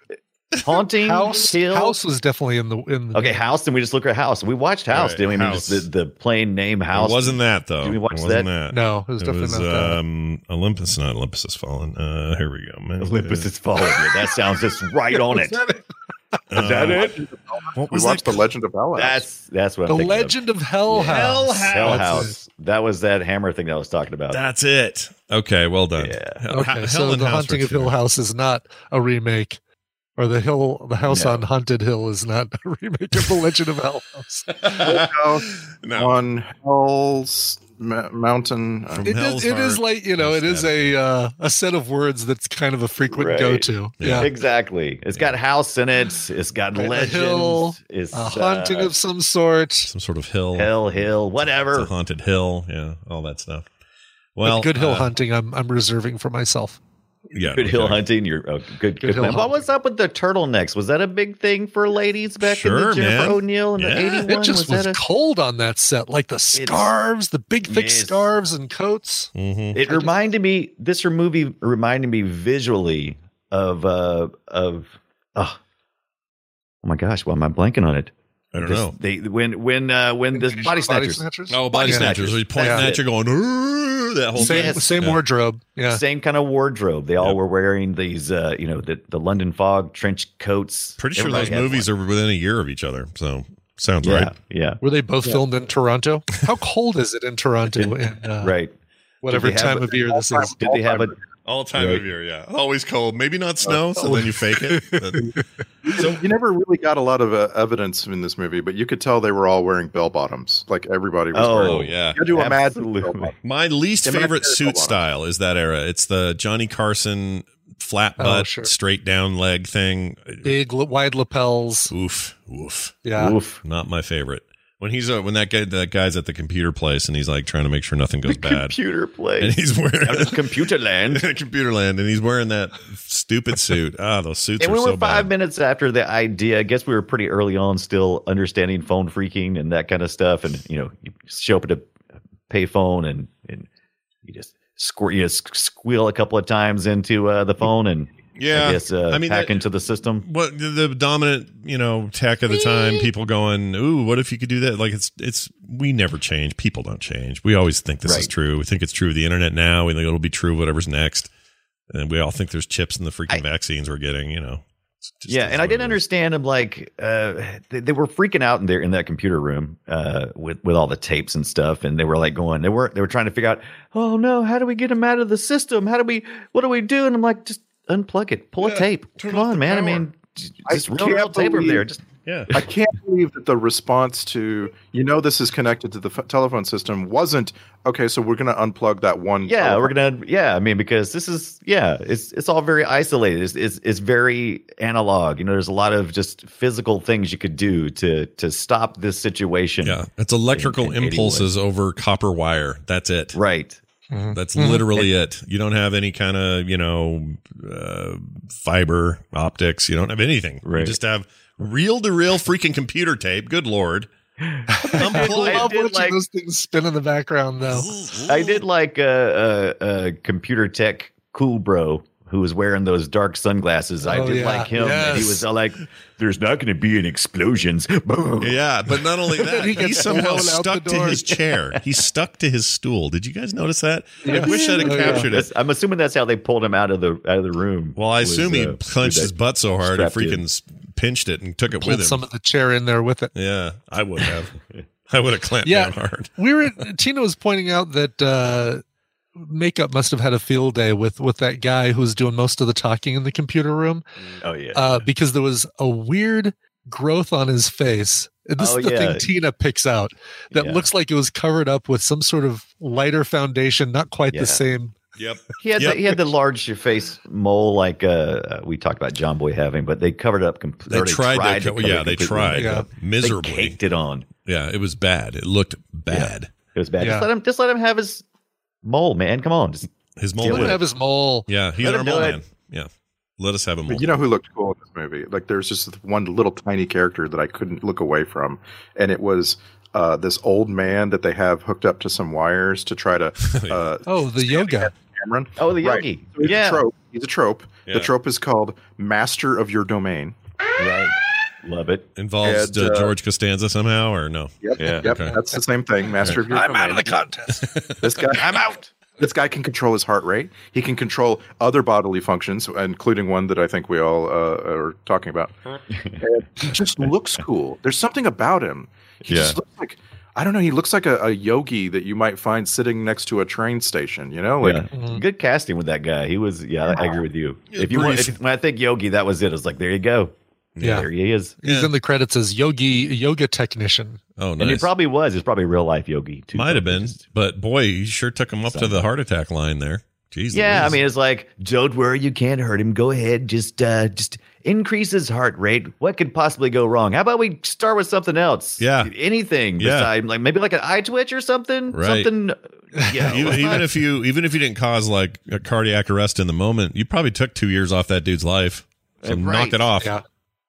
Speaker 8: haunting
Speaker 6: house.
Speaker 8: hill
Speaker 6: House was definitely in the in the.
Speaker 8: Okay, House. Then we just look at House. We watched House,
Speaker 4: Right,
Speaker 8: didn't we? I mean, just
Speaker 4: House.
Speaker 8: the, the plain name House.
Speaker 4: it wasn't that though.
Speaker 8: Did we watch
Speaker 4: it wasn't
Speaker 8: that?
Speaker 4: that?
Speaker 6: No, it was definitely not
Speaker 8: uh,
Speaker 6: that.
Speaker 4: um, Olympus. Not Olympus has fallen. Uh, here we go.
Speaker 8: [laughs]
Speaker 4: Man,
Speaker 8: Olympus is falling. Yeah, that sounds just
Speaker 6: [laughs]
Speaker 8: right on it. Uh,
Speaker 4: Is that it? What
Speaker 5: We
Speaker 4: was
Speaker 5: watched
Speaker 4: that?
Speaker 5: The Legend of Bella.
Speaker 8: That's that's what
Speaker 6: The
Speaker 8: I'm thinking of.
Speaker 6: Legend of Ah, Hell House.
Speaker 8: Hell
Speaker 6: That's
Speaker 8: House. That was that hammer thing that I was talking about.
Speaker 4: That's it. Okay, well done.
Speaker 8: Yeah.
Speaker 6: it.
Speaker 4: Hell-
Speaker 6: Okay,
Speaker 4: Hell
Speaker 6: so
Speaker 4: and
Speaker 6: the
Speaker 4: House
Speaker 6: Haunting
Speaker 4: were
Speaker 6: of Hill
Speaker 4: two.
Speaker 6: House is not a remake, or the Hill, the House
Speaker 8: No.
Speaker 6: on Haunted Hill is not [laughs] a remake of the Legend of Hell House.
Speaker 5: House
Speaker 4: No.
Speaker 5: on Hell's m- mountain.
Speaker 6: It is, it is like you know, it is a uh, a set of words that's kind of a frequent go to. Yeah,
Speaker 8: exactly. It's got house in it. It's got
Speaker 6: Right, a
Speaker 8: legends.
Speaker 6: hill,
Speaker 8: it's
Speaker 6: a haunting
Speaker 8: uh,
Speaker 6: of some sort.
Speaker 4: Some sort of hill.
Speaker 8: Hill, hill, whatever.
Speaker 4: It's a haunted hill. Yeah, all that stuff.
Speaker 6: But
Speaker 4: Well,
Speaker 6: good hill
Speaker 4: uh,
Speaker 6: hunting. I'm I'm reserving for mymyself.
Speaker 4: Yeah,
Speaker 8: good hill
Speaker 4: okay.
Speaker 8: hunting. You're oh, good. Good.
Speaker 6: hill
Speaker 8: man. What was up with the turtlenecks? Was that a big thing for ladies back in
Speaker 6: Sure,
Speaker 8: the Jennifer
Speaker 6: man.
Speaker 8: O'Neill in
Speaker 6: Yeah.
Speaker 8: the '81?
Speaker 6: It just was
Speaker 8: that a,
Speaker 6: cold on that set, like the scarves, the big thick
Speaker 8: Yes.
Speaker 6: scarves and coats.
Speaker 4: Mm-hmm.
Speaker 8: It reminded me. This movie reminded me visually of uh of oh, oh my gosh, why am I blanking on it?
Speaker 4: I don't
Speaker 8: This-
Speaker 4: know.
Speaker 8: They when when uh when this body snatchers.
Speaker 4: Oh, body snatchers. He's pointing
Speaker 8: That's it.
Speaker 4: at you, going "Ooh," that whole
Speaker 6: Same
Speaker 4: thing.
Speaker 6: same
Speaker 4: Yeah.
Speaker 6: wardrobe. Yeah,
Speaker 8: Same kind of wardrobe. They all were wearing these, uh, you know, the, the London fog trench coats.
Speaker 4: Pretty sure
Speaker 8: Everybody
Speaker 4: those
Speaker 8: had
Speaker 4: movies are within a year of each other. So sounds
Speaker 8: Yeah,
Speaker 4: right.
Speaker 8: Yeah.
Speaker 6: Were they both
Speaker 8: Yeah.
Speaker 6: filmed in Toronto?
Speaker 8: [laughs]
Speaker 6: How cold is it in Toronto? in, uh,
Speaker 8: right.
Speaker 6: Whatever
Speaker 8: Did they have
Speaker 6: time
Speaker 8: a-
Speaker 6: of year this is.
Speaker 8: Did they have a
Speaker 4: All time
Speaker 8: Right.
Speaker 4: of year. Yeah, always cold. Maybe not
Speaker 6: Oh,
Speaker 4: snow. So then you fake
Speaker 6: [laughs]
Speaker 4: it. But-
Speaker 5: So you never really got a lot of uh, evidence in this movie, but you could tell they were all wearing bell bottoms. Like everybody was.
Speaker 8: Oh,
Speaker 5: wearing.
Speaker 4: yeah.
Speaker 5: You had to imagine
Speaker 8: Absolutely.
Speaker 5: bell bottoms.
Speaker 4: My least
Speaker 5: Imagine
Speaker 4: favorite
Speaker 5: there's a
Speaker 4: suit
Speaker 5: lot.
Speaker 4: style is that era. It's the Johnny Carson flat
Speaker 6: Oh,
Speaker 4: butt,
Speaker 6: sure.
Speaker 4: straight down leg thing.
Speaker 6: Big l- wide lapels.
Speaker 4: Oof, oof.
Speaker 6: Yeah.
Speaker 8: Oof.
Speaker 4: Not my favorite. When he's uh, when that guy that guy's at the computer place and he's like trying to make sure nothing goes bad.
Speaker 8: computer play?
Speaker 4: And he's wearing
Speaker 8: Out of computer
Speaker 4: [laughs]
Speaker 8: land.
Speaker 4: computer land and he's wearing that stupid suit. Ah, those suits
Speaker 8: And
Speaker 4: are
Speaker 8: we were
Speaker 4: so
Speaker 8: five
Speaker 4: bad.
Speaker 8: minutes after the idea. I guess we were pretty early on, still understanding phone freaking and that kind of stuff. And you know, you show up at a payphone and and you just squir- you just squeal a couple of times into uh, the phone and
Speaker 4: Yeah.
Speaker 8: I guess uh,
Speaker 4: I mean,
Speaker 8: hack
Speaker 4: that-
Speaker 8: into the system.
Speaker 4: What the, the dominant, you know, tech of the time, people going, "Ooh, what if you could do that?" Like it's it's we never change. People don't change. We always think this is
Speaker 8: Right.
Speaker 4: true. We think it's true of the internet now. We think it'll be true of whatever's next. And we all think there's chips in the freaking
Speaker 8: I-
Speaker 4: vaccines we're getting, you know. It's just-
Speaker 8: yeah,
Speaker 4: it's
Speaker 8: and I
Speaker 4: what
Speaker 8: didn't
Speaker 4: it is.
Speaker 8: understand them. Like uh, they, they were freaking out in there in that computer room uh, with with all the tapes and stuff, and they were like going, they were they were trying to figure out, oh no, how do we get them out of the system? How do we? What do we do? And I'm like, just unplug it, pull a tape, come on, man. I mean, j-
Speaker 5: I
Speaker 8: just real,
Speaker 5: can't
Speaker 8: real tape over there.
Speaker 5: believe-
Speaker 8: Just
Speaker 4: Yeah.
Speaker 5: I can't believe that the response to you know this is connected to the f- telephone system wasn't okay. So we're going to unplug that one.
Speaker 8: yeah,
Speaker 5: telephone."
Speaker 8: we're gonna yeah. I mean, because this is yeah, it's it's all very isolated. It's it's, it's very analog. You know, there's a lot of just physical things you could do to to stop this situation.
Speaker 4: Yeah, it's electrical
Speaker 8: In- in 81.
Speaker 4: impulses over copper wire. That's it.
Speaker 8: Right. Mm-hmm.
Speaker 4: That's literally it. You don't have any kind of, you know, uh, fiber optics. You don't have anything. You
Speaker 8: Right.
Speaker 4: just have reel to reel freaking computer tape.
Speaker 8: [laughs]
Speaker 4: Good Lord.
Speaker 6: I love
Speaker 4: Unplug
Speaker 8: did
Speaker 6: watching
Speaker 8: like-
Speaker 6: those things spin in the background, though.
Speaker 4: it.
Speaker 8: I did like a uh, uh, uh, computer tech cool bro who was wearing those dark sunglasses. I
Speaker 6: Oh,
Speaker 8: did
Speaker 6: yeah.
Speaker 8: like him. And he
Speaker 6: Yes.
Speaker 8: was all like, "There's not going to be any explosions." Boom.
Speaker 4: Yeah, but not
Speaker 6: [laughs]
Speaker 4: only that,
Speaker 6: He
Speaker 4: he,
Speaker 6: gets
Speaker 4: somehow
Speaker 6: blown out the
Speaker 4: stuck to
Speaker 6: door. [laughs]
Speaker 4: his chair. He's stuck to his stool. Did you guys notice that?
Speaker 6: Yes.
Speaker 4: I wish I'd have
Speaker 6: Oh, yeah.
Speaker 4: captured it.
Speaker 8: That's- I'm assuming that's how they pulled him out of the out of the room.
Speaker 4: Well, I
Speaker 8: was,
Speaker 4: assume he
Speaker 8: uh,
Speaker 4: clenched
Speaker 8: with
Speaker 4: his
Speaker 8: that
Speaker 4: butt so hard it
Speaker 8: strapped in.
Speaker 4: freaking s- pinched it and took it
Speaker 6: Pulled
Speaker 4: with him.
Speaker 6: some of the chair in there with it.
Speaker 4: yeah, I would have. I would have clamped
Speaker 6: Yeah.
Speaker 4: down hard.
Speaker 6: we were Tina was pointing out that uh makeup must have had a field day with with that guy who was doing most of the talking in the computer room
Speaker 8: Oh yeah.
Speaker 6: uh because there was a weird growth on his face and this
Speaker 8: Oh,
Speaker 6: is the
Speaker 8: yeah.
Speaker 6: thing tina picks out that
Speaker 8: Yeah.
Speaker 6: looks like it was covered up with some sort of lighter foundation not quite
Speaker 8: Yeah.
Speaker 6: the same
Speaker 4: Yep.
Speaker 8: He had
Speaker 4: Yep.
Speaker 8: the, he had the large face mole like uh, uh, we talked about John Boy having, but they covered it up
Speaker 4: They
Speaker 8: completely.
Speaker 4: tried. to, co- yeah, they tried
Speaker 6: Yeah.
Speaker 4: miserably.
Speaker 8: They caked it on.
Speaker 4: Yeah, it was bad. It looked bad.
Speaker 8: It was bad.
Speaker 6: Yeah.
Speaker 8: Just let him. Just let him have his mole, man. Come on. Just
Speaker 4: His mole
Speaker 8: Deal
Speaker 6: Let him
Speaker 8: with
Speaker 4: man.
Speaker 6: have his mole
Speaker 4: yeah, he's
Speaker 8: Let
Speaker 4: our
Speaker 8: him do
Speaker 4: mole
Speaker 8: it.
Speaker 4: man. Yeah, let us have him.
Speaker 5: But you know who looked cool in this movie? Like there's just this one little tiny character that I couldn't look away from, and it was uh, this old man that they have hooked up to some wires to
Speaker 4: [laughs]
Speaker 5: try to. Uh,
Speaker 6: oh the yoga
Speaker 5: Cameron.
Speaker 8: Oh, the
Speaker 5: Right.
Speaker 8: yogi.
Speaker 5: So he's
Speaker 8: Yeah.
Speaker 5: a trope. He's a trope.
Speaker 4: Yeah.
Speaker 5: The trope is called "Master of Your Domain."
Speaker 8: right. Love it.
Speaker 4: involves
Speaker 5: And,
Speaker 4: uh,
Speaker 5: uh,
Speaker 4: George Costanza somehow or no?
Speaker 5: Yep,
Speaker 8: Yeah,
Speaker 5: yep.
Speaker 4: okay.
Speaker 5: That's the same thing. Master of Your Domain.
Speaker 6: contest
Speaker 5: This guy, I'm out. [laughs] This guy can control his heart rate. He can control other bodily functions, including one that I think we all uh, are
Speaker 8: [laughs]
Speaker 5: talking about. And he just looks cool. There's something about him. He just
Speaker 8: Yeah.
Speaker 5: looks like I don't know. He looks like a, a yogi that you might find sitting next to a train station. You know, like
Speaker 8: Yeah.
Speaker 6: Mm-hmm.
Speaker 8: Good casting with that guy. He was, yeah, I agree with you.
Speaker 4: Yeah,
Speaker 8: if you want,
Speaker 4: brief.
Speaker 8: if, when I think Yogi, that was it. It's like, there you go.
Speaker 6: Yeah.
Speaker 8: There he is.
Speaker 6: He's in the credits as yogi yoga technician.
Speaker 4: Oh,
Speaker 8: And he
Speaker 4: nice.
Speaker 8: probably was. He's probably a real life yogi too.
Speaker 4: Might have been, but boy, you sure took him up to the heart attack line there. Jeez.
Speaker 8: yeah, I
Speaker 4: Louise.
Speaker 8: mean, it's like, don't worry, you can't hurt him. Go ahead, just uh, just increase his heart rate. What could possibly go wrong? How about we start with something else?
Speaker 4: Yeah.
Speaker 8: anything
Speaker 4: Yeah.
Speaker 8: besides like maybe like an eye twitch or something.
Speaker 4: Right.
Speaker 8: Something.
Speaker 4: [laughs]
Speaker 8: Yeah,
Speaker 4: even,
Speaker 8: let's
Speaker 4: even
Speaker 8: not-
Speaker 4: if you even if you didn't cause like a cardiac arrest in the moment, you probably took two years off that dude's life. So
Speaker 8: Uh,
Speaker 4: knock
Speaker 8: right.
Speaker 4: it off.
Speaker 6: Yeah.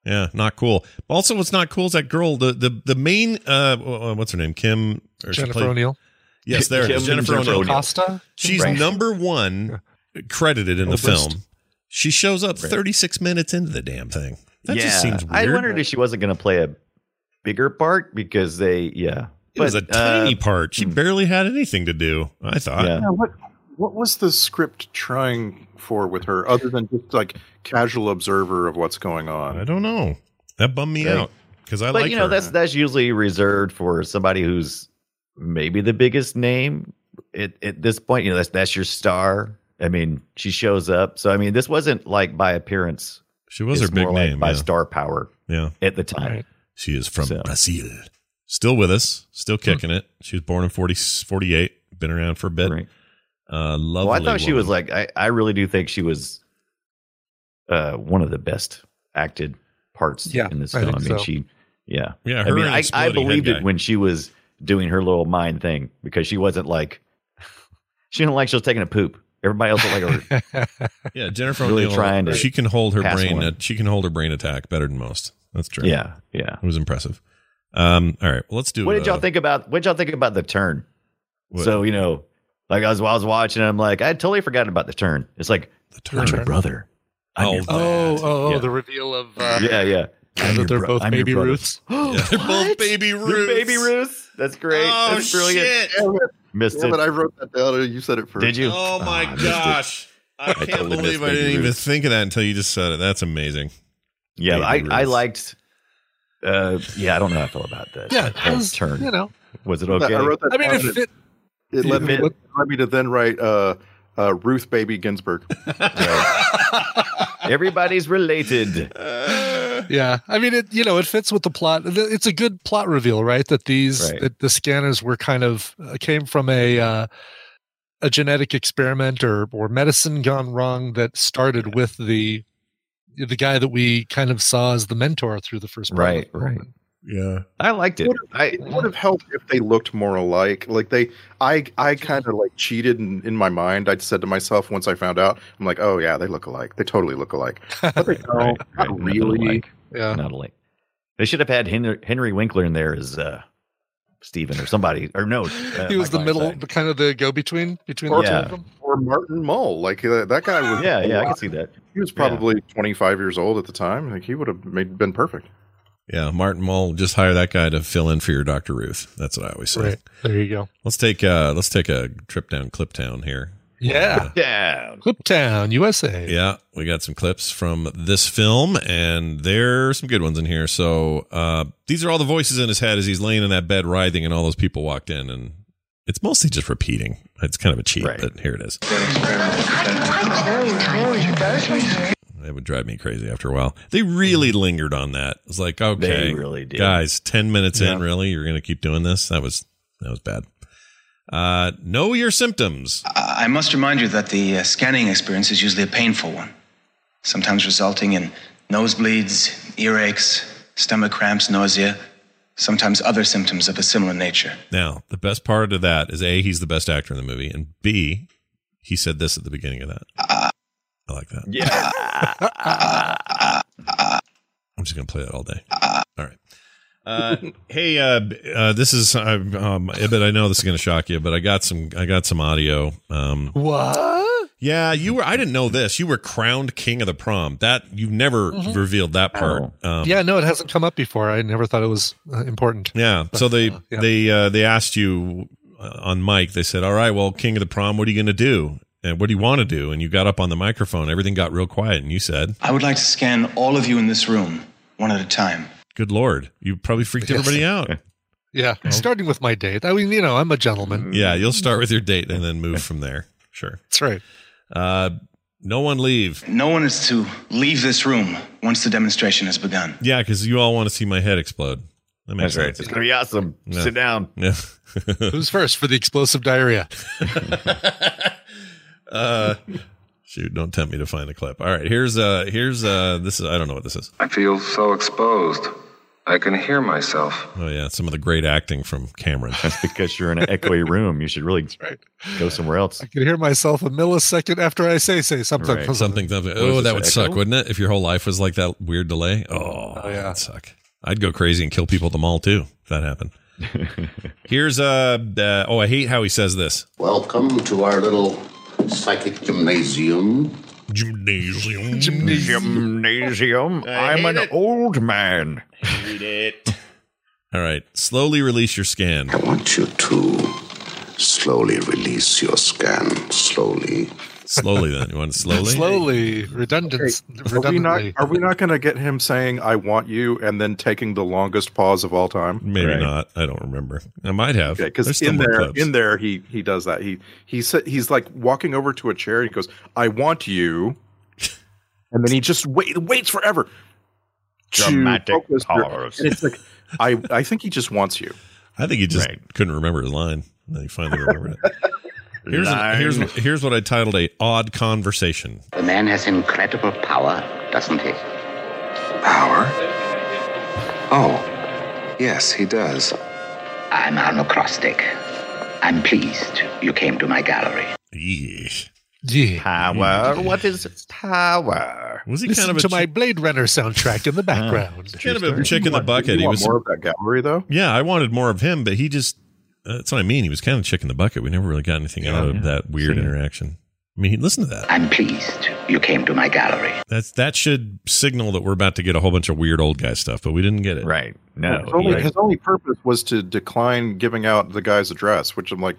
Speaker 4: Yeah, not cool. Also, what's not cool is that girl, the the the main uh, wh- what's her name, Kim or she
Speaker 6: Jennifer
Speaker 4: played-
Speaker 6: O'Neill.
Speaker 4: Yes, there it is.
Speaker 8: Kim-
Speaker 4: Jennifer,
Speaker 8: Jennifer
Speaker 4: O'Neill.
Speaker 8: O'Neill.
Speaker 6: Costa?
Speaker 4: She's
Speaker 8: Right.
Speaker 4: number one credited in the
Speaker 6: List.
Speaker 4: film. She shows up
Speaker 8: Right.
Speaker 4: 36 minutes into the damn thing. That just seems weird.
Speaker 8: I wondered if she wasn't going to play a bigger part because they, yeah.
Speaker 4: it was a
Speaker 8: But, uh,
Speaker 4: tiny part. She barely had anything to do. I thought.
Speaker 8: Yeah.
Speaker 5: Yeah, what what was the script trying for with her, other than just like casual observer of what's going on?
Speaker 4: I don't know. That bummed me
Speaker 8: Right.
Speaker 4: out because I
Speaker 8: but
Speaker 4: like
Speaker 8: you know
Speaker 4: her.
Speaker 8: that's that's usually reserved for somebody who's maybe the biggest name at, at this point. You know that's that's your star. I mean, she shows up. So I mean, this wasn't like by appearance.
Speaker 4: she was her
Speaker 8: It's
Speaker 4: big
Speaker 8: more like
Speaker 4: name.
Speaker 8: by
Speaker 4: yeah.
Speaker 8: star power
Speaker 4: Yeah.
Speaker 8: at the time.
Speaker 6: Right.
Speaker 4: She is from
Speaker 8: So.
Speaker 4: Brazil. Still with us. Still kicking it. She was born in 40, 48. Been around for a bit.
Speaker 8: Right.
Speaker 4: Uh, lovely.
Speaker 8: Well, I thought she was
Speaker 4: woman.
Speaker 8: like I, I really do think she was uh, one of the best acted parts
Speaker 6: Yeah,
Speaker 8: in this
Speaker 6: I
Speaker 8: film. I,
Speaker 6: think
Speaker 8: mean,
Speaker 6: so.
Speaker 8: she yeah.
Speaker 4: Yeah,
Speaker 8: I
Speaker 4: her
Speaker 8: mean,
Speaker 4: and
Speaker 8: I, I
Speaker 4: Exploding Head
Speaker 8: believed
Speaker 4: Guy.
Speaker 8: it when she was doing her little mind thing because she wasn't like she didn't like she was taking a poop. Everybody else looked like her.
Speaker 4: yeah, Jennifer
Speaker 8: really
Speaker 4: O'Neill.
Speaker 8: trying to
Speaker 4: she can hold her
Speaker 8: pass
Speaker 4: brain.
Speaker 8: one.
Speaker 4: she can hold her brain attack better than most. That's true.
Speaker 8: yeah, yeah.
Speaker 4: It was impressive. Um, all right, well, let's do.
Speaker 8: What did y'all
Speaker 4: uh,
Speaker 8: think about what did y'all think about the turn?
Speaker 4: what-
Speaker 8: So you know, like I was while I was watching, I'm like I totally forgot about the turn. It's like
Speaker 4: the
Speaker 8: I'm
Speaker 4: turn.
Speaker 8: your brother. I'm
Speaker 4: Oh,
Speaker 8: your
Speaker 4: that.
Speaker 6: Oh, oh,
Speaker 8: Yeah.
Speaker 6: the reveal of uh,
Speaker 8: yeah, yeah. I'm your
Speaker 6: that they're
Speaker 8: bro-
Speaker 6: both
Speaker 8: I'm your
Speaker 6: baby
Speaker 8: brother.
Speaker 6: Ruths.
Speaker 4: Yeah, they're both baby
Speaker 8: Your
Speaker 4: Ruths.
Speaker 8: baby Ruth. That's great.
Speaker 4: Oh
Speaker 8: That's brilliant.
Speaker 4: shit!
Speaker 8: Missed
Speaker 11: Yeah,
Speaker 8: it.
Speaker 11: but I wrote that down. You said it first.
Speaker 8: Did you?
Speaker 4: Oh my
Speaker 8: Ah, I missed it.
Speaker 4: gosh! I can't
Speaker 8: totally missed
Speaker 4: believe I
Speaker 8: baby
Speaker 4: didn't even
Speaker 8: Ruths.
Speaker 4: think of that until you just said it. That's amazing.
Speaker 8: Yeah, I,
Speaker 4: Baby
Speaker 8: I
Speaker 4: Ruths.
Speaker 8: liked. Uh, yeah, I don't know how I feel about that.
Speaker 6: Yeah,
Speaker 8: that
Speaker 6: it was,
Speaker 8: turn.
Speaker 6: you know.
Speaker 8: Was it
Speaker 5: I-
Speaker 8: okay?
Speaker 5: I wrote that.
Speaker 6: I mean,
Speaker 5: down
Speaker 6: it
Speaker 5: and
Speaker 6: fit.
Speaker 5: it led me,
Speaker 8: it-
Speaker 5: it led me to then write uh, uh, Ruth Baby Ginsburg.
Speaker 8: Everybody's related.
Speaker 6: Yeah, I mean, it you know it fits with the plot. Th- It's a good plot reveal, right? That these
Speaker 8: Right.
Speaker 6: that the scanners were kind of uh, came from a uh, a genetic experiment or or medicine gone wrong that started with the the guy that we kind of saw as the mentor through the first part of
Speaker 8: [gasps] Right,
Speaker 6: the
Speaker 8: right.
Speaker 6: film.
Speaker 4: Yeah.
Speaker 8: I liked it. I
Speaker 5: it would have helped if they looked more alike. Like they, I, I kind of like cheated in, in my mind. I said to myself once I found out, I'm like, oh yeah, they look alike. They totally look alike. But
Speaker 8: [laughs]
Speaker 5: they don't.
Speaker 8: right, right,
Speaker 5: Not
Speaker 8: nothing
Speaker 5: really.
Speaker 8: alike,
Speaker 6: yeah
Speaker 8: Not alike. They should have had Henry, Henry Winkler in there as uh, Stephen or somebody or
Speaker 5: [laughs]
Speaker 8: no. uh,
Speaker 6: he was the
Speaker 8: Michael
Speaker 6: middle
Speaker 8: Ironside.
Speaker 6: the kind of the go between between the two
Speaker 8: Yeah.
Speaker 6: of them
Speaker 5: Or Martin Mull. Like uh, that guy was.
Speaker 8: Yeah, yeah, I can see that.
Speaker 5: He was probably 25 years old at the time. Like he would have made, been perfect.
Speaker 4: Yeah, Martin Mull, just hire that guy to fill in for your Dr. Ruth. That's what I always say.
Speaker 6: right there you go
Speaker 4: Let's take uh let's take a trip down Cliptown here. Uh,
Speaker 6: yeah
Speaker 8: Yeah.
Speaker 6: cliptown usa
Speaker 4: Yeah, we got some clips from this film, and there are some good ones in here. So uh, these are all the voices in his head as he's laying in that bed writhing, and all those people walked in, and it's mostly just repeating. It's kind of a cheat,
Speaker 8: Right.
Speaker 4: but here it is. That would drive me crazy after a while. They really lingered on that. It's like, okay,
Speaker 8: Mm-hmm. They really did.
Speaker 4: guys, ten minutes in,
Speaker 5: Yeah.
Speaker 4: really, you're gonna keep doing this? That was that was bad. Uh, know your symptoms.
Speaker 2: I I must remind you that the uh, scanning experience is usually a painful one, sometimes resulting in nosebleeds, earaches, stomach cramps, nausea, sometimes other symptoms of a similar nature.
Speaker 4: Now, the best part of that is A, he's the best actor in the movie, and B, he said this at the beginning of that. I like that.
Speaker 8: Yeah.
Speaker 4: [laughs] I'm just going to play that all day. All right. Uh, [laughs] hey, uh, b- uh, this is, uh, um, Ibit, I know this is going to shock you, but I got some, I got some audio. Um,
Speaker 6: what
Speaker 4: yeah, you were, I didn't know this. You were crowned king of the prom. That, you never
Speaker 6: Mm-hmm.
Speaker 4: revealed that
Speaker 6: Oh.
Speaker 4: part. Um,
Speaker 6: yeah no it hasn't come up before i never thought it was uh, important
Speaker 4: Yeah. So they
Speaker 6: uh, [laughs] yeah.
Speaker 4: they uh, they asked you uh, on mic. They said, "All right, well, King of the Prom, what are you going to do? And what do you want to do?" And you got up on the microphone. Everything got real quiet, and you said,
Speaker 2: I would like to scan all of you in this room, one at a time.
Speaker 4: "Good Lord, you probably freaked everybody out."
Speaker 6: [laughs] yeah starting with my date i mean you know i'm a gentleman
Speaker 4: yeah, you'll start with your date and then move from there. Sure.
Speaker 6: that's right
Speaker 4: Uh, No one leave.
Speaker 2: No one is to leave this room once the demonstration has begun.
Speaker 4: Yeah, because you all want to see my head explode. That makes
Speaker 8: That's right.
Speaker 4: sense.
Speaker 8: It's gonna be awesome.
Speaker 4: Yeah.
Speaker 8: Sit down.
Speaker 4: Yeah.
Speaker 6: [laughs] Who's first for the explosive diarrhea?
Speaker 4: [laughs] uh, shoot, don't tempt me to find the clip. All right, here's uh, here's uh, this is I don't know what this is.
Speaker 12: I feel so exposed. I can hear myself.
Speaker 4: Oh yeah, some of the great acting from Cameron.
Speaker 8: That's because you're in an echoey room. You should really go somewhere else.
Speaker 6: I can hear myself a millisecond after I say say something.
Speaker 8: Right.
Speaker 4: Something, something.
Speaker 8: What is
Speaker 4: Oh,
Speaker 8: this,
Speaker 4: that would
Speaker 8: an
Speaker 4: suck,
Speaker 8: echo?
Speaker 4: wouldn't it? If your whole life was like that weird delay. Oh, yeah, that'd suck. I'd go crazy and kill people at the mall too if
Speaker 8: [laughs]
Speaker 4: that happened. here's uh, uh, oh, I hate how he says this.
Speaker 13: Welcome to our little psychic gymnasium.
Speaker 4: Gymnasium.
Speaker 5: [laughs]
Speaker 8: Gymnasium. I'm an old man.
Speaker 14: Read it.
Speaker 4: All right, slowly release your scan.
Speaker 13: I want you to slowly release your scan. Slowly.
Speaker 4: Slowly, then. You want it slowly?
Speaker 6: Slowly, redundant.
Speaker 5: Are we not?
Speaker 6: redundantly.
Speaker 5: Are we not going to get him saying "I want you" and then taking the longest pause of all time?
Speaker 4: Maybe not. I don't remember. I might have. Mm.
Speaker 5: because
Speaker 4: There's still
Speaker 5: in
Speaker 4: more
Speaker 5: there,
Speaker 4: clips.
Speaker 5: in there, he he does that. He he sa- he's like walking over to a chair. He goes, "I want you," and then he just wait waits forever. to
Speaker 8: Dramatic
Speaker 5: focus your-
Speaker 8: pause.
Speaker 5: and it's like, I I think he just wants you.
Speaker 4: I think he just couldn't remember his line. And then he finally remembered
Speaker 5: [laughs]
Speaker 4: it. Here's, an-
Speaker 8: Line.
Speaker 4: here's, here's what I titled a odd conversation.
Speaker 7: The man has incredible power, doesn't he?
Speaker 12: Oh, yes, he does.
Speaker 7: I'm Arno Krostek. I'm pleased you came to my gallery.
Speaker 4: Yeesh.
Speaker 8: [laughs] Power. What is power?
Speaker 4: Was
Speaker 6: Listen to my Blade Runner soundtrack in
Speaker 4: [laughs]
Speaker 6: the background.
Speaker 4: kind of
Speaker 8: uh,
Speaker 4: a chick in the bucket. He was
Speaker 5: more of that gallery though.
Speaker 4: Yeah, I wanted more of him, but he just that's what I mean. He was kind of chick in the bucket. We never really got anything out of that weird interaction. I mean, listen to that.
Speaker 7: I'm pleased you came to my gallery.
Speaker 4: That's that should signal that we're about to get a whole bunch of weird old guy stuff, but we didn't get it.
Speaker 8: Right.
Speaker 5: his, only, his only purpose was to decline giving out the guy's address, which I'm like,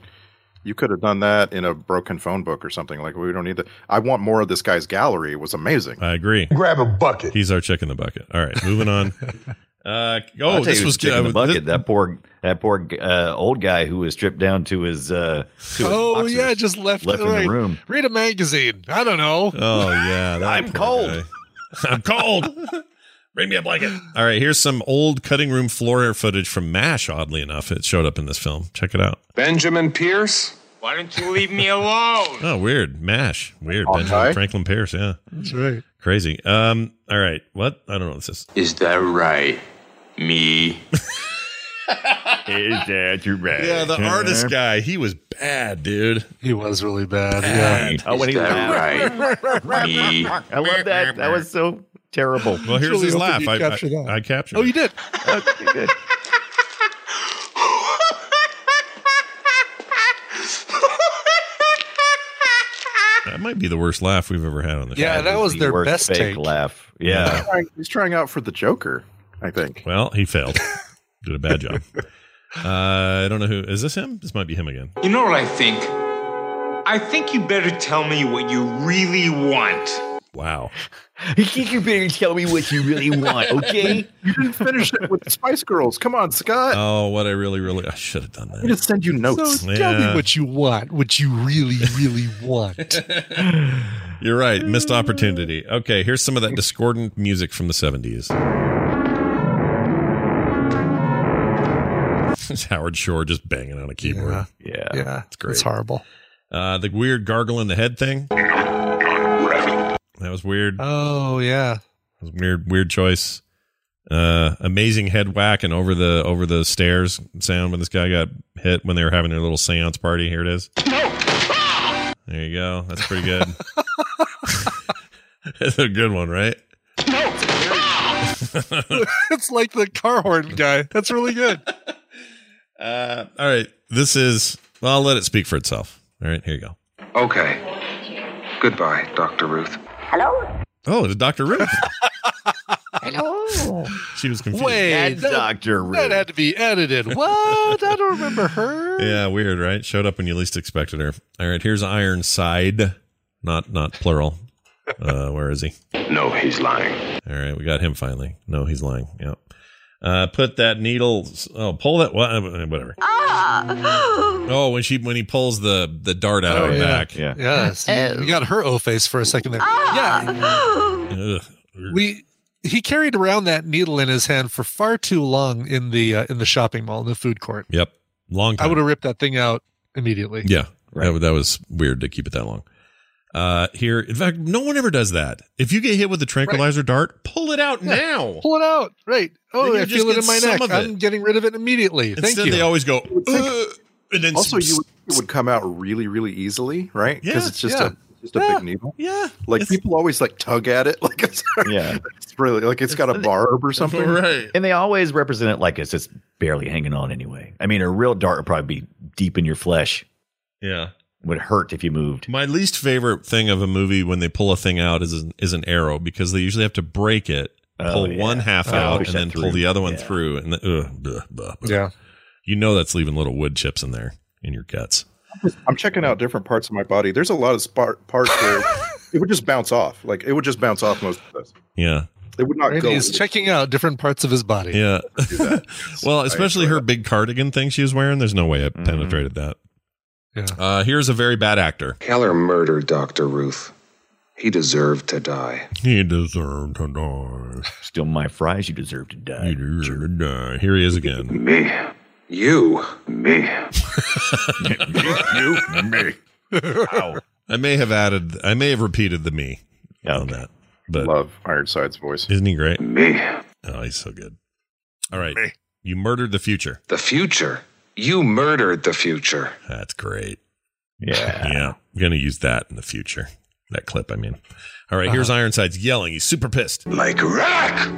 Speaker 5: you could have done that in a broken phone book or something. Like we don't need to. I want more of this guy's gallery. It was amazing.
Speaker 4: I agree. Grab a bucket. He's our chick in the bucket. All right,
Speaker 8: [laughs]
Speaker 4: moving on. uh,
Speaker 8: I'll
Speaker 4: oh,
Speaker 8: tell
Speaker 4: this
Speaker 8: you who's
Speaker 4: was good.
Speaker 8: kicking
Speaker 4: I
Speaker 8: the
Speaker 4: was-
Speaker 8: bucket.
Speaker 4: this-
Speaker 8: that poor, that poor uh, old guy who was stripped down to his. Uh, to his
Speaker 6: Oh
Speaker 8: boxers.
Speaker 6: yeah, just left,
Speaker 8: Left in the
Speaker 6: right.
Speaker 8: room.
Speaker 6: Read a magazine. I don't know.
Speaker 4: Oh yeah, that
Speaker 8: I'm
Speaker 4: poor
Speaker 8: cold.
Speaker 4: guy. [laughs] I'm cold. Bring me a blanket. All right, here's some old cutting room floor footage from MASH. Oddly enough, it showed up in this film. Check it out.
Speaker 12: Benjamin Pierce?
Speaker 14: Why don't you leave me alone?
Speaker 4: Oh, weird. MASH. Weird. Benjamin
Speaker 14: Okay.
Speaker 4: Franklin Pierce. Yeah.
Speaker 6: That's right.
Speaker 4: Crazy. Um. All right. What? I don't know what this is.
Speaker 14: Is that right? Me.
Speaker 8: Is that your bad?
Speaker 4: Yeah, the artist guy. He was bad, dude.
Speaker 6: He was really bad. Yeah.
Speaker 4: Oh, when he [laughs]
Speaker 8: I love that. That was so terrible.
Speaker 4: Well, here's his laugh. I, I,
Speaker 8: captured
Speaker 4: I captured.
Speaker 6: Oh, you did.
Speaker 8: good.
Speaker 4: That might be the worst laugh we've ever had on the show.
Speaker 6: Yeah, that was their best take.
Speaker 8: laugh.
Speaker 15: [laughs]
Speaker 5: he's trying, he's trying out for the Joker.
Speaker 8: [laughs]
Speaker 5: I think.
Speaker 4: Well, he failed. [laughs] Did a bad job. Uh, I don't know who is this. Him? This might be him again.
Speaker 14: You know what I think? I think you better tell me what you really want.
Speaker 4: Wow.
Speaker 8: You think you better tell me what you really want, okay?
Speaker 5: You didn't finish it with the Spice Girls. Come on, Scott.
Speaker 4: Oh, what I really, really, I should have done that.
Speaker 5: I'm going to send you notes.
Speaker 6: Uh, So tell me what you want. What you really, really want.
Speaker 4: [laughs] You're right. Missed opportunity. Okay, here's some of that discordant music from the 70s. [laughs] It's Howard Shore just banging on a keyboard.
Speaker 8: Yeah.
Speaker 6: yeah. It's
Speaker 4: great.
Speaker 6: It's horrible.
Speaker 4: Uh, the weird gargle in the head thing. That was weird.
Speaker 6: Oh yeah.
Speaker 4: That was weird, weird choice. Uh, amazing head whack and over the over the stairs sound when this guy got hit when they were having their little seance party. Here it is. There you go. That's pretty good. That's a good one, right?
Speaker 6: it's like the car horn guy. That's really [laughs] good.
Speaker 4: Uh, all right. This is. Well, I'll let it speak for itself. All right. Here you go.
Speaker 12: Okay. Goodbye, Dr. Ruth.
Speaker 4: Oh, it's Dr. Ruth.
Speaker 6: Hello.
Speaker 4: she was confused.
Speaker 6: Wait, that,
Speaker 8: Dr.
Speaker 6: that had to be edited. What? I don't remember her.
Speaker 4: Yeah, weird, right? Showed up when you least expected her. All right, here's Ironside, not not plural. Uh, where is he?
Speaker 12: No, he's lying.
Speaker 4: All right, we got him finally. No, he's lying. Yep. Uh, put that needle. Oh, pull that. wha- Whatever.
Speaker 16: Ah!
Speaker 4: Oh, when she when he pulls the the dart
Speaker 5: Oh,
Speaker 4: out of her
Speaker 6: yeah.
Speaker 4: back.
Speaker 6: Yeah. Yes. You, you got her O face for a second there.
Speaker 16: Ah!
Speaker 4: Ugh.
Speaker 6: We he carried around that needle in his hand for far too long in the uh, in the shopping mall in the food court.
Speaker 4: Yep. Long
Speaker 6: I
Speaker 4: time.
Speaker 6: would have ripped that thing out immediately.
Speaker 4: Yeah, that, wa- that was weird to keep it that long. Uh, here, in fact, no one ever does that. If you get hit with a tranquilizer dart, pull it out
Speaker 6: Yeah.
Speaker 4: now.
Speaker 6: Pull it out. Right.
Speaker 4: Then
Speaker 6: Oh,
Speaker 4: you
Speaker 6: I
Speaker 4: just
Speaker 6: feel it
Speaker 4: get
Speaker 6: in my
Speaker 4: some
Speaker 6: neck.
Speaker 4: of it.
Speaker 6: I'm getting rid of it immediately.
Speaker 4: Instead,
Speaker 6: Thank you.
Speaker 4: they always go.
Speaker 5: think-
Speaker 4: "Ugh," and then
Speaker 5: also, you would, it would come out really, really easily, right? Because
Speaker 4: Yeah,
Speaker 5: it's just
Speaker 4: yeah.
Speaker 5: a just a big needle.
Speaker 4: Yeah.
Speaker 5: Like people always like tug at it, [laughs] like it's
Speaker 8: Yeah.
Speaker 5: it's really like it's got a barb or something.
Speaker 6: [laughs]
Speaker 8: And they always represent it like it's just barely hanging on anyway. I mean, a real dart would probably be deep in your flesh.
Speaker 4: Yeah.
Speaker 8: Would hurt if you moved.
Speaker 4: My least favorite thing of a movie when they pull a thing out is an, is an arrow because they usually have to break it,
Speaker 8: Oh,
Speaker 4: pull
Speaker 8: yeah.
Speaker 4: one half
Speaker 8: Oh,
Speaker 4: out,
Speaker 8: push
Speaker 4: and
Speaker 8: that
Speaker 4: then pull
Speaker 8: through.
Speaker 4: the other one
Speaker 8: Yeah.
Speaker 4: through, and then, ugh, blah, blah, blah.
Speaker 6: Yeah.
Speaker 4: you know that's leaving little wood chips in there in your guts.
Speaker 5: I'm checking out different parts of my body. There's a lot of spar- parts where it would just bounce off. Like it would just bounce off most of this.
Speaker 4: Yeah,
Speaker 5: It would not
Speaker 6: Randy
Speaker 5: go.
Speaker 6: is checking out different parts of his body.
Speaker 4: yeah. [laughs] well, especially her big cardigan thing she was wearing. There's no way
Speaker 8: Mm-hmm.
Speaker 4: it penetrated that.
Speaker 6: Yeah.
Speaker 4: Uh, here's a very bad actor.
Speaker 7: Keller murdered Dr. Ruth. He deserved to die.
Speaker 4: He deserved to die.
Speaker 8: Steal my fries, you deserve to die.
Speaker 4: You deserve to die. Here he is again.
Speaker 7: Me. You. Me.
Speaker 8: you, me. Ow.
Speaker 4: I may have added, I may have repeated the me on that, but
Speaker 5: Love Ironside's voice.
Speaker 4: isn't he great?
Speaker 7: Me.
Speaker 4: Oh, he's so good. All right, you murdered the future.
Speaker 7: The future. You murdered the future.
Speaker 4: That's great.
Speaker 8: Yeah.
Speaker 4: Yeah, I'm gonna use that in the future. That clip, I mean. All right, here's Ironsides yelling. He's super pissed.
Speaker 7: Like Rack!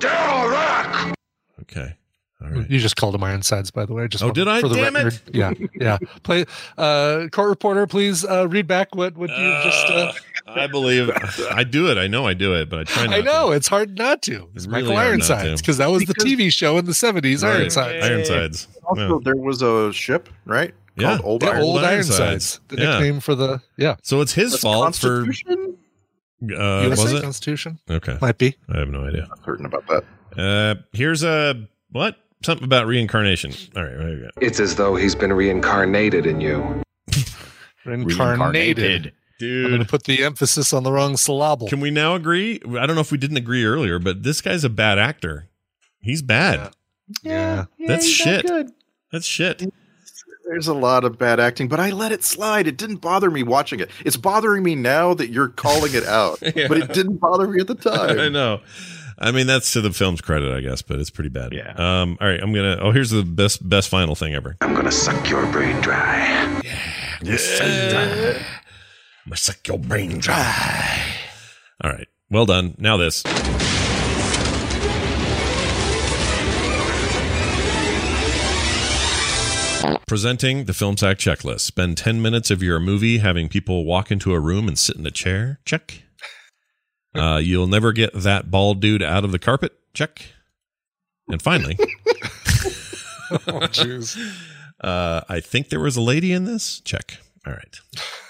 Speaker 7: Daryl Rack!
Speaker 4: Okay. All right.
Speaker 6: You just called him Ironsides, by the way. I Just
Speaker 4: Oh,
Speaker 6: want-
Speaker 4: did I?
Speaker 6: For the
Speaker 4: Damn it.
Speaker 6: record. Yeah, yeah. Play, uh, court reporter, please uh, read back what what you just. Uh,
Speaker 4: I believe I do it. I know I do it, but I try not.
Speaker 6: I know it's hard not to. It's
Speaker 4: really
Speaker 6: Michael
Speaker 4: hard not to.
Speaker 6: Ironsides because that was the TV show in the seventies.
Speaker 4: Right.
Speaker 6: Ironsides.
Speaker 4: Ironsides.
Speaker 5: Also, there was a ship, right?
Speaker 4: Yeah.
Speaker 5: Called Old
Speaker 6: Yeah,
Speaker 5: Iron.
Speaker 6: old Ironsides.
Speaker 4: Ironsides.
Speaker 6: The
Speaker 4: Yeah.
Speaker 6: nickname for the yeah.
Speaker 4: So it's his fault for.
Speaker 5: Constitution?
Speaker 4: Uh,
Speaker 6: USA
Speaker 4: was it?
Speaker 6: Constitution
Speaker 4: Okay.
Speaker 6: might be.
Speaker 4: I have no idea.
Speaker 5: I'm certain about that.
Speaker 4: Uh, here's a what? Something about reincarnation. All right. What do we got?
Speaker 7: It's as though he's been reincarnated in you.
Speaker 6: Reincarnated. I'm going to
Speaker 4: Dude.
Speaker 6: put the emphasis on the wrong syllable.
Speaker 4: Can we now agree? I don't know if we didn't agree earlier, but this guy's a bad actor. He's bad.
Speaker 6: yeah.
Speaker 4: That's
Speaker 5: he's not
Speaker 4: shit.
Speaker 5: good.
Speaker 4: That's shit.
Speaker 5: There's a lot of bad acting, but I let it slide. It didn't bother me watching it. It's bothering me now that you're calling
Speaker 4: [laughs]
Speaker 5: it out,
Speaker 4: Yeah.
Speaker 5: but it didn't bother me at the
Speaker 4: [laughs] I
Speaker 5: time.
Speaker 4: know. I mean, that's to the film's credit, I guess, but it's pretty bad.
Speaker 8: Yeah.
Speaker 4: Um. All right. I'm gonna. Oh, here's the best best final thing ever.
Speaker 7: I'm gonna suck your brain dry.
Speaker 4: I'm gonna suck your brain dry. All right. Well done. Now this. Presenting the film sack checklist. Spend 10 minutes of your movie having people walk into a room and sit in a chair.
Speaker 5: [laughs]
Speaker 4: Check. Uh, you'll never get that bald dude out of the carpet. Check. And
Speaker 5: [laughs]
Speaker 4: finally,
Speaker 5: Oh,
Speaker 4: uh, I think there was a lady in this. Check. All right.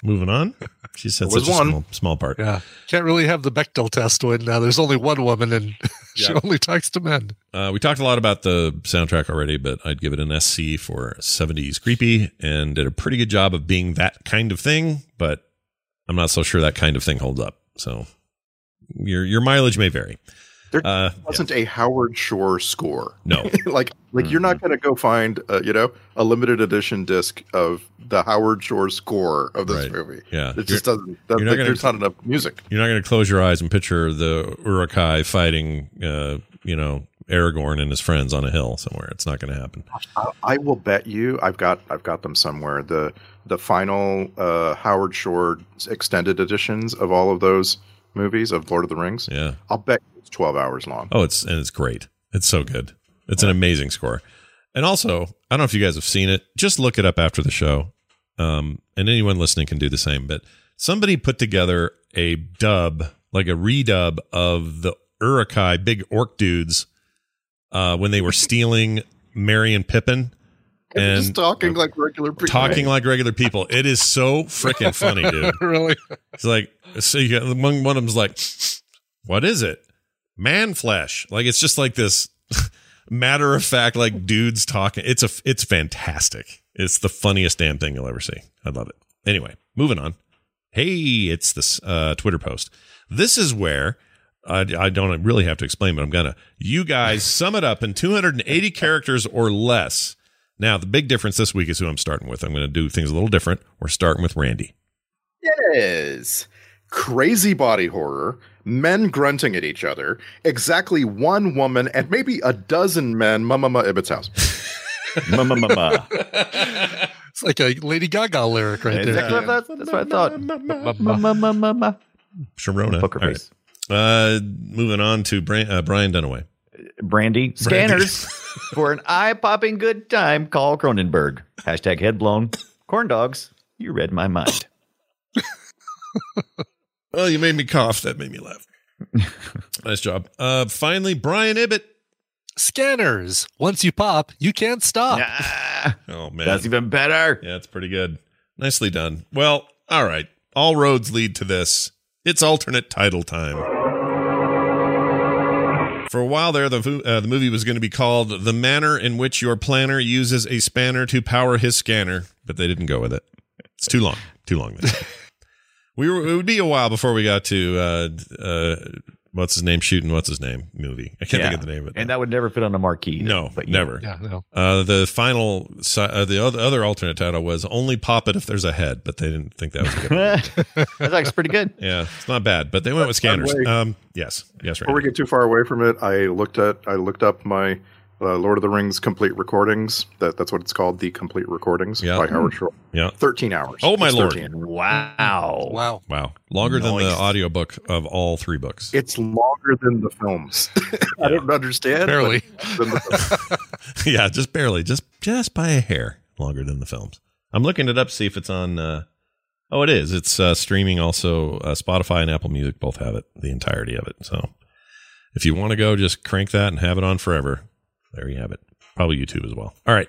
Speaker 4: Moving on. She said
Speaker 5: There was
Speaker 4: such a
Speaker 5: one.
Speaker 4: small, small part.
Speaker 6: Yeah. Can't really have the Bechdel test when now there's only one woman and [laughs] she
Speaker 4: Yeah.
Speaker 6: only talks to men.
Speaker 4: Uh, we talked a lot about the soundtrack already, but I'd give it an SC for 70s creepy and did a pretty good job of being that kind of thing, but I'm not so sure that kind of thing holds up. So your your mileage may vary.
Speaker 5: There
Speaker 4: Uh,
Speaker 5: wasn't a Howard Shore score. [laughs]
Speaker 4: No.
Speaker 5: like, like
Speaker 4: Mm-hmm.
Speaker 5: you're not going to go find, uh, you know, a limited edition disc of the Howard Shore score of this
Speaker 4: Right.
Speaker 5: movie.
Speaker 4: Yeah.
Speaker 5: it just
Speaker 4: You're-
Speaker 5: doesn't. That,
Speaker 4: you're not
Speaker 5: like,
Speaker 4: gonna-
Speaker 5: there's not enough music.
Speaker 4: You're not going to close your eyes and picture the Urukai fighting, uh, you know, Aragorn and his friends on a hill somewhere. It's not going to happen.
Speaker 5: I, I will bet you I've got I've got them somewhere. The the final uh, Howard Shore extended editions of all of those movies of Lord of the Rings.
Speaker 4: Yeah.
Speaker 5: I'll bet it's twelve hours
Speaker 6: [laughs]
Speaker 5: long.
Speaker 4: Oh, it's and it's great. It's so good. It's an amazing score. And also, I don't know if you guys have seen it. Just look it up after the show. Um, and anyone listening can do the same. But somebody put together a dub, like a redub of the Urukai big orc dudes uh, when they were stealing Mary and Pippin
Speaker 5: They're
Speaker 4: and
Speaker 5: just talking like regular people.
Speaker 4: talking like regular people. It is so freaking funny, dude.
Speaker 6: really?
Speaker 4: It's like so you got one one of them's like, what is it? Man flesh. Like it's just like this [laughs] matter of fact, like dudes talking. It's a it's fantastic. It's the funniest damn thing you'll ever see. I love it. Anyway, moving on. Hey, it's this uh, Twitter post. This is where I, I don't really have to explain, but I'm gonna. You guys sum it up in 280 characters or less. Now, the big difference this week is who I'm starting with. I'm going to do things a little different. We're starting with Randy.
Speaker 5: Yes. Crazy body horror, men grunting at each other, exactly one woman and maybe a dozen men. Mama Mama
Speaker 8: [laughs]
Speaker 5: Ibbot's house.
Speaker 8: Mama Mama.
Speaker 6: It's like a Lady Gaga lyric right there.
Speaker 8: Exactly. That's, that's what I
Speaker 6: [laughs]
Speaker 8: thought. Mama.
Speaker 4: Sharona.
Speaker 8: Poker
Speaker 4: All right.
Speaker 8: face.
Speaker 4: Uh, moving on to Brian, uh, Brian Dunaway.
Speaker 8: Brandy.
Speaker 4: [laughs]
Speaker 8: Scanners for an eye popping good time. Call Cronenberg. Hashtag head blown. Corn dogs. You read my mind.
Speaker 4: Oh, you made me cough. That made
Speaker 8: [laughs]
Speaker 4: me laugh. nice job. Uh, finally, Brian Ibbett.
Speaker 6: Scanners. Once you pop, you can't stop.
Speaker 4: Oh man,
Speaker 8: That's even better.
Speaker 4: Yeah, it's pretty good. Nicely done. Well, all right. All roads lead to this. It's alternate title time. For a while there, the, vo- uh, the movie was going to be called The Manner in Which Your Planner Uses a Spanner to Power His Scanner, but they didn't go with it. It's too long. Too long.
Speaker 8: [laughs]
Speaker 4: this time. we were, it would be a while before we got to uh, uh, what's his name shooting what's his name movie. I can't think of the name of it.
Speaker 8: And that would never fit on a marquee.
Speaker 4: No,
Speaker 8: but yeah.
Speaker 4: never.
Speaker 6: Yeah, no.
Speaker 4: Uh, the final, si- uh, the other, other alternate title was "Only Pop It If There's a Head," but they didn't think that was a good. one.
Speaker 8: That's [laughs] actually pretty good.
Speaker 4: [laughs] yeah, it's not bad, but they went with scanners.
Speaker 5: way.
Speaker 4: Um, yes, yes,
Speaker 5: Before we
Speaker 4: right.
Speaker 5: get too far away from it, I looked at I looked up my uh, Lord of the Rings complete recordings. That that's what it's called, the complete recordings
Speaker 4: Yeah.
Speaker 5: by Howard Shore.
Speaker 4: Yeah.
Speaker 5: Thirteen hours.
Speaker 4: Oh, my
Speaker 5: It's
Speaker 4: lord.
Speaker 5: 13.
Speaker 8: Wow.
Speaker 6: Wow.
Speaker 4: Wow, longer than the
Speaker 8: Nice.
Speaker 4: audiobook of all three books.
Speaker 5: It's longer than the films. [laughs] I don't understand. but
Speaker 6: Barely.
Speaker 5: than the
Speaker 4: [laughs]
Speaker 5: films.
Speaker 4: yeah, just barely, just just by a hair longer than the films. I'm looking it up to see if it's on. Uh, oh, it is. It's uh, streaming also. Uh, Spotify and Apple Music both have it, the entirety of it. So if you want to go, just crank that and have it on forever. There you have it. Probably YouTube as well. All right.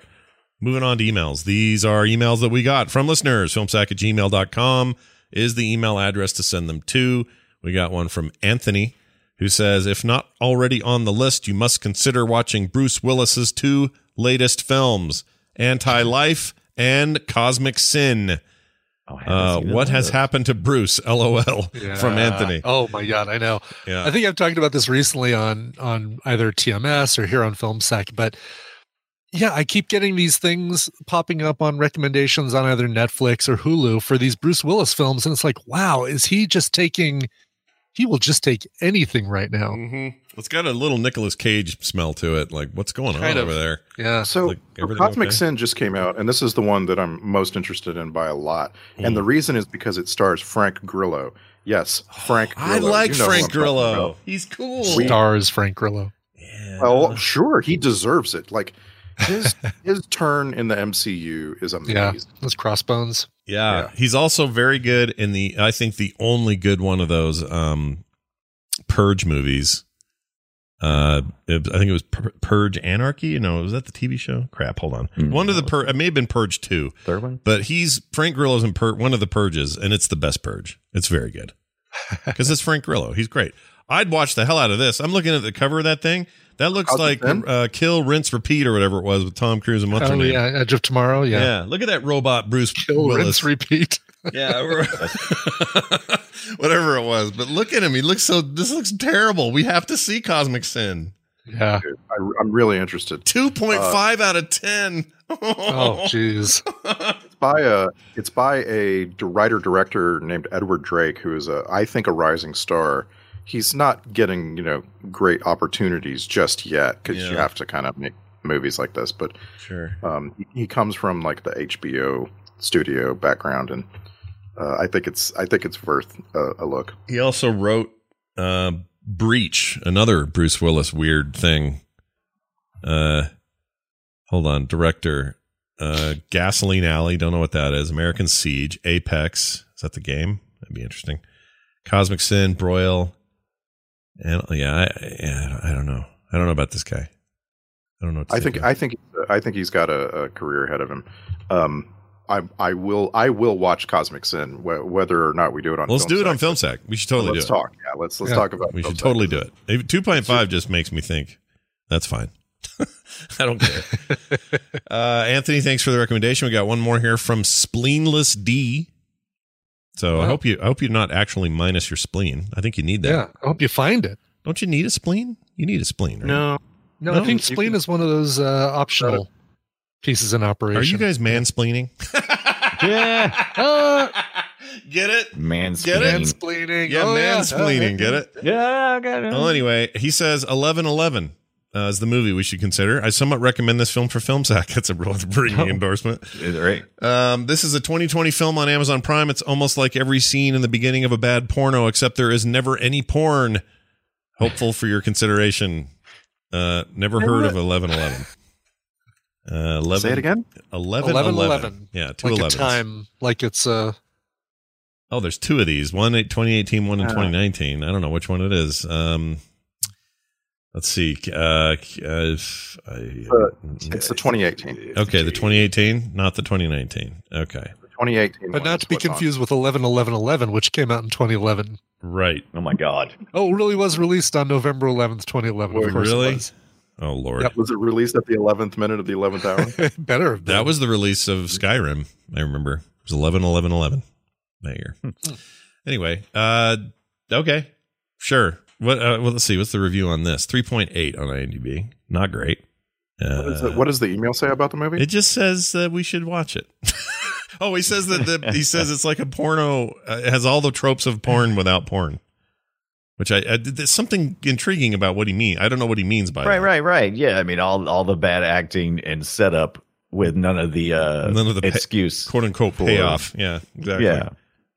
Speaker 4: Moving on to emails. These are emails that we got from listeners. Filmsack at gmail.com is the email address to send them to. We got one from Anthony who says, If not already on the list, you must consider watching Bruce Willis's two latest films, Anti Life and Cosmic Sin.
Speaker 8: Oh, I haven't
Speaker 4: Uh,
Speaker 8: seen that
Speaker 4: what
Speaker 8: one
Speaker 4: has
Speaker 8: yet.
Speaker 4: happened to Bruce? [laughs] LOL from Anthony.
Speaker 6: Oh my god, I know.
Speaker 4: Yeah.
Speaker 6: I think I've talked about this recently on on either TMS or here on FilmSec, but yeah, I keep getting these things popping up on recommendations on either Netflix or Hulu for these Bruce Willis films, and it's like, wow, is he just taking? He will just take anything right now.
Speaker 4: It's got a little Nicolas Cage smell to it. Like, what's going
Speaker 6: Kind
Speaker 4: on
Speaker 6: of.
Speaker 4: over there?
Speaker 6: Yeah,
Speaker 5: So
Speaker 4: Like, everything
Speaker 5: Cosmic
Speaker 4: okay?
Speaker 5: Sin just came out, and this is the one that I'm most interested in by a lot. And the
Speaker 4: Hmm.
Speaker 5: reason is because it stars Frank Grillo. Yes, Frank.
Speaker 4: [gasps]
Speaker 5: Grillo.
Speaker 4: I like
Speaker 5: You know who
Speaker 4: Frank
Speaker 5: I'm talking
Speaker 4: Grillo.
Speaker 5: about.
Speaker 4: He's cool.
Speaker 6: stars Frank Grillo.
Speaker 4: Yeah.
Speaker 5: Well, sure, he deserves it. Like
Speaker 6: [laughs]
Speaker 5: his his turn in the MCU is amazing.
Speaker 6: Yeah, those crossbones.
Speaker 4: Yeah.
Speaker 5: Yeah.
Speaker 4: He's also very good in the I think the only good one of those um Purge movies. Uh it- I think it was Pur- Purge Anarchy. No, was that the TV show? Crap, hold on.
Speaker 8: Mm.
Speaker 4: One of the Pur- it may have been Purge 2,
Speaker 8: Third one?
Speaker 4: but he's Frank Grillo's in Pur- one of the Purges and it's the best Purge. It's
Speaker 6: [laughs]
Speaker 4: very good. Cuz it's Frank Grillo. He's great. I'd watch the hell out of this. I'm looking at the cover of that thing. That looks like
Speaker 5: Cosmic Sin?
Speaker 4: uh, Kill, Rinse, Repeat or whatever it was with Tom Cruise and what's her
Speaker 6: Oh
Speaker 4: name.
Speaker 6: yeah, Edge of Tomorrow.
Speaker 4: Yeah.
Speaker 6: Yeah,
Speaker 4: look at that robot Bruce
Speaker 6: kill,
Speaker 4: Willis.
Speaker 6: rinse, repeat.
Speaker 4: [laughs] Yeah, we're- [laughs] whatever it was. But look at him; he looks so. This looks terrible. We have to see Cosmic Sin.
Speaker 6: Yeah.
Speaker 5: I, I'm really interested.
Speaker 4: Two point
Speaker 6: Uh,
Speaker 4: five out of ten. [laughs]
Speaker 6: Oh jeez.
Speaker 5: It's by a it's by a d- writer director named Edward Drake, who is a I think a rising star. He's not getting you know great opportunities just yet because you
Speaker 4: Yeah.
Speaker 5: have to kind of make movies like this. But
Speaker 4: sure.
Speaker 5: um, he- he comes from like the HBO studio background, and uh, I think it's I think it's worth a, a look.
Speaker 4: He also wrote uh, Breach, another Bruce Willis weird thing. Uh, hold on, director. Uh, Gasoline Alley, don't know what that is. American Siege, Apex. Is that the game? That'd be interesting. Cosmic Sin, Broil, and yeah, I, yeah, I don't know. I don't know about this guy. I don't know. What to
Speaker 5: I
Speaker 4: say
Speaker 5: think
Speaker 4: about
Speaker 5: I think I think he's got a, a career ahead of him. Um, I I will I will watch Cosmic Sin wh- whether or not we do it on.
Speaker 4: it. let's do it on
Speaker 5: film.
Speaker 4: FilmSack. We should totally
Speaker 5: let's
Speaker 4: do it.
Speaker 5: talk. Yeah, let's let's
Speaker 6: Yeah.
Speaker 5: talk about.
Speaker 4: We should
Speaker 5: Filmsack.
Speaker 4: totally do it. Two point five just makes me think that's fine. [laughs] I don't care. [laughs] uh, Anthony, thanks for the recommendation. We got one more here from Spleenless D. So I
Speaker 6: Wow.
Speaker 4: hope you I hope you're not actually minus your spleen. I think you need that.
Speaker 6: Yeah, I hope you find it.
Speaker 4: Don't you need a spleen? You need a spleen, right?
Speaker 6: No. No, I think spleen is one of those uh, optional pieces in operation.
Speaker 4: Are you guys mansplaining?
Speaker 8: yeah.
Speaker 4: Get it?
Speaker 8: Mansplaining.
Speaker 4: Get it?
Speaker 6: Mansplaining.
Speaker 4: Yeah,
Speaker 6: Oh, yeah.
Speaker 4: mansplaining. Get it?
Speaker 8: [laughs] Yeah, I got it.
Speaker 4: Well, anyway, he says 1111 uh, is the movie we should consider. I somewhat recommend this film for Film Sack. [laughs] That's a real ringing
Speaker 8: Oh.
Speaker 4: endorsement.
Speaker 8: right.
Speaker 4: Um, this is a 2020 film on Amazon Prime. It's almost like every scene in the beginning of a bad porno, except there is never any porn. Hopeful for your consideration. Uh, never heard of 1111. Uh, 11,
Speaker 5: Say
Speaker 4: [laughs]
Speaker 5: it again?
Speaker 4: 1111. Yeah, two
Speaker 6: like
Speaker 4: 11s.
Speaker 6: a time, like it's uh,
Speaker 4: Oh, there's two of these. One at 2018,
Speaker 5: Uh.
Speaker 4: one in 2019. I don't know which one it is. Um, let's see. Uh, uh, if I- mm,
Speaker 5: It's the 2018.
Speaker 4: okay, the 2018, not the 2019. Okay,
Speaker 5: 2018.
Speaker 6: but not to be confused with 11 which came out in 2011.
Speaker 4: right.
Speaker 8: Oh my god.
Speaker 6: Oh, it really was released on November 11th, 2011. Of course it
Speaker 4: Really?
Speaker 6: was.
Speaker 4: Oh lord,
Speaker 6: Yep.
Speaker 5: Was it released at the 11th minute of the 11th
Speaker 4: [laughs]
Speaker 5: hour?
Speaker 6: Better have been.
Speaker 4: that was the release of Skyrim. I remember it was 11, 11, 11 that year. anyway, uh, okay, sure. What? Uh, well, let's see. What's the review on this? 3.8 on IMDb. Not great. Uh,
Speaker 5: What is the- what does the email say about the movie?
Speaker 4: It just says that we should watch it. [laughs] oh, he says that the, he says it's like a porno. Uh, it has all the tropes of porn without porn, which I, I there's something intriguing about what he mean. I don't know what he means by
Speaker 8: Right,
Speaker 4: that.
Speaker 8: right, right. Yeah, I mean all all the bad acting and setup with none of the uh
Speaker 4: None of the pay-
Speaker 8: excuse
Speaker 4: quote unquote
Speaker 8: for-
Speaker 4: payoff. Yeah, exactly.
Speaker 8: Yeah.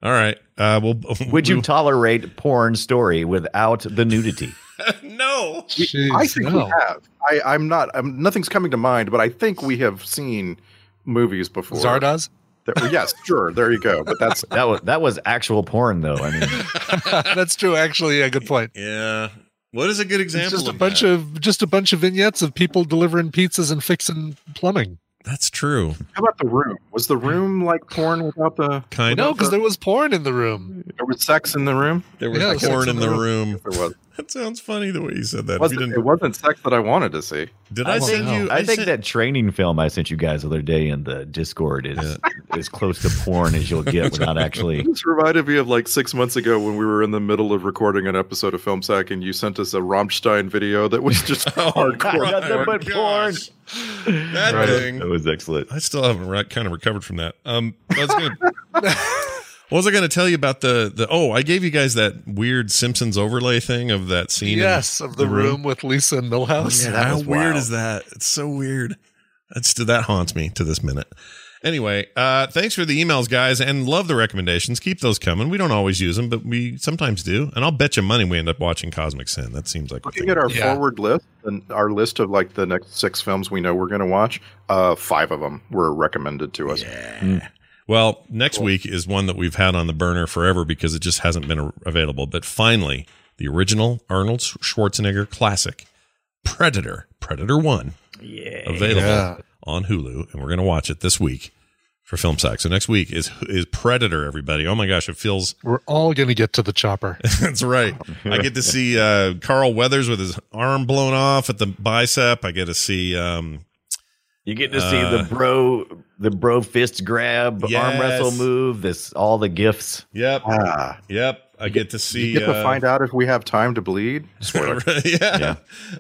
Speaker 4: All right. Uh, well, [laughs]
Speaker 8: Would you
Speaker 4: we'll-
Speaker 8: tolerate porn story without the nudity?
Speaker 4: [laughs] no.
Speaker 6: Jeez,
Speaker 5: I think
Speaker 6: no.
Speaker 5: we have. I, I'm not. I'm, nothing's coming to mind, but I think we have seen movies before.
Speaker 6: Zardoz?
Speaker 5: That, yes, sure. There you go. But that's
Speaker 8: that was that was actual porn though. I mean,
Speaker 6: That's true. Actually, yeah, good point.
Speaker 4: Yeah. What is a good
Speaker 6: It's
Speaker 4: example?
Speaker 6: just a
Speaker 4: of
Speaker 6: bunch
Speaker 4: that?
Speaker 6: of just a bunch of vignettes of people delivering pizzas and fixing plumbing.
Speaker 4: That's true.
Speaker 5: how about the room? Was the room like porn without the?
Speaker 4: Kind
Speaker 6: No,
Speaker 4: of.
Speaker 6: because there was porn in the room.
Speaker 5: There was sex in the room.
Speaker 4: There was
Speaker 6: yeah,
Speaker 4: porn
Speaker 6: sex
Speaker 4: in
Speaker 6: [laughs]
Speaker 4: the room.
Speaker 5: There was.
Speaker 4: That sounds funny the way you said that. If you
Speaker 5: Wasn't,
Speaker 4: didn't-
Speaker 5: it wasn't sex that I wanted to see.
Speaker 4: did
Speaker 6: I
Speaker 4: I,
Speaker 6: don't
Speaker 4: send
Speaker 6: know.
Speaker 4: you?
Speaker 8: I think
Speaker 4: sent-
Speaker 8: that training film I sent you guys the other day in the Discord is [laughs] as close to porn as you'll get
Speaker 4: [laughs]
Speaker 8: without actually.
Speaker 5: This reminded me of like six months ago when we were in the middle of recording an episode of Film Sack, and you sent us a Rammstein video
Speaker 8: [laughs]
Speaker 5: that was just
Speaker 8: Oh
Speaker 5: hardcore.
Speaker 8: Nothing but porn.
Speaker 4: Oh, [laughs] that thing.
Speaker 8: That was excellent.
Speaker 4: I still haven't re- kind of recovered from that. Um, I was gonna,
Speaker 6: [laughs]
Speaker 4: what was I going to tell you about the the? Oh, I gave you guys that weird Simpsons overlay thing of that scene. in
Speaker 6: Yes, of the, room, with Lisa and Milhouse.
Speaker 8: that
Speaker 4: How
Speaker 8: was
Speaker 4: weird
Speaker 8: wild.
Speaker 4: is that? It's so weird. That's that haunts me to this minute. Anyway, uh, thanks for the emails, guys, and love the recommendations. Keep those coming. We don't always use them, but we sometimes do. And I'll bet you money we end up watching Cosmic Sin. That seems like a
Speaker 5: Looking
Speaker 4: thing.
Speaker 5: at our
Speaker 6: Yeah.
Speaker 5: forward list and our list of like the next six films we know we're going to watch, uh, five of them were recommended to us.
Speaker 4: Well, next week is one that we've had on the burner forever because it just hasn't been a- available. But finally, the original Arnold Schwarzenegger classic, Predator, Predator 1, yeah. available
Speaker 6: Yeah.
Speaker 4: on Hulu. And we're going to watch it this week for Film Sack. So next week is is Predator, everybody. Oh my gosh, it feels.
Speaker 6: We're all gonna get to the chopper.
Speaker 4: [laughs] That's right. I get
Speaker 5: [laughs]
Speaker 4: to see uh, Carl Weathers with his arm blown off at the bicep. I get to see. Um,
Speaker 8: You get to see
Speaker 4: Uh,
Speaker 8: the bro, the bro fist grab,
Speaker 4: Yes.
Speaker 8: arm wrestle move. This all the gifts.
Speaker 4: yep.
Speaker 5: Ah,
Speaker 4: Yep. I get to see.
Speaker 5: you get to
Speaker 4: uh,
Speaker 5: find out if we have time to bleed. Spoiler.
Speaker 4: [laughs] yeah.
Speaker 8: Yeah.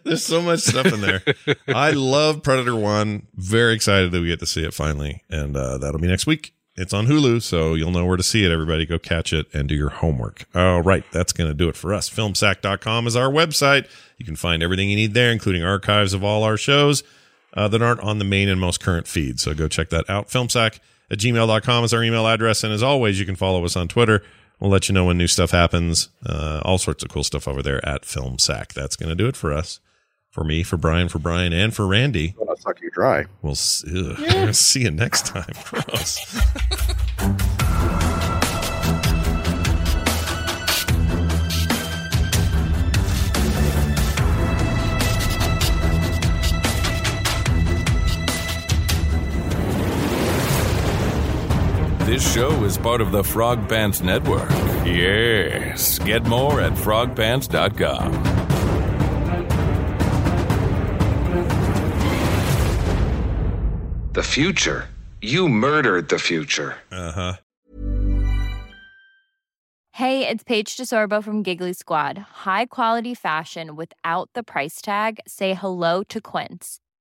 Speaker 4: There's so much stuff in there. I love Predator 1. Very excited that we get to see it finally. And uh, that'll be next week. It's on Hulu, so you'll know where to see it, everybody. Go catch it and do your homework. All right. That's going to do it for us. Filmsack.com is our website. You can find everything you need there, including archives of all our shows uh, that aren't on the main and most current feed. So go check that out. Filmsack at gmail.com is our email address. And as always, you can follow us on Twitter. We'll let you know when new stuff happens. Uh, all sorts of cool stuff over there at Filmsack. That's going to do it for us. For me, for Brian, for Brian, and for Randy.
Speaker 5: I'll suck you dry.
Speaker 4: We'll s- ugh, we're gonna [laughs] see you next time. [laughs] Gross.
Speaker 2: This show is part of the Frog Pants Network. Yes. Get more at frogpants.com.
Speaker 7: The future? You murdered the future.
Speaker 4: Uh huh.
Speaker 17: Hey, it's Paige DeSorbo from Giggly Squad. High quality fashion without the price tag. Say hello to Quince.